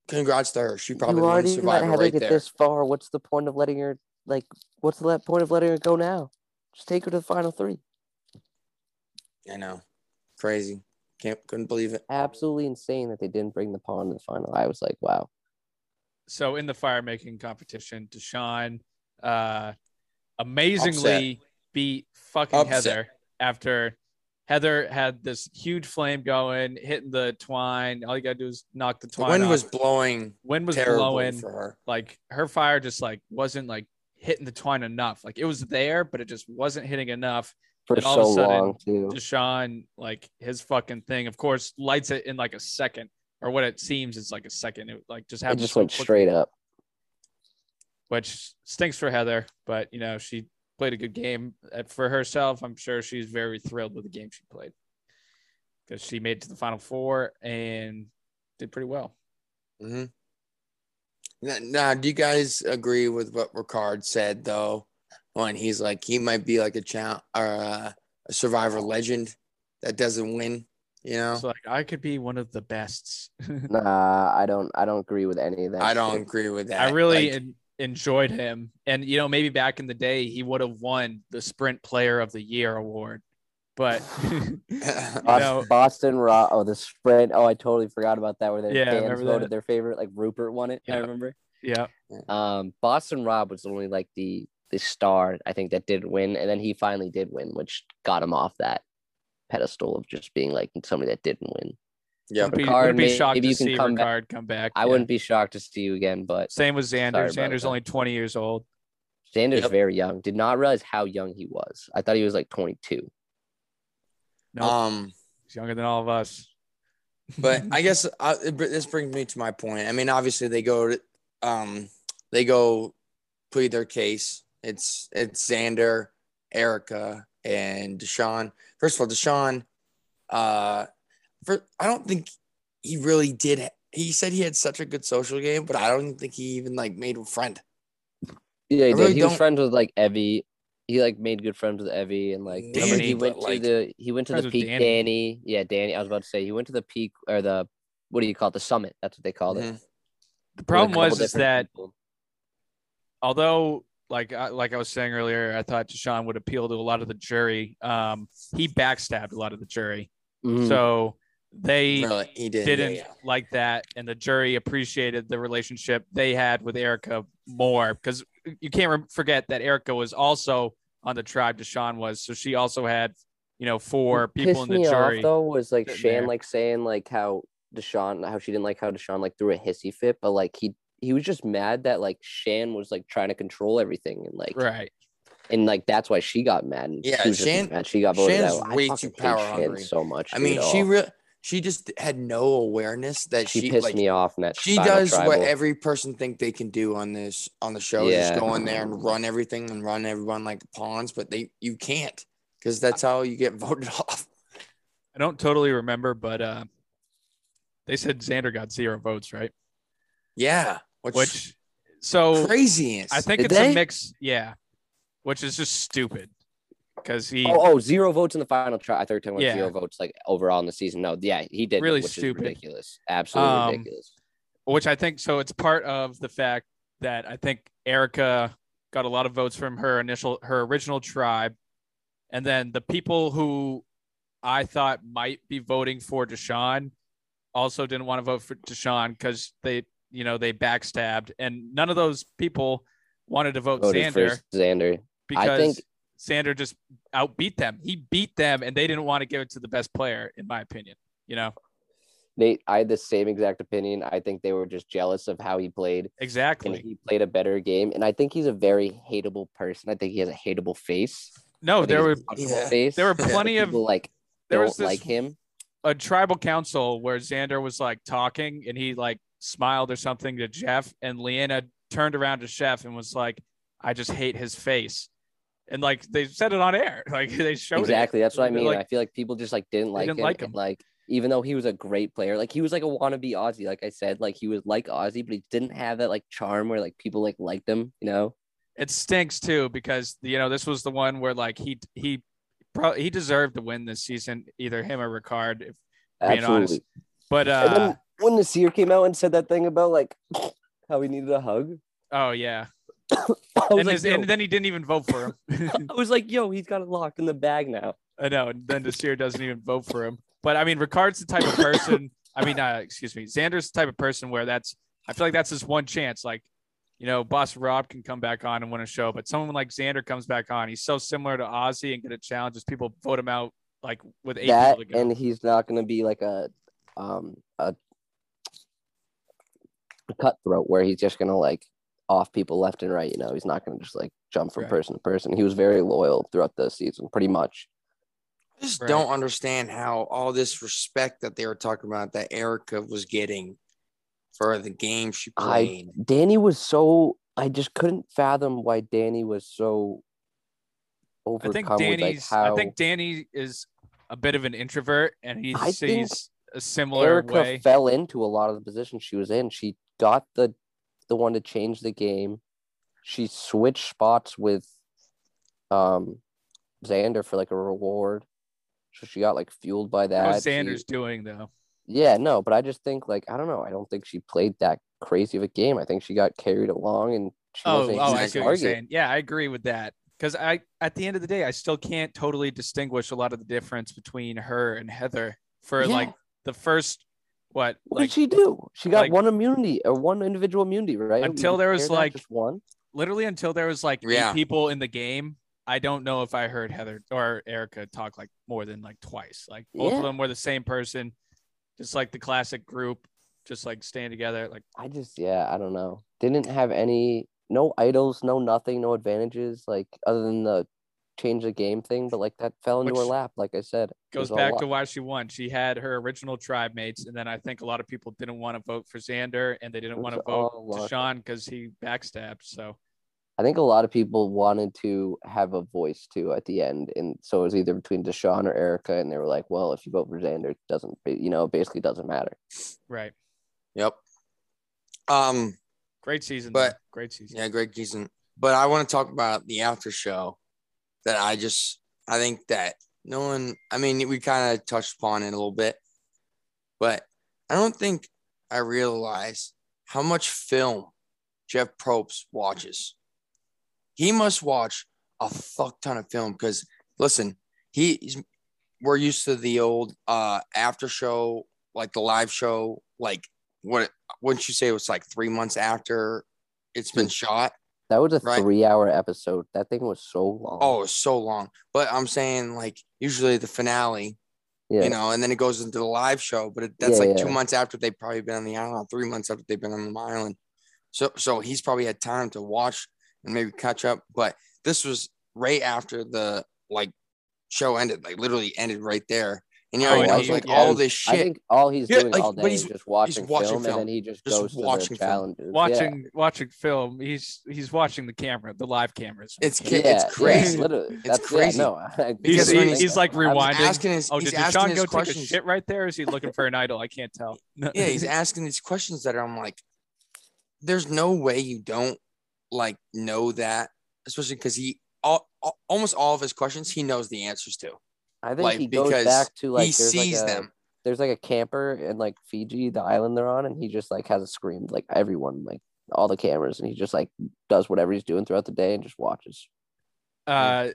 Speaker 7: congrats to her. She probably
Speaker 10: you
Speaker 7: won
Speaker 10: already let
Speaker 7: Survivor
Speaker 10: Heather
Speaker 7: right
Speaker 10: get
Speaker 7: there.
Speaker 10: this far. What's the point of letting her like? What's the le- point of letting her go now? Just take her to the final three.
Speaker 7: I know, crazy. Can't couldn't believe it.
Speaker 10: Absolutely insane that they didn't bring the pawn to the final. I was like, wow.
Speaker 9: so in the fire making competition, Deshaun uh, amazingly beat fucking
Speaker 7: Upset.
Speaker 9: Heather after Heather had this huge flame going, hitting the twine. All you gotta do is knock the
Speaker 7: The
Speaker 9: twine.
Speaker 7: wind
Speaker 9: off.
Speaker 7: was blowing.
Speaker 9: wind was
Speaker 7: terrible
Speaker 9: blowing.
Speaker 7: for her.
Speaker 9: like her fire just like wasn't like hitting the twine enough. Like it was there, but it just wasn't hitting enough.
Speaker 10: For
Speaker 9: And all of a
Speaker 10: so
Speaker 9: sudden,
Speaker 10: long too.
Speaker 9: Deshaun, like his fucking thing, of course, lights it in like a second, or what it seems is like a second. It like just
Speaker 10: It
Speaker 9: happened
Speaker 10: just
Speaker 9: so
Speaker 10: went
Speaker 9: quick,
Speaker 10: straight up.
Speaker 9: which stinks for Heather. But you know, she played a good game Uh, for herself. I'm sure she's very thrilled with the game she played because she made it to the final four and did pretty well.
Speaker 7: Mm-hmm. Now, now, do you guys agree with what Ricard said though? When he's like, he might be like a chal- or uh, a survivor legend that doesn't win. You know,
Speaker 9: So like, I could be one of the best.
Speaker 10: Nah, I don't. I don't agree with any of that.
Speaker 7: I
Speaker 10: shit.
Speaker 7: don't agree with that.
Speaker 9: I really
Speaker 7: Like,
Speaker 9: en- enjoyed him. And, you know, maybe back in the day, he would have won the Sprint Player of the Year award. But,
Speaker 10: Bos-
Speaker 9: know-
Speaker 10: Boston Raw. Oh, the sprint. Oh, I totally forgot about that. Where their
Speaker 9: Yeah, I
Speaker 10: fans
Speaker 9: remember
Speaker 10: voted
Speaker 9: that.
Speaker 10: their favorite. Like Rupert won it.
Speaker 9: Yeah.
Speaker 10: I remember.
Speaker 9: yeah,
Speaker 10: Um, Boston Rob was only like the the star I think that did win, and then he finally did win, which got him off that pedestal of just being like somebody that didn't win.
Speaker 7: yeah,
Speaker 9: would be,
Speaker 10: Ricard,
Speaker 9: would be
Speaker 10: may-
Speaker 9: shocked
Speaker 10: maybe
Speaker 9: to
Speaker 10: you can
Speaker 9: see
Speaker 10: come back.
Speaker 9: Ricard come back.
Speaker 10: I
Speaker 9: yeah.
Speaker 10: wouldn't be shocked to see you again, but
Speaker 9: Same with
Speaker 10: Sorry about
Speaker 9: Xander. Xander's
Speaker 10: that.
Speaker 9: only 20 years old.
Speaker 10: Xander's
Speaker 7: Yep.
Speaker 10: very young. Did not realize how young he was. I thought he was like 22.
Speaker 9: No,
Speaker 7: um,
Speaker 9: he's younger than all of us.
Speaker 7: but I guess uh, it br- this brings me to my point. I mean, obviously they go to, um, they go plead their case. It's it's Xander, Erica, and Deshaun. First of all, Deshaun, uh, for, I don't think he really did. ha- He said he had such a good social game, but I don't think he even like made a friend.
Speaker 10: Yeah, he,
Speaker 7: I
Speaker 10: did.
Speaker 7: really
Speaker 10: he was
Speaker 7: don't-
Speaker 10: friends with like Evie. He like made good friends with Evie and like remember
Speaker 7: Danny,
Speaker 10: he went
Speaker 7: but,
Speaker 10: to
Speaker 7: like,
Speaker 10: the he went to
Speaker 9: friends
Speaker 10: the
Speaker 9: with
Speaker 10: peak
Speaker 9: Danny.
Speaker 10: Danny. Yeah, Danny. I was about to say he went to the peak or the what do you call it? The summit. That's what they called it.
Speaker 7: Mhm.
Speaker 10: With
Speaker 9: The
Speaker 10: a
Speaker 9: Mm-hmm. problem
Speaker 10: couple
Speaker 9: was is
Speaker 10: different
Speaker 9: that
Speaker 10: people.
Speaker 9: although like I, like I was saying earlier, I thought Deshaun would appeal to a lot of the jury. Um, he backstabbed a lot of the jury,
Speaker 10: Mhm.
Speaker 9: so they
Speaker 7: Really, he did. yeah,
Speaker 9: didn't
Speaker 7: yeah.
Speaker 9: like that, and the jury appreciated the relationship they had with Erica more because you can't re- forget that Erica was also on the tribe Deshaun was, so she also had you know four
Speaker 10: What
Speaker 9: people in
Speaker 10: pissed
Speaker 9: the
Speaker 10: me off,
Speaker 9: jury.
Speaker 10: though was like
Speaker 9: sitting
Speaker 10: Shan
Speaker 9: there.
Speaker 10: like saying like how Deshaun how she didn't like how Deshaun like threw a hissy fit, but like he he was just mad that like Shan was like trying to control everything and like
Speaker 9: Right.
Speaker 10: and like that's why she got mad. And
Speaker 7: Yeah,
Speaker 10: she was just
Speaker 7: Shan-
Speaker 10: mad. She got voted
Speaker 7: Shan's
Speaker 10: out. I
Speaker 7: way
Speaker 10: fucking
Speaker 7: too
Speaker 10: hate Shan
Speaker 7: power-hungry.
Speaker 10: so much.
Speaker 7: I mean,
Speaker 10: dude.
Speaker 7: she
Speaker 10: Oh,
Speaker 7: real she just had no awareness that she,
Speaker 10: she, pissed
Speaker 7: like,
Speaker 10: me off. In that
Speaker 7: She
Speaker 10: final
Speaker 7: does what
Speaker 10: tribal.
Speaker 7: every person think they can do on this on the show. is Just
Speaker 10: Yeah.
Speaker 7: go in there and run everything and run everyone like pawns, but they you can't because that's how you get voted off.
Speaker 9: I don't totally remember, but uh, they said Xander got zero votes, right?
Speaker 7: Yeah, which,
Speaker 9: Which so
Speaker 7: craziness.
Speaker 9: I think
Speaker 10: Did
Speaker 9: it's a
Speaker 10: they?
Speaker 9: mix, yeah, which is just stupid because he
Speaker 10: Oh, oh, zero votes in the final try. I thought you were talking about
Speaker 9: Yeah.
Speaker 10: zero votes like overall in the season. No, yeah, he did.
Speaker 9: Really
Speaker 10: which
Speaker 9: stupid.
Speaker 10: Is ridiculous. Absolutely
Speaker 9: Um,
Speaker 10: ridiculous.
Speaker 9: which I think so. It's part of the fact that I think Erica got a lot of votes from her initial, her original tribe, and then the people who I thought might be voting for Deshaun also didn't want to vote for Deshaun because they, you know, they backstabbed, and none of those people wanted to vote
Speaker 10: Voted
Speaker 9: Xander
Speaker 10: for Xander.
Speaker 9: because
Speaker 10: I think-
Speaker 9: Xander just outbeat them. He beat them, and they didn't want to give it to the best player, in my opinion. You know
Speaker 10: Nate, I had the same exact opinion. I think they were just jealous of how he played, and
Speaker 9: exactly.
Speaker 10: he played a better game. And I think he's a very hateable person. I think he has a hateable face.
Speaker 9: No,
Speaker 10: I think
Speaker 9: there
Speaker 10: he
Speaker 9: were
Speaker 10: has a hateable
Speaker 7: yeah.
Speaker 10: face.
Speaker 9: there were
Speaker 10: I think
Speaker 9: plenty of
Speaker 10: people, like
Speaker 9: there
Speaker 10: don't
Speaker 9: was this
Speaker 10: like him.
Speaker 9: a tribal council where Xander was like talking and he like smiled or something to Jeff and Leanna turned around to Jeff and was like, I just hate his face. And like they said it on air. Like they showed it.
Speaker 10: Exactly. That's what I
Speaker 9: They're
Speaker 10: mean.
Speaker 9: like-
Speaker 10: I feel like people just like didn't like
Speaker 9: didn't
Speaker 10: him.
Speaker 9: like
Speaker 10: and,
Speaker 9: him.
Speaker 10: like even though he was a great player, like he was like a wannabe Aussie. Like I said, like he was like Aussie, but he didn't have that like charm where like people like liked him. You know?
Speaker 9: it stinks too because you know this was the one where like he he probably he deserved to win this season, either him or Ricard. If, Being honest,
Speaker 10: Absolutely.
Speaker 9: but
Speaker 10: and
Speaker 9: uh
Speaker 10: then when the seer came out and said that thing about like how he needed a hug,
Speaker 9: oh yeah,
Speaker 10: I was,
Speaker 9: and,
Speaker 10: like,
Speaker 9: his,
Speaker 10: yo,
Speaker 9: and then he didn't even vote for him.
Speaker 10: I was like, yo, he's got it locked in the bag now.
Speaker 9: I know. And then Nasir doesn't even vote for him. But I mean, Ricard's the type of person. I mean, uh, excuse me, Xander's the type of person where that's. I feel like that's his one chance. Like, you know, Boss Rob can come back on and win a show, but someone like Xander comes back on. He's so similar to Ozzy and get a challenge. Is people vote him out like with eight
Speaker 10: That
Speaker 9: people to go.
Speaker 10: and he's not gonna be like a um a a cutthroat where he's just gonna like off people left and right. You know, he's not gonna just like jump from
Speaker 9: Right.
Speaker 10: person to person. He was very loyal throughout the season, pretty much.
Speaker 7: I just
Speaker 9: Right.
Speaker 7: don't understand how all this respect that they were talking about that Erica was getting for the game she
Speaker 10: I-
Speaker 7: played.
Speaker 10: Danny was so I just couldn't fathom why Danny was so
Speaker 9: I
Speaker 10: overcome
Speaker 9: think
Speaker 10: with like
Speaker 9: Danny's.
Speaker 10: how
Speaker 9: I think Danny is a bit of an introvert, and he
Speaker 10: I think
Speaker 9: sees a similar
Speaker 10: Erica
Speaker 9: way.
Speaker 10: fell into a lot of the positions she was in. She got the the one to change the game. She switched spots with um Xander for like a reward. So she got like fueled by
Speaker 9: What
Speaker 10: that.
Speaker 9: was
Speaker 10: She-
Speaker 9: Oh, Xander's doing though?
Speaker 10: yeah, no, but I just think like I don't know. I don't think she played that crazy of a game. I think she got carried along and she
Speaker 9: Oh,
Speaker 10: wasn't
Speaker 9: oh,
Speaker 10: an
Speaker 9: I
Speaker 10: easy
Speaker 9: see what you're
Speaker 10: target.
Speaker 9: saying. Yeah, I agree with that. Because I, at the end of the day, I still can't totally distinguish a lot of the difference between her and Heather for
Speaker 10: Yeah.
Speaker 9: like the first what
Speaker 10: What
Speaker 9: like
Speaker 10: did she do? She got
Speaker 9: like-
Speaker 10: one immunity or one individual immunity, right? We
Speaker 9: Until
Speaker 10: didn't
Speaker 9: there was,
Speaker 10: hear that,
Speaker 9: like-
Speaker 10: just one.
Speaker 9: literally until there was like
Speaker 7: Yeah.
Speaker 9: eight people in the game. I don't know if I heard Heather or Erica talk like more than like twice. Like both of
Speaker 10: Yeah.
Speaker 9: them were the same person, just like the classic group, just like staying together. Like
Speaker 10: I just yeah, I don't know. Didn't have any no idols, no nothing, no advantages, like other than the change the game thing, but like that fell into her
Speaker 9: Which
Speaker 10: lap, like I said. It
Speaker 9: goes
Speaker 10: was all
Speaker 9: back to
Speaker 10: luck.
Speaker 9: why she won. She had her original tribe mates, and then I think a lot of people didn't want to vote for Xander, and they
Speaker 10: It
Speaker 9: didn't
Speaker 10: was
Speaker 9: want to
Speaker 10: all
Speaker 9: vote to
Speaker 10: luck.
Speaker 9: Sean because he backstabbed. So
Speaker 10: I think a lot of people wanted to have a voice too at the end. And so it was either between Deshaun or Erica and they were like, Well, if you vote for Xander, it doesn't you know, it basically doesn't matter.
Speaker 9: right,
Speaker 7: Yep. Um.
Speaker 9: great season,
Speaker 7: But-
Speaker 9: though. great season.
Speaker 7: Yeah, Greg Gison. But I want to talk about the after show that I just I think that no one I mean we kind of touched upon it a little bit, but I don't think I realize how much film Jeff Probst watches. He must watch a fuck ton of film because listen, he- he's we're used to the old uh after show, like the live show, like what wouldn't you say it was like three months after it's been shot?
Speaker 10: That was a
Speaker 7: Right.
Speaker 10: three hour episode. That thing was so long.
Speaker 7: Oh, it's so long. But I'm saying like usually the finale,
Speaker 10: yeah.
Speaker 7: you know, and then it goes into the live show. But it, that's
Speaker 10: Yeah,
Speaker 7: like two
Speaker 10: yeah.
Speaker 7: months after they've probably been on the island, three months after they've been on the island. So so he's probably had time to watch and maybe catch up. But this was right after the like show ended, like literally ended right there. And you know,
Speaker 10: Oh,
Speaker 7: I
Speaker 10: and
Speaker 7: was
Speaker 10: he-
Speaker 7: like
Speaker 10: yeah.
Speaker 7: all this shit.
Speaker 10: I think all he's
Speaker 7: Yeah,
Speaker 10: doing
Speaker 7: like,
Speaker 10: all
Speaker 7: but
Speaker 10: day
Speaker 7: he's-
Speaker 10: is just watching,
Speaker 7: watching
Speaker 10: film,
Speaker 7: film.
Speaker 10: and then he just,
Speaker 7: Just
Speaker 10: goes to the
Speaker 7: watching film.
Speaker 10: challenges. Yeah.
Speaker 12: Watching watching film. He's he's watching the camera, the live cameras.
Speaker 7: It's ca-
Speaker 10: Yeah,
Speaker 7: it's
Speaker 10: yeah,
Speaker 7: crazy.
Speaker 10: literally.
Speaker 7: It's
Speaker 10: That's- yeah,
Speaker 7: crazy.
Speaker 10: no, I-
Speaker 7: Because
Speaker 9: He's,
Speaker 7: when
Speaker 9: he's, he's like
Speaker 7: I was
Speaker 9: rewinding.
Speaker 7: asking his-
Speaker 9: oh,
Speaker 7: he's
Speaker 9: did
Speaker 7: asking
Speaker 9: Deshaun
Speaker 7: his
Speaker 9: go take a
Speaker 7: questions.
Speaker 9: shit right there? Is he looking for an idol? I can't tell.
Speaker 7: yeah, he's asking these questions that I'm like, there's no way you don't like know that, especially because he all, al- almost all of his questions he knows the answers to.
Speaker 10: I think
Speaker 7: like,
Speaker 10: he goes
Speaker 7: because
Speaker 10: back
Speaker 7: he
Speaker 10: to like there's
Speaker 7: sees
Speaker 10: like a,
Speaker 7: them.
Speaker 10: There's like a camper in like Fiji, the island they're on, and he just like has a scream like everyone, like all the cameras, and he just like does whatever he's doing throughout the day and just watches.
Speaker 9: Uh,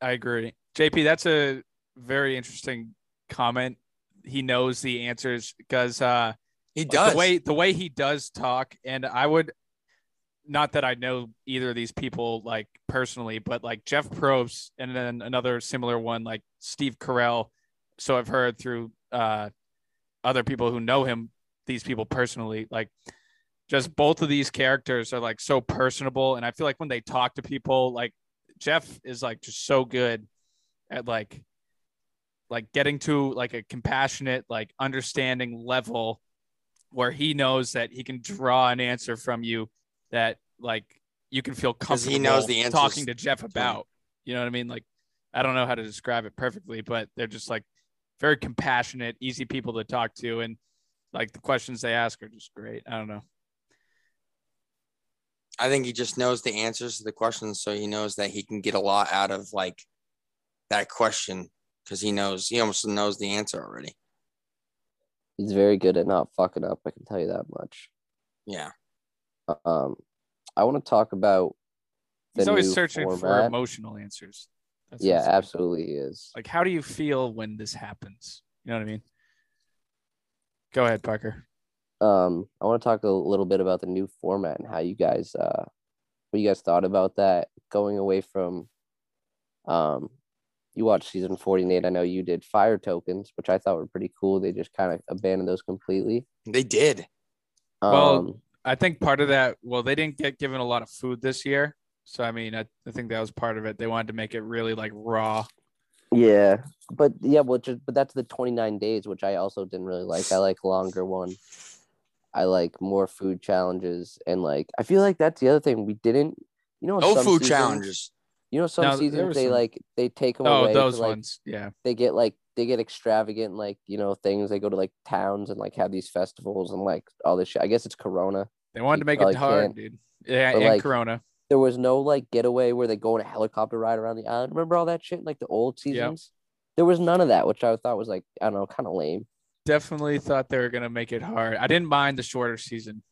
Speaker 9: I agree, JP. That's a very interesting comment. He knows the answers because uh,
Speaker 7: he
Speaker 9: the
Speaker 7: does.
Speaker 9: way the way he does talk, and I would not that I know either of these people like personally, but like Jeff Probst and then another similar one like Steve Carell. So I've heard through uh, other people who know him, these people personally, like just both of these characters are like so personable, and I feel like when they talk to people, like Jeff is like just so good at like like getting to like a compassionate like understanding level where he knows that he can draw an answer from you that like you can feel
Speaker 7: 'Cause
Speaker 9: comfortable
Speaker 7: he knows the answers
Speaker 9: talking to Jeff
Speaker 7: to him.
Speaker 9: about. You know what I mean? Like I don't know how to describe it perfectly, but they're just like very compassionate, easy people to talk to and like the questions they ask are just great. I don't know.
Speaker 7: I think he just knows the answers to the questions, so he knows that he can get a lot out of like that question because he knows he almost knows the answer already.
Speaker 10: He's very good at not fucking up. I can tell you that much.
Speaker 7: Yeah,
Speaker 10: Um, I want to talk about. the
Speaker 9: He's always
Speaker 10: new
Speaker 9: searching for
Speaker 10: format.
Speaker 9: emotional answers. That's
Speaker 10: yeah,
Speaker 9: what's-
Speaker 10: absolutely he is.
Speaker 9: Like how do you feel when this happens? You know what I mean? Go ahead, Parker.
Speaker 10: um i want to talk a little bit about the new format and how you guys uh what you guys thought about that going away from um you watched season 48 i know you did fire tokens which i thought were pretty cool they just kind of abandoned those completely
Speaker 7: they did
Speaker 10: um
Speaker 9: Well, I think part of that, well, they didn't get given a lot of food this year. So, I mean, I, I think that was part of it. They wanted to make it really like raw.
Speaker 10: yeah but yeah which is, but that's the 29 days which i also didn't really like i like longer one i like more food challenges and like i feel like that's the other thing we didn't you know in
Speaker 7: no
Speaker 10: some
Speaker 7: food
Speaker 10: seasons-
Speaker 7: challenges.
Speaker 10: you know some
Speaker 9: No, there
Speaker 10: seasons
Speaker 9: were
Speaker 10: they
Speaker 9: some-
Speaker 10: like they take them
Speaker 9: Oh,
Speaker 10: away
Speaker 9: those
Speaker 10: to, like,
Speaker 9: ones. Yeah.
Speaker 10: they get like they get extravagant like you know things they go to like towns and like have these festivals and like all this shit i guess it's corona
Speaker 9: They wanted
Speaker 10: You
Speaker 9: to make
Speaker 10: probably
Speaker 9: it hard,
Speaker 10: can't.
Speaker 9: dude. Yeah.
Speaker 10: But,
Speaker 9: and
Speaker 10: like,
Speaker 9: Corona.
Speaker 10: there was no like getaway where they go on a helicopter ride around the island remember all that shit like the old seasons there was none of that which i thought was like i don't know kind of lame
Speaker 9: Definitely thought they were going to make it hard. I didn't mind the shorter season.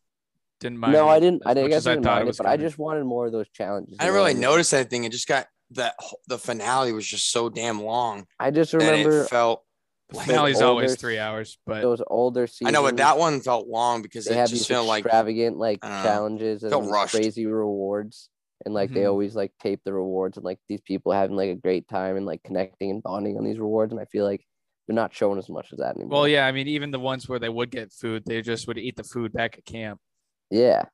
Speaker 9: Didn't mind.
Speaker 10: no
Speaker 9: it
Speaker 10: i didn't i
Speaker 9: as
Speaker 10: didn't
Speaker 9: much
Speaker 10: guess
Speaker 9: as
Speaker 10: i didn't mind it,
Speaker 9: was
Speaker 10: but i
Speaker 9: gonna.
Speaker 10: just wanted more of those challenges
Speaker 7: I
Speaker 10: you
Speaker 7: didn't really
Speaker 10: what mean?
Speaker 7: notice anything. It just got that wh- the finale was just so damn long.
Speaker 10: i just
Speaker 7: that
Speaker 10: remember
Speaker 7: it felt
Speaker 9: The
Speaker 7: like-
Speaker 9: finale's
Speaker 10: older
Speaker 9: always
Speaker 10: s-
Speaker 9: three hours, but
Speaker 10: those older
Speaker 7: I
Speaker 10: seasons
Speaker 7: know, but that one felt long because
Speaker 10: they
Speaker 7: it
Speaker 10: have
Speaker 7: just
Speaker 10: these
Speaker 7: felt like
Speaker 10: extravagant like
Speaker 7: I don't know.
Speaker 10: challenges
Speaker 7: Felt
Speaker 10: and
Speaker 7: rushed.
Speaker 10: crazy rewards and like they
Speaker 9: Mhm.
Speaker 10: always like tape the rewards and like these people having like a great time and like connecting and bonding on these rewards and i feel like they're not showing as much as that anymore
Speaker 9: well, yeah. I mean, even the ones where they would get food, they just would eat the food back at camp.
Speaker 10: yeah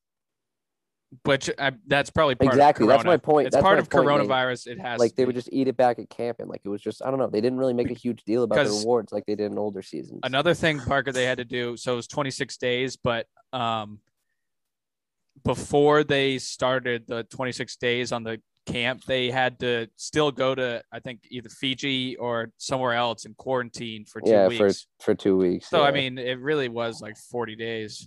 Speaker 9: Which I, that's probably part
Speaker 10: exactly
Speaker 9: Of
Speaker 10: that's my
Speaker 9: Corona.
Speaker 10: point
Speaker 9: It's
Speaker 10: that's
Speaker 9: part
Speaker 10: my
Speaker 9: of
Speaker 10: point, Nate.
Speaker 9: coronavirus. It has
Speaker 10: like
Speaker 9: to
Speaker 10: they
Speaker 9: be.
Speaker 10: would just eat it back at camp and like it was just i don't know they didn't really make a huge deal about the
Speaker 9: Because-
Speaker 10: rewards like they did in older seasons
Speaker 9: another thing parker they had to do so it was 26 days but um before they started the 26 days on the camp they had to still go to i think either fiji or somewhere else in quarantine for two
Speaker 10: yeah
Speaker 9: weeks
Speaker 10: for for two weeks
Speaker 9: so
Speaker 10: yeah.
Speaker 9: i
Speaker 10: Mm-hmm.
Speaker 9: mean it really was like 40 days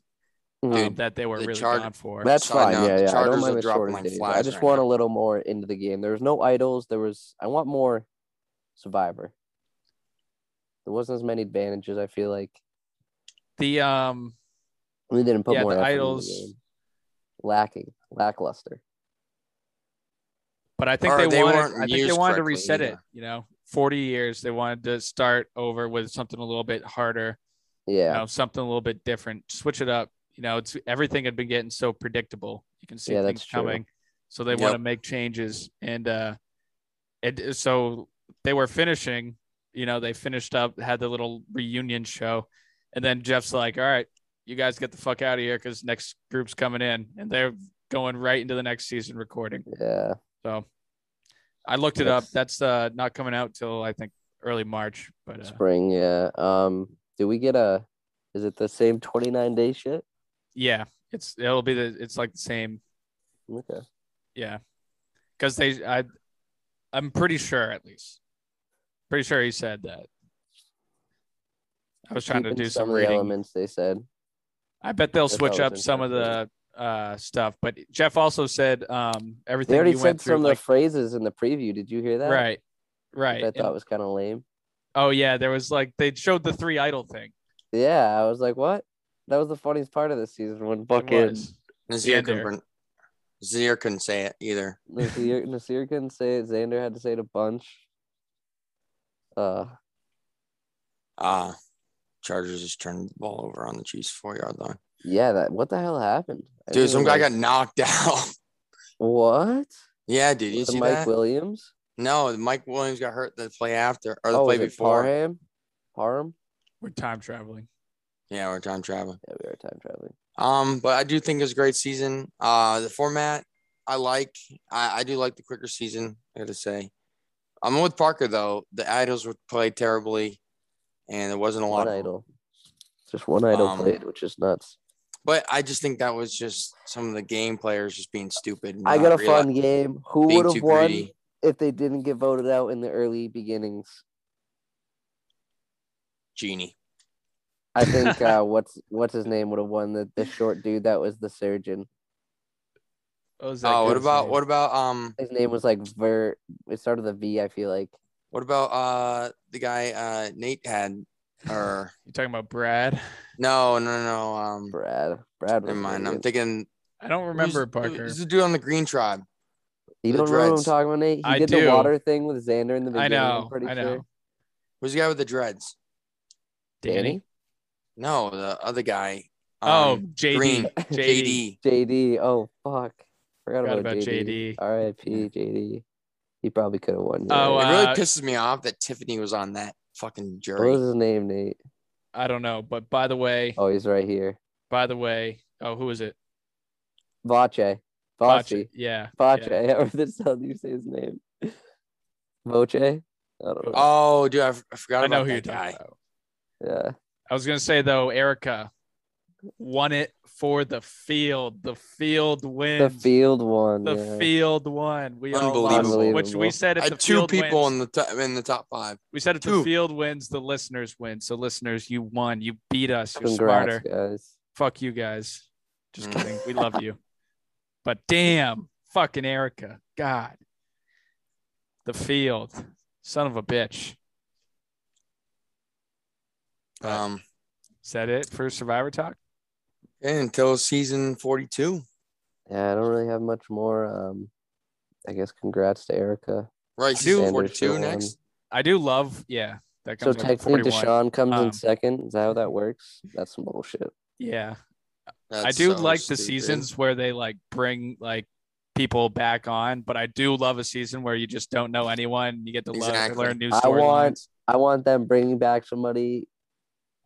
Speaker 9: um, that they were really gone for.
Speaker 10: That's fine. yeah, yeah. I
Speaker 7: Chargers
Speaker 10: don't mind
Speaker 7: are
Speaker 10: the
Speaker 7: dropping
Speaker 10: shorter
Speaker 7: like
Speaker 10: days. I
Speaker 7: flies
Speaker 10: just
Speaker 7: right
Speaker 10: want a little more into the game. There was no idols. There was. I want more Survivor. There wasn't as many advantages. I feel like
Speaker 9: the um.
Speaker 10: we didn't put
Speaker 9: yeah,
Speaker 10: more
Speaker 9: the
Speaker 10: effort into
Speaker 9: idols-
Speaker 10: The game. Lacking, lackluster.
Speaker 9: But I think
Speaker 10: Or
Speaker 9: they,
Speaker 10: they
Speaker 9: wanted.
Speaker 10: weren't
Speaker 9: I think they
Speaker 10: used
Speaker 9: wanted to
Speaker 10: correctly
Speaker 9: reset it.
Speaker 10: either.
Speaker 9: You know, forty years. They wanted to start over with something a little bit harder.
Speaker 10: Yeah.
Speaker 9: You know, something a little bit different. Switch it up. You know, it's everything had been getting so predictable. You can see
Speaker 10: Yeah,
Speaker 9: things
Speaker 10: that's true.
Speaker 9: coming, so they
Speaker 10: Yep.
Speaker 9: want to make changes. And uh, it so they were finishing. You know, they finished up, had the little reunion show, and then Jeff's like, "All right, you guys get the fuck out of here because next group's coming in," and they're going right into the next season recording.
Speaker 10: Yeah.
Speaker 9: So I looked it up. That's uh not coming out till I think early March, but uh,
Speaker 10: Spring. Yeah. Um. Do we get a? Is it the same twenty nine day shit?
Speaker 9: yeah, it's it'll be the it's like the same.
Speaker 10: Okay.
Speaker 9: Yeah. Cuz they I I'm pretty sure at least. Pretty sure he said that. I was trying to
Speaker 10: Keeping
Speaker 9: do some
Speaker 10: of the
Speaker 9: reading.
Speaker 10: Elements they said.
Speaker 9: I bet they'll
Speaker 10: That's
Speaker 9: switch
Speaker 10: how it's
Speaker 9: up some of the uh stuff, but Jeff also said um everything
Speaker 10: They already
Speaker 9: you
Speaker 10: said
Speaker 9: went
Speaker 10: some
Speaker 9: through
Speaker 10: of
Speaker 9: like,
Speaker 10: the phrases in the preview. Did you hear that?
Speaker 9: Right.
Speaker 10: Which
Speaker 9: Right.
Speaker 10: I
Speaker 9: And-
Speaker 10: thought was kind of lame.
Speaker 9: oh yeah, there was like they showed the three idol thing.
Speaker 10: Yeah, I was like, what? That was the funniest part of this season when fucking
Speaker 9: was.
Speaker 7: Nazir
Speaker 9: Xander.
Speaker 7: couldn't. Nazir couldn't say it either.
Speaker 10: Nasir, Nasir couldn't say it. Xander had to say it a bunch. Uh,
Speaker 7: Ah, Chargers just turned the ball over on the Chiefs four yard line.
Speaker 10: yeah, that what the hell happened? I
Speaker 7: Dude,
Speaker 10: didn't
Speaker 7: some guy
Speaker 10: even-
Speaker 7: got knocked out.
Speaker 10: what?
Speaker 7: Yeah, dude, you
Speaker 10: With
Speaker 7: see
Speaker 10: Mike
Speaker 7: that?
Speaker 10: Williams
Speaker 7: No, Mike Williams got hurt the play after or the
Speaker 10: Oh,
Speaker 7: play
Speaker 10: was it
Speaker 7: before.
Speaker 10: Parham? Parham?
Speaker 9: We're time traveling.
Speaker 7: Yeah, we're time traveling.
Speaker 10: Yeah, we are time traveling.
Speaker 7: Um, but I do think it was a great season. Uh, the format I like. I, I do like the quicker season. I gotta say, I'm with Parker though. The idols were played terribly, and there wasn't a lot.
Speaker 10: One
Speaker 7: Of,
Speaker 10: idol. Just one idol
Speaker 7: Um,
Speaker 10: played, which is nuts.
Speaker 7: but I just think that was just some of the game players just being stupid. and
Speaker 10: I
Speaker 7: not
Speaker 10: got a
Speaker 7: reali-
Speaker 10: fun game. Who
Speaker 7: being
Speaker 10: would
Speaker 7: too
Speaker 10: have won
Speaker 7: greedy.
Speaker 10: if they didn't get voted out in the early beginnings?
Speaker 7: Genie.
Speaker 10: I think uh, what's what's his name would have won the, the short dude that was the surgeon.
Speaker 9: What was that
Speaker 7: Oh, what
Speaker 9: kid's
Speaker 7: about
Speaker 9: name?
Speaker 7: what about um
Speaker 10: His name was like Ver. It started with a V. I feel like
Speaker 7: what about uh the guy uh Nate had or
Speaker 9: You talking about Brad?
Speaker 7: no no no um
Speaker 10: Brad. Brad. Was
Speaker 7: never
Speaker 10: an
Speaker 7: mind I'm
Speaker 10: idiot.
Speaker 7: thinking
Speaker 9: I don't remember Parker.
Speaker 7: This is the dude on the Green Tribe.
Speaker 10: You
Speaker 7: the
Speaker 10: don't remember what I'm
Speaker 7: dreads.
Speaker 10: talking about, Nate? He
Speaker 9: I
Speaker 10: did
Speaker 9: do.
Speaker 10: the water thing with Xander in the
Speaker 9: I
Speaker 10: beginning.
Speaker 9: know.
Speaker 10: I'm pretty
Speaker 9: I know.
Speaker 10: sure.
Speaker 7: Who's the guy with the dreads?
Speaker 9: Danny.
Speaker 7: No, the other guy.
Speaker 9: Oh,
Speaker 7: um,
Speaker 9: JD.
Speaker 7: Green. JD.
Speaker 9: JD.
Speaker 10: JD. Oh fuck. Forgot, about,
Speaker 9: Forgot about
Speaker 10: JD.
Speaker 9: JD.
Speaker 10: R.I.P. JD. He probably could have won. you're
Speaker 9: Oh,
Speaker 10: right.
Speaker 7: It really
Speaker 9: Uh,
Speaker 7: pisses me off that Tiffany was on that fucking
Speaker 10: what was
Speaker 7: jury.
Speaker 10: his name, Nate?
Speaker 9: I don't know, but by the way,
Speaker 10: Oh, he's right here.
Speaker 9: by the way, oh, who is it?
Speaker 10: Vache.
Speaker 9: Bocce.
Speaker 10: Vache.
Speaker 9: Yeah.
Speaker 10: Vache.
Speaker 9: yeah.
Speaker 10: However, that's how you say his name. Voce. I don't know.
Speaker 7: Oh, dude, I, f- I forgot
Speaker 9: I know
Speaker 7: about
Speaker 9: who you're
Speaker 7: that
Speaker 9: talking
Speaker 7: guy.
Speaker 9: about. Oh.
Speaker 10: Yeah.
Speaker 9: I was gonna say though, Erica won it for the field. The field
Speaker 10: The
Speaker 9: wins.
Speaker 10: field one.
Speaker 9: The
Speaker 10: yeah.
Speaker 9: field won. We all lost,
Speaker 7: Unbelievable.
Speaker 9: which we
Speaker 10: Unbelievable.
Speaker 9: said
Speaker 7: I
Speaker 9: if the
Speaker 7: had two
Speaker 9: field
Speaker 7: people
Speaker 9: wins,
Speaker 7: in the top in the top five.
Speaker 9: we said if the
Speaker 7: two.
Speaker 9: field wins, the listeners win. So listeners, you won. You beat us. You're
Speaker 10: Congrats,
Speaker 9: smarter.
Speaker 10: guys.
Speaker 9: Fuck you guys. Just
Speaker 7: Mm.
Speaker 9: kidding. We love you. But damn, fucking Erica. God. The field. Son of a bitch. But
Speaker 7: Um,
Speaker 9: is that it for Survivor Talk?
Speaker 7: and until season forty-two.
Speaker 10: Yeah, I don't really have much more. Um, I guess congrats to Erica.
Speaker 7: Right,
Speaker 9: do-
Speaker 7: season
Speaker 10: Xander still
Speaker 7: forty-two
Speaker 10: won.
Speaker 7: next.
Speaker 9: I do love, yeah. That
Speaker 10: So
Speaker 9: comes up at
Speaker 10: technically,
Speaker 9: 41.
Speaker 10: Deshaun comes
Speaker 9: Um,
Speaker 10: in second. Is that how that works? That's some bullshit.
Speaker 9: Yeah. I
Speaker 7: That's
Speaker 9: do
Speaker 7: so
Speaker 9: like the
Speaker 7: stupid.
Speaker 9: seasons where they like bring like people back on, but I do love a season where you just don't know anyone. You get to love-
Speaker 7: Exactly.
Speaker 9: learn new
Speaker 10: I want,
Speaker 9: storylines.
Speaker 10: I want them bringing back somebody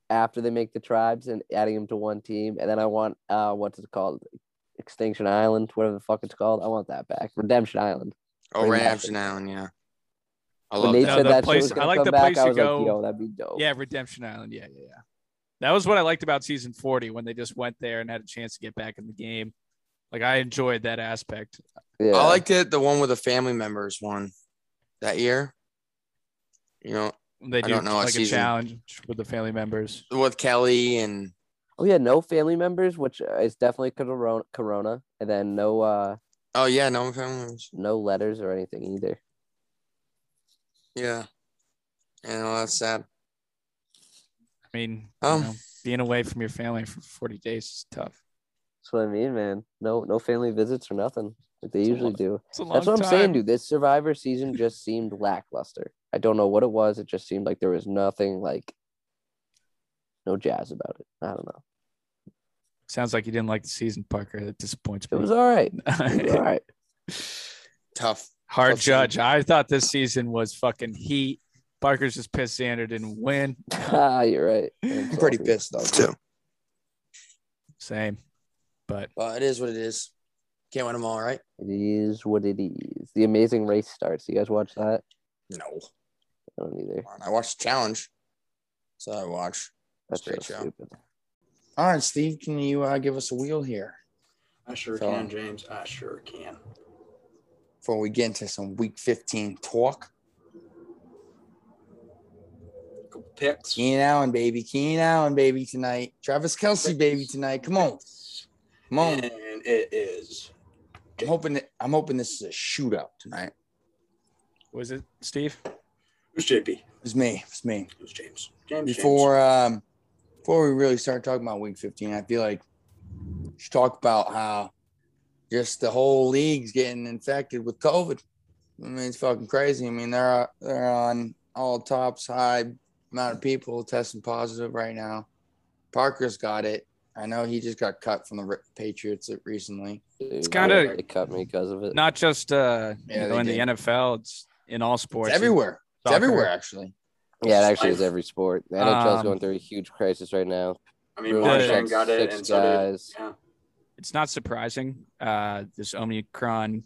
Speaker 10: after they make the tribes and adding them to one team, and then I want uh, what's it called, Extinction Island, whatever the fuck it's called. I want that back. Redemption Island.
Speaker 7: Oh,
Speaker 10: Bring
Speaker 7: right
Speaker 10: back
Speaker 7: after
Speaker 10: the-
Speaker 7: now, and yeah. I
Speaker 10: When
Speaker 7: love
Speaker 10: they
Speaker 9: No,
Speaker 7: that.
Speaker 10: said
Speaker 9: Oh, Uh, the
Speaker 10: that shit
Speaker 9: place-
Speaker 10: was gonna
Speaker 9: I like
Speaker 10: come
Speaker 9: the
Speaker 10: back,
Speaker 9: place
Speaker 10: I
Speaker 9: you
Speaker 10: was
Speaker 9: go-
Speaker 10: like, yo, that'd be dope.
Speaker 9: Yeah, Redemption Island. Yeah, yeah, yeah. That was what I liked about season 40 when they just went there and had a chance to get back in the game. Like I enjoyed that aspect.
Speaker 10: yeah.
Speaker 7: I liked it. The one with the family members one that year. You know,
Speaker 9: They do
Speaker 7: don't know a
Speaker 9: like a
Speaker 7: season.
Speaker 9: challenge with the family members.
Speaker 7: with Kelly and
Speaker 10: Oh yeah, no family members, which uh, is definitely corona. Corona, and then no. uh
Speaker 7: Oh yeah, no family members.
Speaker 10: No letters or anything either.
Speaker 7: Yeah. And well, that's sad.
Speaker 9: I mean,
Speaker 7: Um.
Speaker 9: you know, being away from your family for 40 days is tough.
Speaker 10: That's what I mean, man. No, no family visits or nothing. Like they
Speaker 9: It's a
Speaker 10: usually
Speaker 9: lo-
Speaker 10: do.
Speaker 9: it's a
Speaker 10: That's
Speaker 9: long
Speaker 10: what I'm saying,
Speaker 9: time.
Speaker 10: dude. This Survivor season just seemed lackluster. I don't know what it was. It just seemed like there was nothing like, no jazz about it. I don't know.
Speaker 9: Sounds like you didn't like the season, Parker. That disappoints
Speaker 10: It
Speaker 9: me.
Speaker 10: was all right. It was all right.
Speaker 7: Tough.
Speaker 9: Hard judge. I thought this season was fucking heat. Parker's just pissed Xander didn't win.
Speaker 10: Ah, you're right. I'm
Speaker 7: pretty
Speaker 10: salty.
Speaker 7: pissed though too.
Speaker 9: Same. But
Speaker 7: But it is what it is. Can't win them all, right?
Speaker 10: It is what it is. The Amazing Race starts. You guys watch that?
Speaker 7: No.
Speaker 10: I don't either.
Speaker 7: I watched the challenge. So I watch.
Speaker 10: That's
Speaker 7: Great
Speaker 10: so
Speaker 7: show.
Speaker 10: stupid.
Speaker 7: All right, Steve, can you uh, give us a wheel here
Speaker 8: I sure
Speaker 7: So-
Speaker 8: can, James. I sure can.
Speaker 7: before we get into some Week 15 talk?
Speaker 8: Couple picks.
Speaker 7: Keenan Allen, baby. Keenan Allen, baby, tonight. Travis Kelsey, baby, tonight. Come on. Come on.
Speaker 8: And it is.
Speaker 7: I'm hoping that, I'm hoping this is a shootout tonight.
Speaker 9: was it Steve?
Speaker 8: Who's JP?
Speaker 7: It's me. It's me.
Speaker 8: Who's James? James.
Speaker 7: Before um before we really start talking about week 15, I feel like we should talk about how just the whole league's getting infected with COVID. I mean, it's fucking crazy. I mean, they're they're on all tops high amount of people testing positive right now. Parker's got it. I know he just got cut from the Re- Patriots recently.
Speaker 10: It's
Speaker 9: kinda-
Speaker 10: they cut me because of it.
Speaker 9: Not just uh
Speaker 7: Yeah,
Speaker 9: you
Speaker 7: they
Speaker 9: know, in
Speaker 7: did.
Speaker 9: the NFL, it's in all sports.
Speaker 7: It's everywhere. It's
Speaker 9: Soccer.
Speaker 7: everywhere actually.
Speaker 10: Yeah, it actually
Speaker 8: Life.
Speaker 10: is every sport. The NHL's
Speaker 9: Um,
Speaker 10: going through a huge crisis right now.
Speaker 8: I mean,
Speaker 10: Really sucks.
Speaker 8: Marchand got it,
Speaker 10: Six
Speaker 8: and so did.
Speaker 10: guys.
Speaker 8: Yeah.
Speaker 9: It's not surprising. Uh this Omicron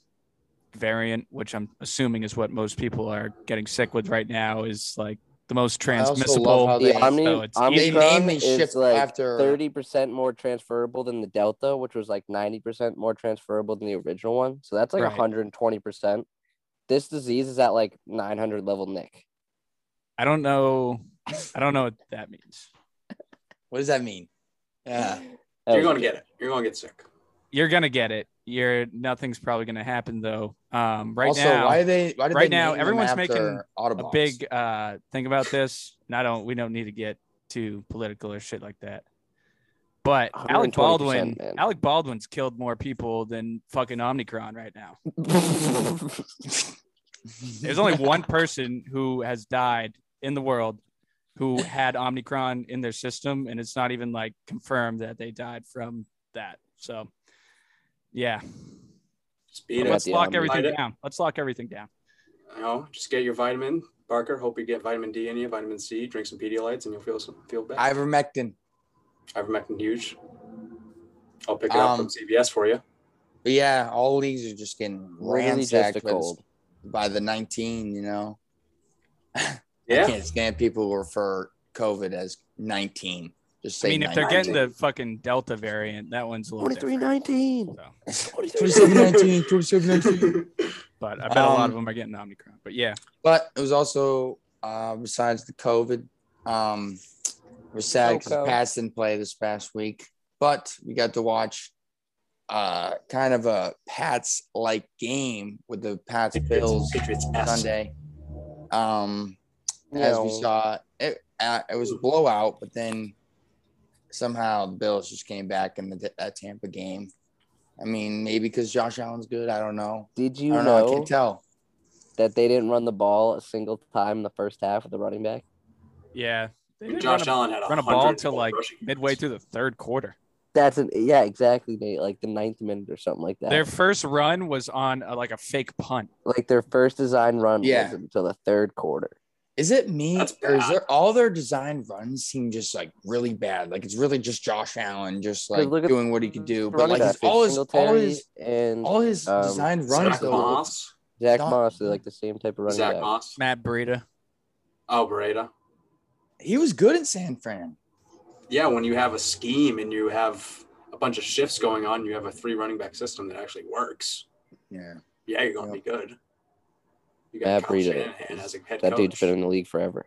Speaker 9: variant, which I'm assuming is what most people are getting sick with right now, is like the most
Speaker 7: also love
Speaker 9: transmissible.
Speaker 7: how
Speaker 10: The
Speaker 7: they-
Speaker 10: Omni,
Speaker 9: so it's
Speaker 7: They
Speaker 9: easy-
Speaker 10: Omicron
Speaker 7: mainly
Speaker 10: is
Speaker 7: shipped
Speaker 10: like
Speaker 7: after
Speaker 10: thirty percent more transferable than the Delta, which was like ninety percent more transferable than the original one. So that's like
Speaker 9: Right.
Speaker 10: one hundred and twenty percent. This disease is at like nine hundred level Nick.
Speaker 9: I don't know. I don't know what that means.
Speaker 7: What does that mean? Yeah.
Speaker 10: That
Speaker 8: You're
Speaker 10: was
Speaker 8: gonna
Speaker 10: good.
Speaker 8: get it. You're gonna get sick.
Speaker 9: You're gonna get it. You're nothing's probably gonna happen though. Um, right
Speaker 7: also,
Speaker 9: now,
Speaker 7: why they why did
Speaker 9: right
Speaker 7: they
Speaker 9: now,
Speaker 7: name them
Speaker 9: everyone's
Speaker 7: after
Speaker 9: making a
Speaker 7: Autobots?
Speaker 9: big uh, thing about this. And I don't. We don't need to get too political or shit like that. But Alec
Speaker 10: 120%,
Speaker 9: Baldwin,
Speaker 10: man.
Speaker 9: Alec Baldwin's killed more people than fucking Omnicron right now. There's only one person who has died in the world who had Omnicron in their system, and it's not even like confirmed that they died from that. So, yeah,
Speaker 8: Speed
Speaker 10: I'm
Speaker 8: it.
Speaker 10: at
Speaker 9: let's
Speaker 10: the
Speaker 9: lock
Speaker 10: Omni-
Speaker 8: Light
Speaker 9: everything
Speaker 8: it.
Speaker 9: down. Let's lock everything down.
Speaker 8: You know, just get your vitamin, Parker. Hope you get vitamin D in you, vitamin C. Drink some Pedialites, and you'll feel some feel better.
Speaker 7: ivermectin.
Speaker 8: Ivermectin huge. I'll pick it up
Speaker 7: Um,
Speaker 8: from CVS for you.
Speaker 7: But yeah, all leagues are just getting
Speaker 10: Literally just
Speaker 7: ransacked
Speaker 10: a
Speaker 7: by, this-
Speaker 10: cold.
Speaker 7: by the 19. You know, I
Speaker 8: Yeah.
Speaker 7: can't stand people who refer COVID as 19. Just say
Speaker 9: I mean, if they're
Speaker 7: 19.
Speaker 9: getting the fucking Delta variant, that one's a little
Speaker 10: Twenty-three
Speaker 9: different.
Speaker 10: nineteen.
Speaker 9: So,
Speaker 7: 2719, 2719.
Speaker 9: but I bet a
Speaker 8: Um,
Speaker 9: lot of them are getting Omicron. But yeah,
Speaker 7: But it was also uh, besides the COVID, um, we're sad because
Speaker 10: Coco.
Speaker 7: Pats didn't play this past week. But we got to watch uh, kind of a Pats like game with the Pats Bills
Speaker 8: Patriots S.
Speaker 7: Sunday. Um, as we
Speaker 10: No.
Speaker 7: saw, it uh, it was a blowout, but then somehow the Bills just came back in the, that Tampa game. I mean, maybe because Josh Allen's good. I don't know.
Speaker 10: Did
Speaker 7: I
Speaker 10: you
Speaker 7: don't know. I
Speaker 10: know
Speaker 7: can't tell.
Speaker 10: that they didn't run the ball a single time in the first half with the running back?
Speaker 9: yeah. They did
Speaker 8: Josh
Speaker 9: run a,
Speaker 8: Allen had a
Speaker 9: run a ball till like midway through the third quarter.
Speaker 10: That's an yeah, exactly, Nate. Like the ninth minute or something like that.
Speaker 9: Their first run was on a, like a fake punt.
Speaker 10: like their first design run
Speaker 7: Yeah.
Speaker 10: wasn't until the third quarter.
Speaker 7: Is it me
Speaker 8: That's
Speaker 7: or is
Speaker 8: bad.
Speaker 7: there all their design runs seem just like really bad? Like it's really just Josh Allen just
Speaker 10: Because
Speaker 7: like
Speaker 10: look at
Speaker 7: doing what he could do, but
Speaker 10: Running
Speaker 7: like his,
Speaker 10: back is
Speaker 7: all his all
Speaker 10: Singletary
Speaker 7: his
Speaker 10: and
Speaker 7: all his
Speaker 10: um,
Speaker 7: design runs
Speaker 8: Zach
Speaker 10: though.
Speaker 7: though.
Speaker 8: Moss.
Speaker 10: Zach
Speaker 7: Don-
Speaker 10: Moss are like the same type of running
Speaker 8: Zach
Speaker 10: back.
Speaker 8: Moss.
Speaker 9: Matt Breida.
Speaker 8: Oh, Breda.
Speaker 7: He was good at San Fran.
Speaker 8: Yeah, when you have a scheme and you have a bunch of shifts going on, you have a three running back system that actually works.
Speaker 7: Yeah.
Speaker 8: Yeah, you're gonna be good. You got
Speaker 10: Matt
Speaker 8: Kyle
Speaker 10: Breida
Speaker 8: Shanahan
Speaker 10: is-
Speaker 8: as a head
Speaker 10: That
Speaker 8: coach.
Speaker 10: dude's been in the league forever.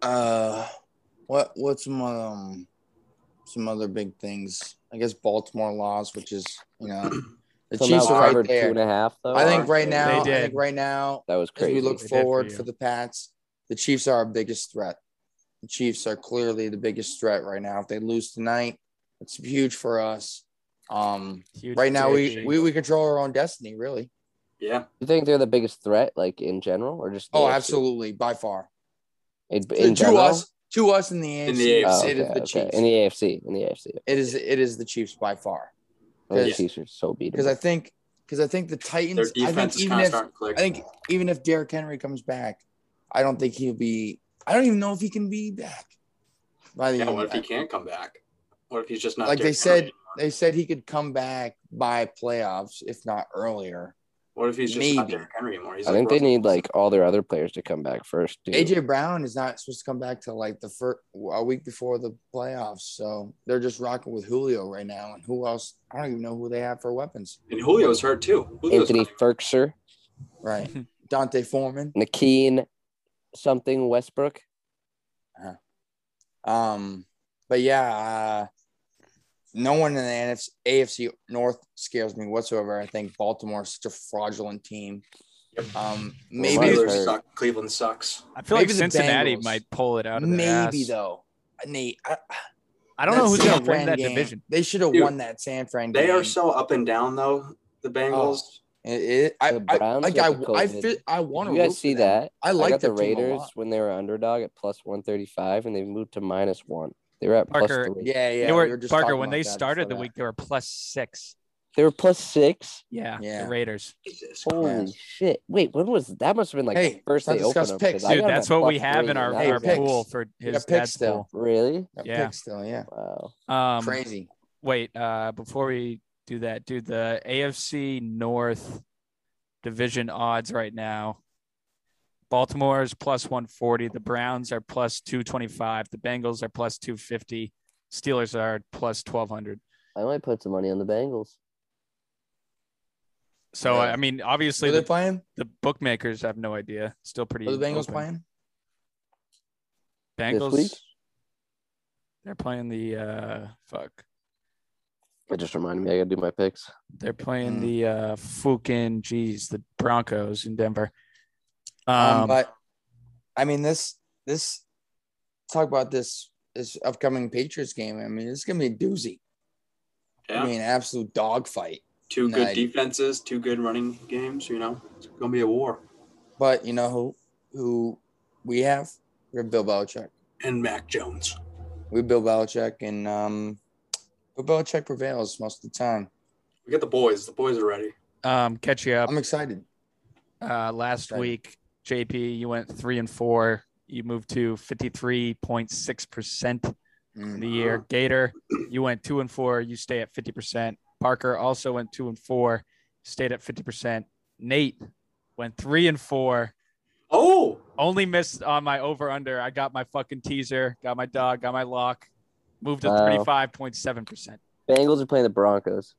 Speaker 7: Uh what what's my um some other big things. I guess Baltimore lost, which is you know the
Speaker 10: So
Speaker 7: Chiefs
Speaker 10: now
Speaker 7: are right
Speaker 10: covered two
Speaker 7: there.
Speaker 10: and a half, though?
Speaker 7: I think right
Speaker 10: They
Speaker 7: now, I
Speaker 10: did.
Speaker 7: think right now,
Speaker 10: That was
Speaker 7: As we
Speaker 10: crazy.
Speaker 7: look
Speaker 10: They did for
Speaker 7: forward
Speaker 10: you.
Speaker 7: for the Pats, the Chiefs are our biggest threat. The Chiefs are clearly the biggest threat right now. If they lose tonight, it's huge for us. Um,
Speaker 10: Huge
Speaker 7: right now, we,
Speaker 10: dick.
Speaker 7: we we control our own destiny, really.
Speaker 8: Yeah.
Speaker 10: You think they're the biggest threat, like in general, or just?
Speaker 7: Oh,
Speaker 10: AFC?
Speaker 7: absolutely, by far.
Speaker 10: In,
Speaker 7: To-
Speaker 10: in
Speaker 7: to
Speaker 10: general?
Speaker 7: us, to us in the AFC,
Speaker 10: In the AFC.
Speaker 7: it is
Speaker 10: Oh, okay,
Speaker 7: the
Speaker 10: okay.
Speaker 7: Chiefs.
Speaker 10: In the AFC, in the AFC.
Speaker 7: It is it is the Chiefs by far.
Speaker 10: Oh, the
Speaker 7: Because-
Speaker 10: Chiefs are so
Speaker 7: because
Speaker 10: beatable.
Speaker 7: I think because I think the
Speaker 8: Their
Speaker 7: Titans. I
Speaker 8: defense
Speaker 7: think
Speaker 8: is
Speaker 7: even
Speaker 8: kinda
Speaker 7: if I
Speaker 8: starting to click.
Speaker 7: think even if Derrick Henry comes back, I don't think he'll be. I don't even know if he can be back. By the
Speaker 8: Yeah,
Speaker 7: end,
Speaker 8: what if he can't come back? What if he's just not
Speaker 7: like they
Speaker 8: Derrick
Speaker 7: said,
Speaker 8: Henry?
Speaker 7: they said he could come back by playoffs, if not earlier.
Speaker 8: What if he's just not
Speaker 7: maybe.
Speaker 8: Derrick Henry anymore? He's
Speaker 5: I
Speaker 8: like
Speaker 5: think they
Speaker 8: Russell
Speaker 5: need like all their other players to come back first. Dude.
Speaker 7: AJ Brown is not supposed to come back till like the first a week before the playoffs, so they're just rocking with Julio right now. And who else? I don't even know who they have for weapons.
Speaker 8: And Julio's hurt too. Julio's
Speaker 5: Anthony Ferkser,
Speaker 7: Right, Dante Foreman.
Speaker 5: Nakeen, something Westbrook.
Speaker 7: Um, but yeah, uh, no one in the NFC, AFC North scares me whatsoever. I think Baltimore is such a fraudulent team. Um, maybe
Speaker 8: Steelers suck. Cleveland sucks.
Speaker 9: I feel
Speaker 7: Maybe
Speaker 9: like
Speaker 7: the
Speaker 9: Cincinnati
Speaker 7: Bengals.
Speaker 9: might pull it out of
Speaker 7: maybe
Speaker 9: their ass.
Speaker 7: though. Nate, I,
Speaker 9: I don't know who's gonna
Speaker 7: San
Speaker 9: win
Speaker 7: Fran
Speaker 9: that
Speaker 7: game,
Speaker 9: division.
Speaker 7: They should have
Speaker 8: Dude,
Speaker 7: won that San Fran.
Speaker 8: They
Speaker 7: game. Oh,
Speaker 8: are so up and down though. The Bengals.
Speaker 7: It, it- I,
Speaker 5: The
Speaker 7: I,
Speaker 5: Browns
Speaker 7: like I,
Speaker 5: got the
Speaker 7: I,
Speaker 5: COVID.
Speaker 7: feel, I
Speaker 5: Did
Speaker 7: want to.
Speaker 5: you guys see that?
Speaker 7: I like
Speaker 5: got the
Speaker 7: their team a lot.
Speaker 5: Raiders when they were underdog at plus one thirty five, and they moved to minus one. They were at plus
Speaker 9: Parker,
Speaker 5: three.
Speaker 9: They were, Parker, when they started the week, they were plus six.
Speaker 5: They were plus six.
Speaker 9: Yeah, the Raiders.
Speaker 5: Holy shit! Wait, when was that? Must have been like
Speaker 9: Hey,
Speaker 5: the first
Speaker 9: let's
Speaker 5: they
Speaker 9: discuss
Speaker 5: opened
Speaker 9: picks.
Speaker 5: up. 'cause I
Speaker 9: Dude,
Speaker 5: got 'em
Speaker 9: that's
Speaker 5: at
Speaker 9: what we
Speaker 5: plus
Speaker 9: have
Speaker 5: three,
Speaker 9: in our-
Speaker 5: and
Speaker 9: our
Speaker 5: that was-
Speaker 9: pool for We got his picks dad's still. pool.
Speaker 5: Really?
Speaker 9: Got Yeah. picks
Speaker 7: still, yeah.
Speaker 5: Wow.
Speaker 9: Um,
Speaker 7: Crazy.
Speaker 9: Wait, uh, before we do that, dude, the AFC North division odds right now. Baltimore is plus 140. The Browns are plus 225. The Bengals are plus 250. Steelers are plus 1200.
Speaker 5: I might put some money on the Bengals.
Speaker 9: So,
Speaker 5: Yeah.
Speaker 9: I mean, obviously,
Speaker 5: Who they
Speaker 9: the,
Speaker 7: playing?
Speaker 9: the bookmakers have no idea. Still pretty.
Speaker 7: Are the Bengals
Speaker 9: open.
Speaker 7: playing?
Speaker 9: Bengals.
Speaker 5: week?
Speaker 9: They're playing the uh fuck.
Speaker 5: It just reminded me I gotta do my picks.
Speaker 9: They're
Speaker 7: Mm.
Speaker 9: playing the uh fucking geez, the Broncos in Denver. Um,
Speaker 7: Um, but I mean, this this talk about this this upcoming Patriots game. I mean, it's gonna be a doozy.
Speaker 8: Yeah.
Speaker 7: I mean, absolute dogfight.
Speaker 8: Two
Speaker 7: And
Speaker 8: good
Speaker 7: I-
Speaker 8: defenses, two good running games. You know, it's gonna be a war.
Speaker 7: But you know who who we have? We have Bill Belichick
Speaker 8: and Mac Jones.
Speaker 7: We have Bill Belichick and um, Bill Belichick prevails most of the time.
Speaker 8: We got the boys. The boys are ready.
Speaker 9: um catch you up.
Speaker 7: I'm excited.
Speaker 9: Uh last
Speaker 7: Excited.
Speaker 9: week, JP, you went three and four. You moved to fifty three point six percent
Speaker 7: in
Speaker 9: the year. Gator, you went two and four, you stay at fifty percent. Parker also went two and four, stayed at fifty percent. Nate went three and four.
Speaker 8: Oh,
Speaker 9: only missed on my over under. I got my fucking teaser, got my dog, got my lock, moved to
Speaker 5: Wow.
Speaker 9: thirty five point seven percent.
Speaker 5: Bengals are playing the Broncos.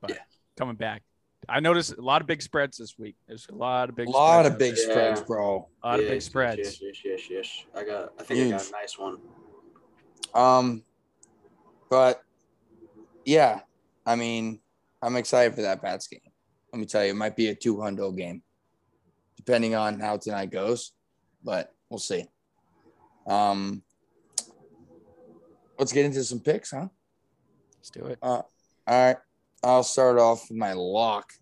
Speaker 9: But coming back, I noticed a lot of big spreads this week. There's a lot of big,
Speaker 7: Lot
Speaker 9: spreads
Speaker 7: of
Speaker 9: out
Speaker 7: big
Speaker 9: there.
Speaker 7: spreads, bro.
Speaker 9: A lot of
Speaker 8: Yeah,
Speaker 9: big
Speaker 8: Yes,
Speaker 9: spreads.
Speaker 8: yes, yes, yes. I got. I think I got
Speaker 7: Huge.
Speaker 8: a nice one.
Speaker 7: Um, but yeah, I mean, I'm excited for that Pats game. Let me tell you, it might be a two hundo game, depending on how tonight goes, but we'll see. Um, let's get into some picks, huh?
Speaker 9: Let's do it.
Speaker 7: Uh, all right, I'll start off with my lock.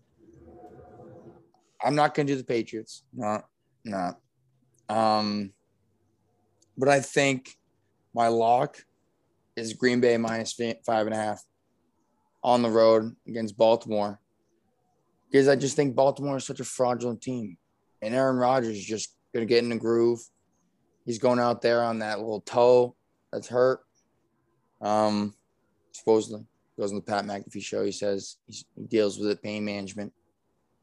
Speaker 7: I'm not gonna do the Patriots. No, no. Um, but I think my lock is Green Bay minus fi- five and a half on the road against Baltimore because I just think Baltimore is such a fraudulent team, and Aaron Rodgers is just gonna get in the groove. He's going out there on that little toe that's hurt. Um, supposedly goes on the Pat McAfee show. He says he's, he deals with it, pain management,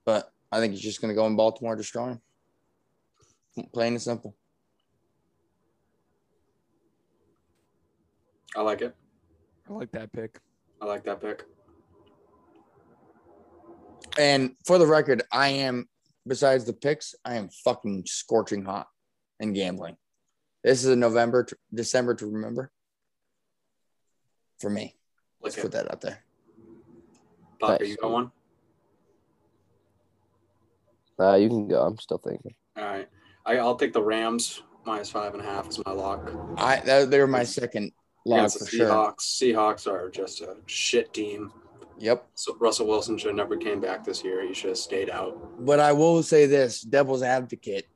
Speaker 7: but I think he's just going to go in Baltimore and destroy him. Plain and simple.
Speaker 8: I like it.
Speaker 9: I like that pick.
Speaker 8: I like that pick.
Speaker 7: And for the record, I am besides the picks, I am fucking scorching hot in gambling. This is a November, to, December to remember. for me. Let's
Speaker 8: Okay.
Speaker 7: put that out there.
Speaker 8: Pop, are
Speaker 7: Nice.
Speaker 8: you got one?
Speaker 10: Uh, you can go. I'm still thinking.
Speaker 8: All right. I, I'll take the Rams minus five and a half is my lock.
Speaker 7: I that, they're my second lock
Speaker 8: Against
Speaker 7: for
Speaker 8: the
Speaker 7: sure.
Speaker 8: Seahawks. Seahawks are just a shit team.
Speaker 7: Yep.
Speaker 8: So Russell Wilson should have never came back this year. He should have stayed out.
Speaker 7: But I will say this, devil's advocate.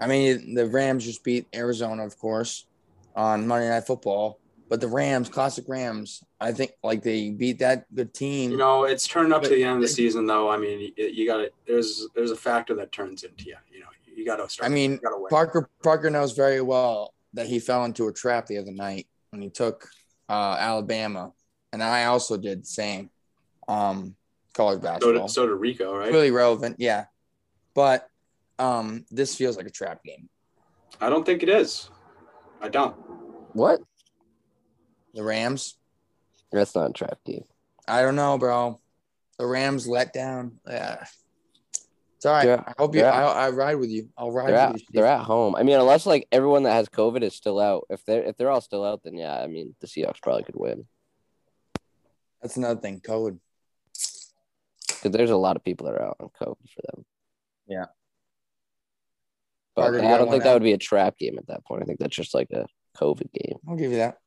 Speaker 7: I mean, the Rams just beat Arizona, of course, on Monday Night Football. But the Rams, classic Rams, I think like they beat that good team.
Speaker 8: You know, it's turned up to
Speaker 7: But-
Speaker 8: the end of the season, though. I mean, you, you got to There's there's a factor that turns into you. You know, you got to
Speaker 7: I
Speaker 8: start.
Speaker 7: mean,
Speaker 8: you gotta win.
Speaker 7: Parker Parker knows very well that he fell into a trap the other night when he took uh, Alabama, and I also did the same. Um, college
Speaker 8: so
Speaker 7: basketball,
Speaker 8: did, so did Rico, right?
Speaker 7: really relevant, yeah. But um, this feels like a trap game.
Speaker 8: I don't think it is. I don't.
Speaker 10: What?
Speaker 7: The Rams,
Speaker 10: That's not a trap game.
Speaker 7: I don't know, bro. The Rams let down. Yeah, it's all right.
Speaker 10: Yeah,
Speaker 7: I hope you.
Speaker 10: yeah.
Speaker 7: I, I ride with you. I'll ride
Speaker 10: They're at,
Speaker 7: with you.
Speaker 10: they're at home. I mean, unless like everyone that has COVID is still out. If they're if they're all still out, then yeah, I mean the Seahawks probably could win
Speaker 7: That's another thing. Code.
Speaker 10: because there's a lot of people that are out on COVID for them.
Speaker 7: Yeah.
Speaker 10: But
Speaker 7: Parker, you
Speaker 10: I
Speaker 7: got
Speaker 10: don't
Speaker 7: one
Speaker 10: think
Speaker 7: now?
Speaker 10: that would be a trap game at that point. I think that's just like a COVID game.
Speaker 7: I'll give you that.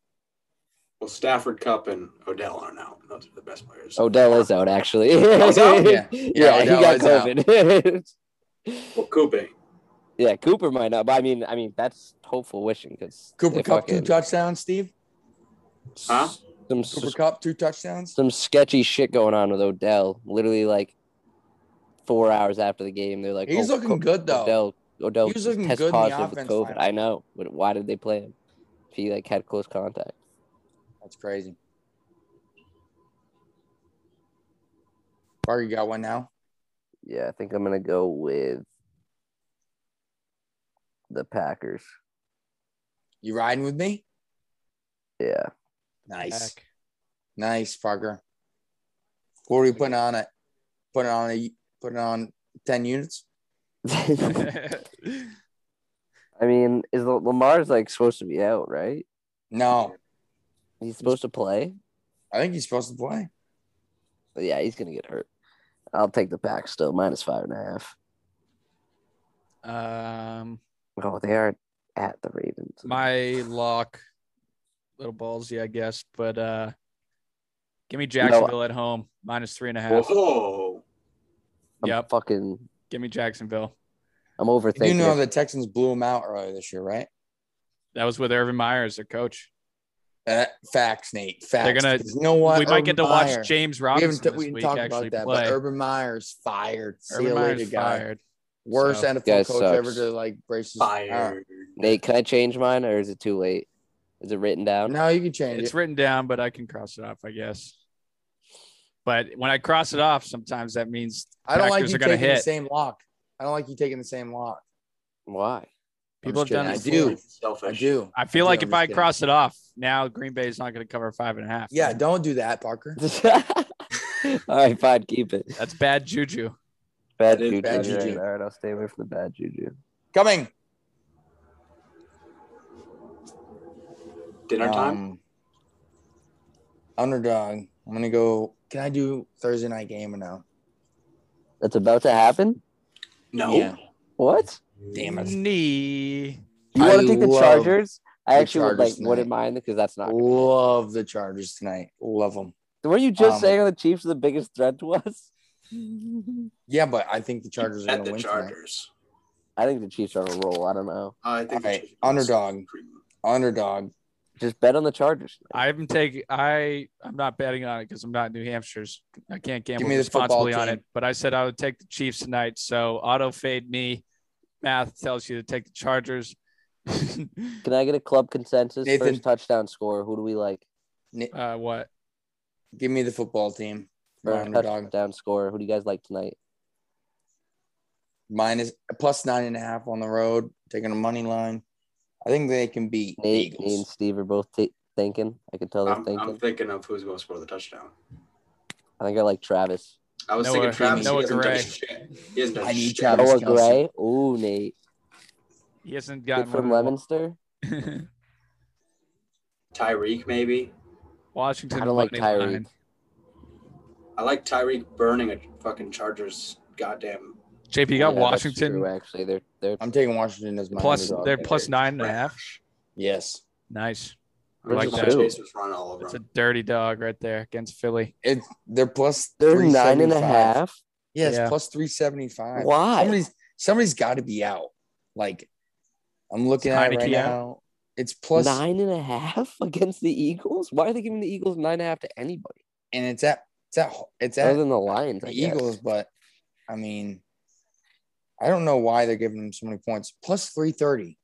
Speaker 8: Well, Stafford Cup and Odell are now. Those are the best players.
Speaker 10: Odell is out actually.
Speaker 8: Odell's out?
Speaker 7: Yeah.
Speaker 10: yeah,
Speaker 7: Yeah,
Speaker 10: he
Speaker 7: Odell
Speaker 10: got
Speaker 7: is out.
Speaker 10: COVID.
Speaker 8: Well, Coupe.
Speaker 10: yeah, Cooper might not, but I mean, I mean that's hopeful wishing because
Speaker 7: Cooper Cup two touchdowns, Steve.
Speaker 8: Huh?
Speaker 10: Some s-
Speaker 7: Cooper Cup two touchdowns.
Speaker 10: some sketchy shit going on with Odell. Literally, like four hours after the game, they're like,
Speaker 7: He's
Speaker 10: "Oh,
Speaker 7: looking
Speaker 10: Co-
Speaker 7: good, though.
Speaker 10: Odell, Odell
Speaker 7: He was looking
Speaker 10: test
Speaker 7: good in the
Speaker 10: positive with
Speaker 7: offense
Speaker 10: COVID.
Speaker 7: lineup.
Speaker 10: I know, but why did they play him? If he like had close contact.
Speaker 7: That's crazy. Parker, you got one now?
Speaker 10: Yeah, I think I'm gonna go with the Packers.
Speaker 7: You riding with me?
Speaker 10: Yeah,
Speaker 7: Nice. Nice, Parker. What are we putting on it? Putting on a putting on ten units?
Speaker 10: I
Speaker 9: Heck.
Speaker 10: mean, is La- Lamar's like supposed to be out, right?
Speaker 7: No.
Speaker 10: He's supposed to play.
Speaker 7: I think he's supposed to play.
Speaker 10: But yeah, he's gonna get hurt. I'll take the pack still, minus five and a half.
Speaker 9: um,
Speaker 10: Oh, they aren't at the Ravens.
Speaker 9: my lock, little ballsy, I guess, but uh, give me
Speaker 10: No.
Speaker 9: Jacksonville at home minus three and a half.
Speaker 8: Whoa.
Speaker 10: I'm
Speaker 9: Yep.
Speaker 10: fucking
Speaker 9: Give me Jacksonville.
Speaker 10: I'm
Speaker 7: You
Speaker 10: overthinking.
Speaker 7: do know
Speaker 10: it.
Speaker 7: the Texans blew him out earlier this year, right?
Speaker 9: That was with Urban Meyer as their coach.
Speaker 7: Uh, facts, Nate. Facts.
Speaker 9: gonna-
Speaker 7: 'Cause you know what?
Speaker 9: we might get to
Speaker 7: Urban
Speaker 9: watch
Speaker 7: Meyer-
Speaker 9: James
Speaker 7: We
Speaker 9: Robinson
Speaker 7: haven't t-
Speaker 9: this
Speaker 7: we didn't
Speaker 9: week
Speaker 7: talk
Speaker 9: actually
Speaker 7: about that,
Speaker 9: play.
Speaker 7: but Urban Meyer's fired. See
Speaker 9: Urban
Speaker 7: you later,
Speaker 9: Meyer's
Speaker 7: guy.
Speaker 9: fired.
Speaker 7: Worst
Speaker 9: So-
Speaker 7: NFL
Speaker 10: Guy
Speaker 7: coach
Speaker 10: sucks.
Speaker 7: ever to like brace his arm.
Speaker 8: Fire.
Speaker 10: Nate, can I change mine or is it too late? Is it written down?
Speaker 7: No, you can change
Speaker 9: It's
Speaker 7: it.
Speaker 9: written down, but I can cross it off, I guess. But when I cross it off, sometimes that means
Speaker 7: I don't like
Speaker 9: Packers
Speaker 7: you
Speaker 9: are gonna
Speaker 7: taking the
Speaker 9: hit.
Speaker 7: same lock. I don't like you taking the same lock.
Speaker 10: Why?
Speaker 9: people have
Speaker 7: just
Speaker 9: done
Speaker 7: kidding.
Speaker 9: this.
Speaker 7: I do.
Speaker 9: before.
Speaker 8: Selfish.
Speaker 7: I do.
Speaker 9: I feel
Speaker 7: do,
Speaker 9: like
Speaker 7: I'm
Speaker 9: if
Speaker 7: just
Speaker 9: I
Speaker 7: kidding.
Speaker 9: cross it off now, Green Bay is not going to cover five and a half.
Speaker 7: Yeah, don't do that, Parker.
Speaker 10: All right, fine, keep it.
Speaker 9: that's bad juju.
Speaker 10: Bad
Speaker 8: That is
Speaker 10: juju.
Speaker 7: bad
Speaker 10: you're right.
Speaker 7: juju.
Speaker 10: All right, I'll stay away from the bad juju.
Speaker 7: Coming.
Speaker 8: Dinner time.
Speaker 7: Um, underdog. I'm gonna go. Can I do Thursday night game or no?
Speaker 10: That's about to happen.
Speaker 8: No.
Speaker 7: Yeah.
Speaker 10: What?
Speaker 7: Damn it.
Speaker 9: Knee.
Speaker 10: You
Speaker 7: I
Speaker 10: want to take the
Speaker 7: love
Speaker 10: Chargers? I
Speaker 7: the
Speaker 10: actually would like
Speaker 7: Chargers
Speaker 10: wouldn't
Speaker 7: tonight.
Speaker 10: mind because that's not.
Speaker 7: Love the Chargers tonight. Love them.
Speaker 10: Were you just
Speaker 7: Um,
Speaker 10: saying the Chiefs are the biggest threat to us?
Speaker 7: Yeah, but I think the Chargers are
Speaker 8: At
Speaker 7: gonna
Speaker 8: the
Speaker 7: win
Speaker 8: Chargers.
Speaker 10: I think the Chiefs are on a roll. I don't know.
Speaker 8: I think. the
Speaker 7: Alright,
Speaker 8: Chargers-
Speaker 7: underdog. tonight. Underdog.
Speaker 10: Just bet on the Chargers.
Speaker 9: I'm taking. I I'm not betting on it because I'm not New Hampshire's. I can't gamble
Speaker 7: me the football
Speaker 9: responsibly on
Speaker 7: team.
Speaker 9: it. But I said I would take the Chiefs tonight. So auto fade me. Math tells you to take the Chargers. uh,
Speaker 10: Can I get a club consensus?
Speaker 7: Nathan.
Speaker 10: First touchdown score. Who do we like?
Speaker 9: Uh, what?
Speaker 7: Give me the football team. My
Speaker 10: First
Speaker 7: underdog
Speaker 10: touchdown score. Who do you guys like tonight?
Speaker 7: minus plus nine and a half on the road. Taking a money line. I think they can beat the
Speaker 10: Nate, me and
Speaker 7: Eagles.
Speaker 10: Steve are both t- thinking. I can tell they're
Speaker 8: I'm,
Speaker 10: thinking.
Speaker 8: I'm thinking of who's going to score the touchdown.
Speaker 10: I think I like Travis.
Speaker 8: I was
Speaker 9: Noah-
Speaker 8: thinking Travis.
Speaker 9: Noah
Speaker 8: he hasn't done
Speaker 9: Gray.
Speaker 8: shit. He hasn't done
Speaker 7: I need
Speaker 8: shit.
Speaker 10: Noah
Speaker 7: Travis. Kelce.
Speaker 10: Gray. Ooh, Nate.
Speaker 9: He hasn't
Speaker 10: Kid
Speaker 9: gotten
Speaker 10: from
Speaker 9: one of
Speaker 10: Leominster.
Speaker 9: the-
Speaker 8: Tyreek maybe.
Speaker 9: Washington.
Speaker 10: I don't like
Speaker 9: money
Speaker 10: Tyreek.
Speaker 9: line.
Speaker 8: I like Tyreek burning a fucking Chargers goddamn
Speaker 9: JP, you got
Speaker 10: Yeah, that's
Speaker 9: Washington
Speaker 10: true, actually, they're they're
Speaker 7: I'm taking Washington as my
Speaker 9: plus.
Speaker 7: underdog.
Speaker 9: They're plus nine and a half.
Speaker 7: Yes,
Speaker 9: Nice. I
Speaker 8: I
Speaker 9: like
Speaker 8: like
Speaker 9: that.
Speaker 8: Chasers run all over
Speaker 9: It's a
Speaker 8: them.
Speaker 9: dirty dog right there against Philly.
Speaker 7: it. They're plus
Speaker 10: they're nine and a
Speaker 7: 375.
Speaker 10: half.
Speaker 7: Yes,
Speaker 9: Yeah.
Speaker 7: plus three seventy five.
Speaker 10: Why?
Speaker 7: Somebody's somebody's got to be out. Like I'm looking
Speaker 9: Is
Speaker 7: at it right
Speaker 9: Heineke out?
Speaker 7: now. It's plus-
Speaker 10: nine and a half against the Eagles. Why are they giving the Eagles nine and a half to anybody
Speaker 7: and it's at it's at it's
Speaker 10: other
Speaker 7: at
Speaker 10: than the Lions?
Speaker 7: the
Speaker 10: I guess.
Speaker 7: Eagles, but I mean, I don't know why they're giving them so many points. Plus three thirty.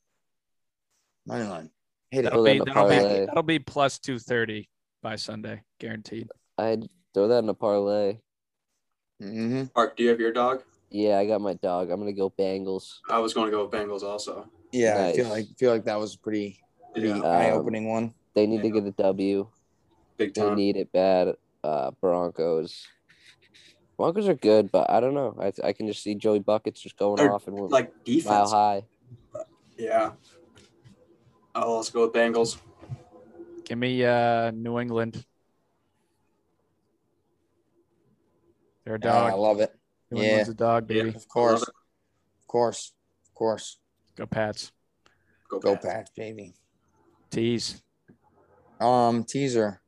Speaker 7: Money line. Hit it.
Speaker 10: Throw
Speaker 9: That'll
Speaker 10: that
Speaker 9: be,
Speaker 10: in a
Speaker 9: that'll, be,
Speaker 10: parlay.
Speaker 9: that'll be plus two thirty by Sunday, guaranteed.
Speaker 10: I'd throw that in a parlay.
Speaker 7: Mm-hmm.
Speaker 8: Mark, do you have your dog?
Speaker 10: Yeah, I got my dog. I'm gonna go Bengals.
Speaker 8: I was going to go with Bengals also.
Speaker 7: Yeah, I feel
Speaker 10: Nice.
Speaker 7: like feel like that was a pretty pretty
Speaker 8: Yeah,
Speaker 7: eye opening one.
Speaker 10: They need to get a W.
Speaker 8: big
Speaker 10: They
Speaker 8: time.
Speaker 10: need it bad. Uh, Broncos. Broncos are good, but I don't know. I I can just see Joey buckets just going
Speaker 8: They're,
Speaker 10: off and went
Speaker 8: Like
Speaker 10: mile
Speaker 8: defense.
Speaker 10: high.
Speaker 8: Yeah. Oh, let's go with Bengals.
Speaker 9: Give me uh, New England. They're a
Speaker 7: Ah, I
Speaker 9: dog.
Speaker 7: love it.
Speaker 9: New England's a dog,
Speaker 8: Yeah.
Speaker 9: baby.
Speaker 7: Of course.
Speaker 8: Love
Speaker 7: Of course. Of course.
Speaker 9: Go Pats.
Speaker 8: Go,
Speaker 7: Go
Speaker 8: Pats.
Speaker 7: Pats, baby.
Speaker 9: Tease.
Speaker 7: Um, teaser.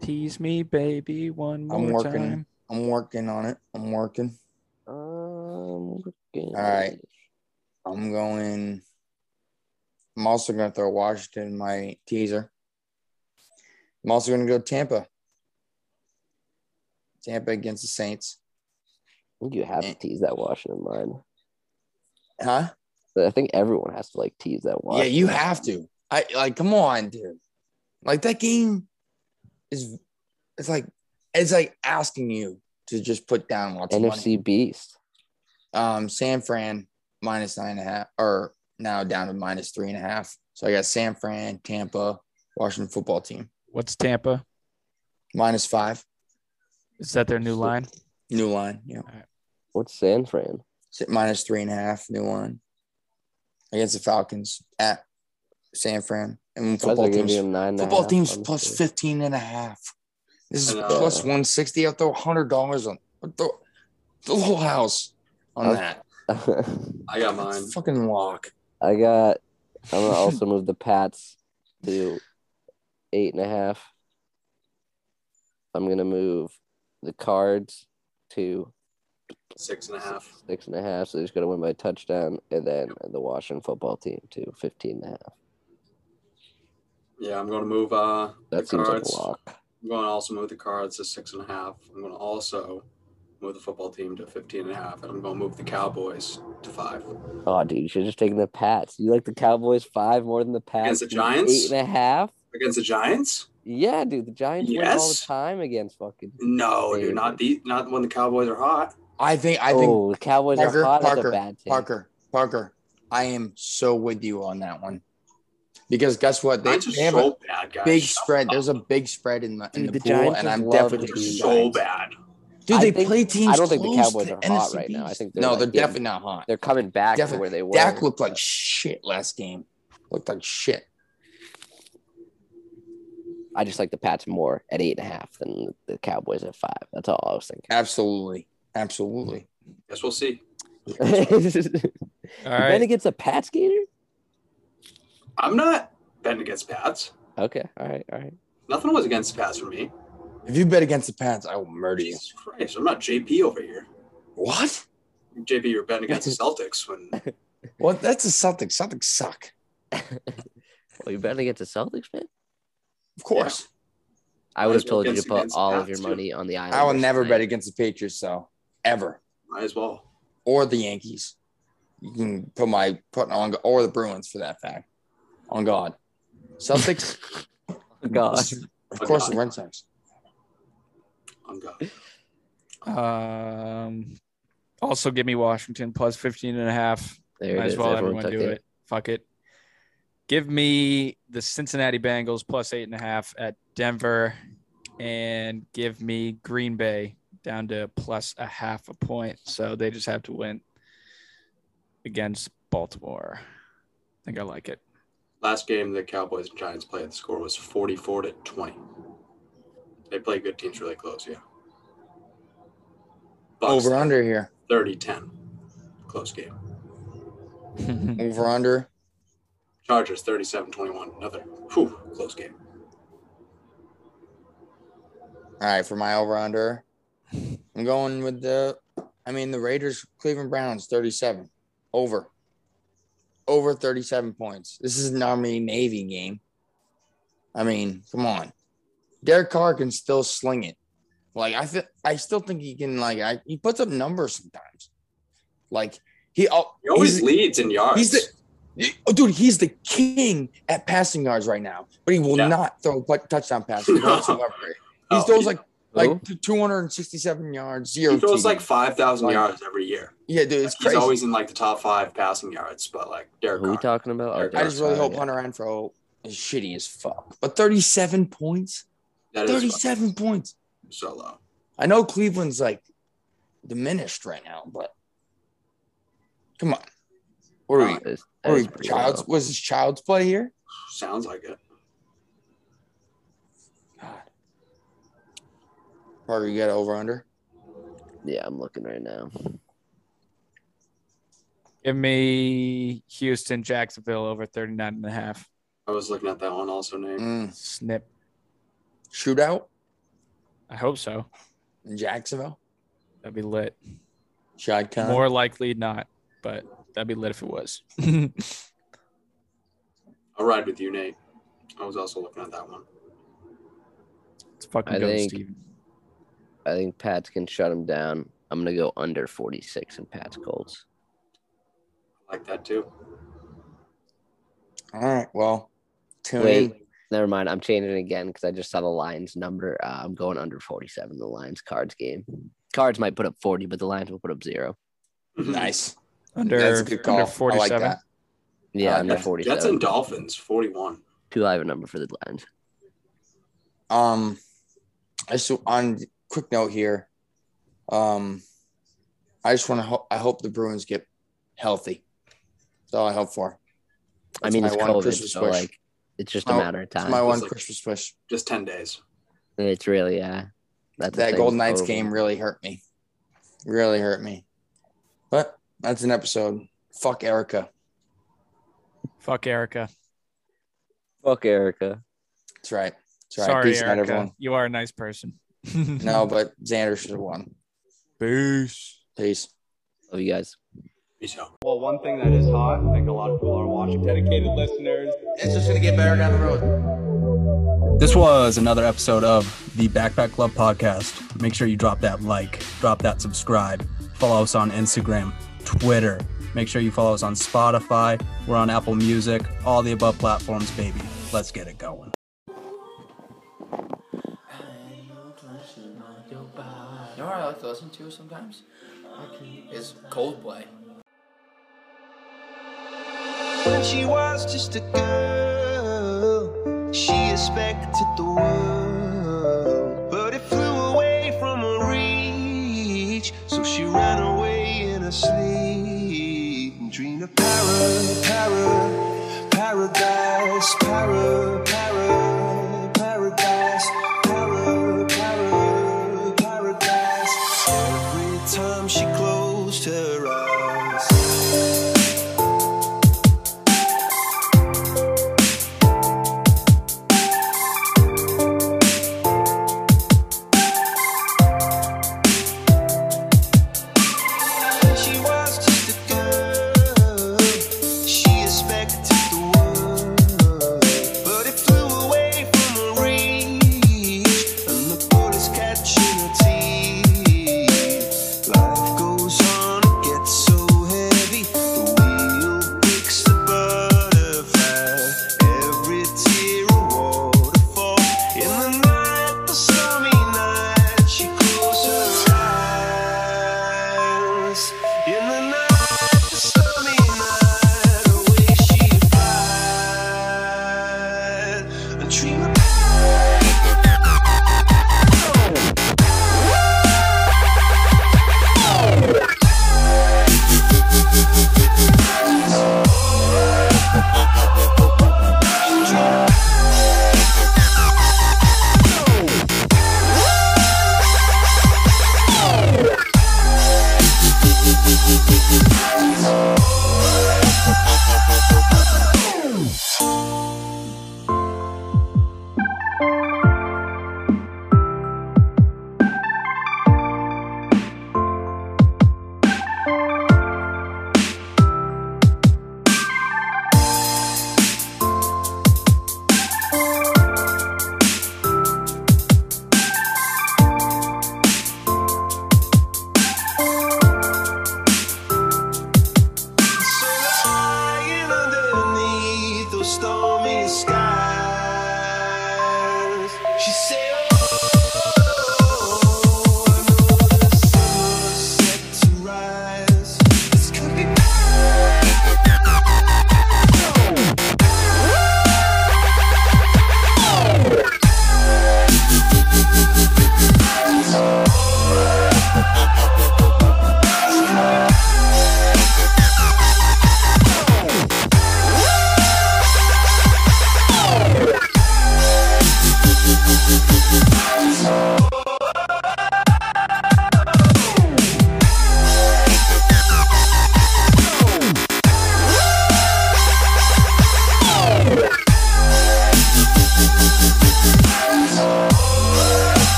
Speaker 9: Tease me, baby, one more
Speaker 7: I'm working.
Speaker 9: time.
Speaker 7: I'm working on it. I'm working.
Speaker 10: Um, All
Speaker 7: right. I'm going. I'm also going to throw Washington in my teaser. I'm also going to go Tampa. Tampa against the Saints.
Speaker 10: You have
Speaker 7: Eh.
Speaker 10: to tease that Washington line.
Speaker 7: Huh?
Speaker 10: But I think everyone has to like tease that
Speaker 7: Yeah,
Speaker 10: Washington.
Speaker 7: you have to. I like. Come on, dude. Like that game is. It's like it's like asking you to just put down lots of money.
Speaker 10: NFC beast.
Speaker 7: Um, San Fran minus nine and a half, or now down to minus three and a half. So I got San Fran, Tampa, Washington football team
Speaker 9: What's Tampa?
Speaker 7: minus five.
Speaker 9: Is that their new line?
Speaker 7: New line, yeah.
Speaker 10: What's San Fran?
Speaker 7: Sit minus three and a half, new line. Against the Falcons at San Fran. And
Speaker 10: Why is
Speaker 7: football
Speaker 10: they giving
Speaker 7: teams,
Speaker 10: them nine and a
Speaker 7: football
Speaker 10: half,
Speaker 7: teams
Speaker 10: honestly?
Speaker 7: plus 15 and a half. This is
Speaker 8: I know.
Speaker 7: plus 160. I'll throw $100 on I'll throw the whole house on
Speaker 10: Okay.
Speaker 7: that.
Speaker 8: I got mine.
Speaker 7: Fucking lock.
Speaker 10: I got. I'm gonna also move the Pats to eight and a half. I'm gonna move the Cards to
Speaker 8: Six and a half.
Speaker 10: six and a half. So they're just gonna win by a touchdown, and then the Washington football team to 15 and a half.
Speaker 8: Yeah, I'm going to move uh,
Speaker 10: That
Speaker 8: the
Speaker 10: seems like
Speaker 8: cards.
Speaker 10: a lock.
Speaker 8: I'm going to also move the cards to six and a half. I'm going to also move the football team to 15 and a half. And I'm going to move the Cowboys to five.
Speaker 10: Oh, dude, you should have just taken the Pats. You like the Cowboys five more than the Pats?
Speaker 8: Against the Giants?
Speaker 10: eight and a half.
Speaker 8: Against the Giants?
Speaker 10: Yeah, dude, the Giants win all the
Speaker 8: Yes.
Speaker 10: time against fucking.
Speaker 8: No, dude, not the not when the Cowboys are hot.
Speaker 7: I think I think
Speaker 10: oh, the Cowboys
Speaker 7: Parker,
Speaker 10: are hot. That's a
Speaker 7: Parker,
Speaker 10: bad team.
Speaker 7: Parker, Parker. I am so with you on that one. Because guess what? They,
Speaker 8: Giants are
Speaker 7: they have
Speaker 8: so
Speaker 7: a
Speaker 8: bad, guys.
Speaker 7: big spread. There's a big spread in the, in
Speaker 10: Dude,
Speaker 7: the,
Speaker 10: the
Speaker 7: pool,
Speaker 10: Giants
Speaker 7: and
Speaker 10: just
Speaker 7: I'm
Speaker 10: love
Speaker 7: definitely
Speaker 10: to
Speaker 8: They're
Speaker 10: do
Speaker 7: taking the
Speaker 8: so
Speaker 7: Giants.
Speaker 8: bad.
Speaker 7: Dude,
Speaker 10: I
Speaker 7: they
Speaker 10: think-
Speaker 7: play teams.
Speaker 10: I don't think the
Speaker 7: close
Speaker 10: Cowboys
Speaker 7: to
Speaker 10: are hot
Speaker 7: NFC
Speaker 10: right now. I
Speaker 7: East.
Speaker 10: think they're
Speaker 7: no,
Speaker 10: like
Speaker 7: they're
Speaker 10: getting-
Speaker 7: definitely not hot.
Speaker 10: They're coming back
Speaker 7: Defi-
Speaker 10: to where they were.
Speaker 7: Dak looked like shit last game. Looked like shit.
Speaker 10: I just like the Pats more at eight and a half than the Cowboys at five. That's all I was
Speaker 7: Absolutely, absolutely.
Speaker 8: Guess we'll see.
Speaker 10: thinking.
Speaker 9: All
Speaker 10: Right. Ben
Speaker 9: right.
Speaker 10: against a Pats gator?
Speaker 8: I'm not betting against Pats.
Speaker 10: Okay. All right. All right.
Speaker 8: Nothing was against Pats for me.
Speaker 7: If you bet against the Pats, I will murder you.
Speaker 8: Jesus Christ, I'm not JP over here.
Speaker 7: What?
Speaker 8: JP, you're betting against the Celtics when
Speaker 7: What? That's the Celtics. Celtics suck.
Speaker 10: Well, you betting against the Celtics, man?
Speaker 7: Of course.
Speaker 10: I would have
Speaker 8: Might as well
Speaker 10: told you to
Speaker 8: against-
Speaker 10: put
Speaker 8: against
Speaker 10: all of
Speaker 8: Pats,
Speaker 10: your
Speaker 8: too.
Speaker 10: money on the island.
Speaker 7: I will never bet against the Patriots, so ever.
Speaker 8: might as well.
Speaker 7: or the Yankees. You can put my put on or the Bruins for that fact. On God, Celtics,
Speaker 10: God.
Speaker 7: of course the Red Sox.
Speaker 8: I'm God.
Speaker 9: Um, also, give me Washington plus 15 and a half.
Speaker 10: There
Speaker 9: Might
Speaker 10: it
Speaker 9: as
Speaker 10: is.
Speaker 9: well
Speaker 10: Everyone
Speaker 9: everyone,
Speaker 10: took
Speaker 9: do it.
Speaker 10: it.
Speaker 9: Fuck it. Give me the Cincinnati Bengals plus eight and a half at Denver, and give me Green Bay down to plus a half a point. So they just have to win against Baltimore. I think I like it.
Speaker 8: Last game the Cowboys and Giants played, the score was 44 to 20. They play good teams really close, yeah.
Speaker 7: Over under here.
Speaker 8: 30 10. Close game.
Speaker 7: Over under.
Speaker 8: Chargers 37 21. Another whew, close game.
Speaker 7: All right, for my over under, I'm going with the. I mean, the Raiders, Cleveland Browns, 37 over. Over 37 points. This is an Army Navy game. I mean, come on. Derek Carr can still sling it. Like I feel, I still think he can. Like I, he puts up numbers sometimes. Like he, al-
Speaker 8: He always
Speaker 7: he's-
Speaker 8: leads in yards.
Speaker 7: He's the Oh, dude, he's the king at passing yards right now, but he will
Speaker 8: Yeah.
Speaker 7: not throw but touchdown passes
Speaker 8: No.
Speaker 7: whatsoever. He
Speaker 8: Oh,
Speaker 7: throws
Speaker 8: he-
Speaker 7: like like t- 267 yards, zero.
Speaker 8: He throws
Speaker 7: TDs.
Speaker 8: like 5,000
Speaker 7: Like-
Speaker 8: yards every year.
Speaker 7: yeah, dude, it's
Speaker 8: He's
Speaker 7: crazy.
Speaker 8: always in like the top five passing yards, but like Derek
Speaker 10: Who are we
Speaker 8: Carr.
Speaker 10: talking about? Oh,
Speaker 8: Derek
Speaker 7: I just really
Speaker 10: Carr,
Speaker 7: hope
Speaker 10: yeah.
Speaker 7: Hunter Renfro is shitty as fuck. But 37 points,
Speaker 8: That is
Speaker 7: 37 points.
Speaker 8: fucking so low.
Speaker 7: I know Cleveland's like diminished right now, but come on. What are we?
Speaker 10: That is- that
Speaker 7: What are
Speaker 10: is
Speaker 7: we
Speaker 10: pretty
Speaker 7: child's,
Speaker 10: low.
Speaker 7: was this child's play here?
Speaker 8: Sounds like it.
Speaker 7: God. Parker, you got over under?
Speaker 10: Yeah, I'm looking right now.
Speaker 9: Give me Houston, Jacksonville over 39 and a half.
Speaker 8: I was looking at that one also, Nate.
Speaker 7: Mm.
Speaker 9: Snip.
Speaker 7: Shootout
Speaker 9: I hope so.
Speaker 7: in Jacksonville?
Speaker 9: That'd be lit.
Speaker 7: Shot con.
Speaker 9: More likely not, but that'd be lit if it was.
Speaker 8: I'll ride with you, Nate. I was also looking at that one.
Speaker 9: It's fucking
Speaker 10: I
Speaker 9: go,
Speaker 10: think-
Speaker 9: Steven.
Speaker 10: I think Pats can shut him down. I'm gonna go under 46 in Pats Colts.
Speaker 8: I like that too.
Speaker 7: All right. Well, tune in.
Speaker 10: Wait, never mind. I'm changing it again because I just saw the Lions number. Uh, I'm going under 47. in The Lions Cards game. Cards might put up 40, but the Lions will put up zero.
Speaker 7: Nice.
Speaker 9: Under,
Speaker 7: That's a good call.
Speaker 9: under
Speaker 7: I like
Speaker 9: 47.
Speaker 7: that.
Speaker 10: Yeah,
Speaker 7: like
Speaker 10: under
Speaker 8: Jets- Jets
Speaker 10: 47.
Speaker 8: and Dolphins, 41.
Speaker 10: Too high of a number for the Lions.
Speaker 7: Um, I just on quick note here. Um, I just want to. Ho- I hope the Bruins get healthy. That's all I hope for.
Speaker 10: I
Speaker 7: That's
Speaker 10: mean,
Speaker 7: my
Speaker 10: it's
Speaker 7: one
Speaker 10: COVID,
Speaker 7: Christmas
Speaker 10: so
Speaker 7: wish.
Speaker 10: like, it's just a
Speaker 7: My-
Speaker 10: matter of
Speaker 7: It's
Speaker 10: time.
Speaker 7: my one
Speaker 8: like-
Speaker 7: Christmas wish.
Speaker 8: Just 10 days.
Speaker 10: It's really yeah. That's the
Speaker 7: that
Speaker 10: thing,
Speaker 7: Golden
Speaker 10: it's
Speaker 7: Knights
Speaker 10: over.
Speaker 7: game really hurt me. Really hurt me. But that's an episode. Fuck Erica.
Speaker 9: Fuck Erica.
Speaker 10: Fuck Erica.
Speaker 7: That's right. That's right.
Speaker 9: Sorry,
Speaker 7: Peace out,
Speaker 9: Erica.
Speaker 7: everyone.
Speaker 9: You are a nice person.
Speaker 7: No, but Xander should have won.
Speaker 9: Peace.
Speaker 7: Peace.
Speaker 10: Love you guys.
Speaker 8: Peace out.
Speaker 13: Well, one thing that is hot, I think a lot of people are watching. Dedicated listeners.
Speaker 14: It's just gonna get better down the road.
Speaker 15: This was another episode of the Backpack Club podcast. Make sure you drop that like, drop that subscribe, follow us on Instagram, Twitter. Make sure you follow us on Spotify. We're on Apple Music, all the above platforms, baby. Let's get it going.
Speaker 14: You know what I like to listen to sometimes? Is Coldplay.
Speaker 16: When she was just a girl, she expected the world, but it flew away from her reach. So she ran away in her sleep and dreamed of para, para, paradise, para, para, paradise, para, para, paradise. Every time she closed her eyes. She was just a girl. She expected the world, but it flew away from her reach, and the bullets catching her teeth. Life goes on, it gets so heavy. The wheel picks the butterfly. Every tear a waterfall. In the night, the stormy night, she closed her eyes. In the night, the stormy night, away she flies. A dream of Dream. stormy sky. "Oh,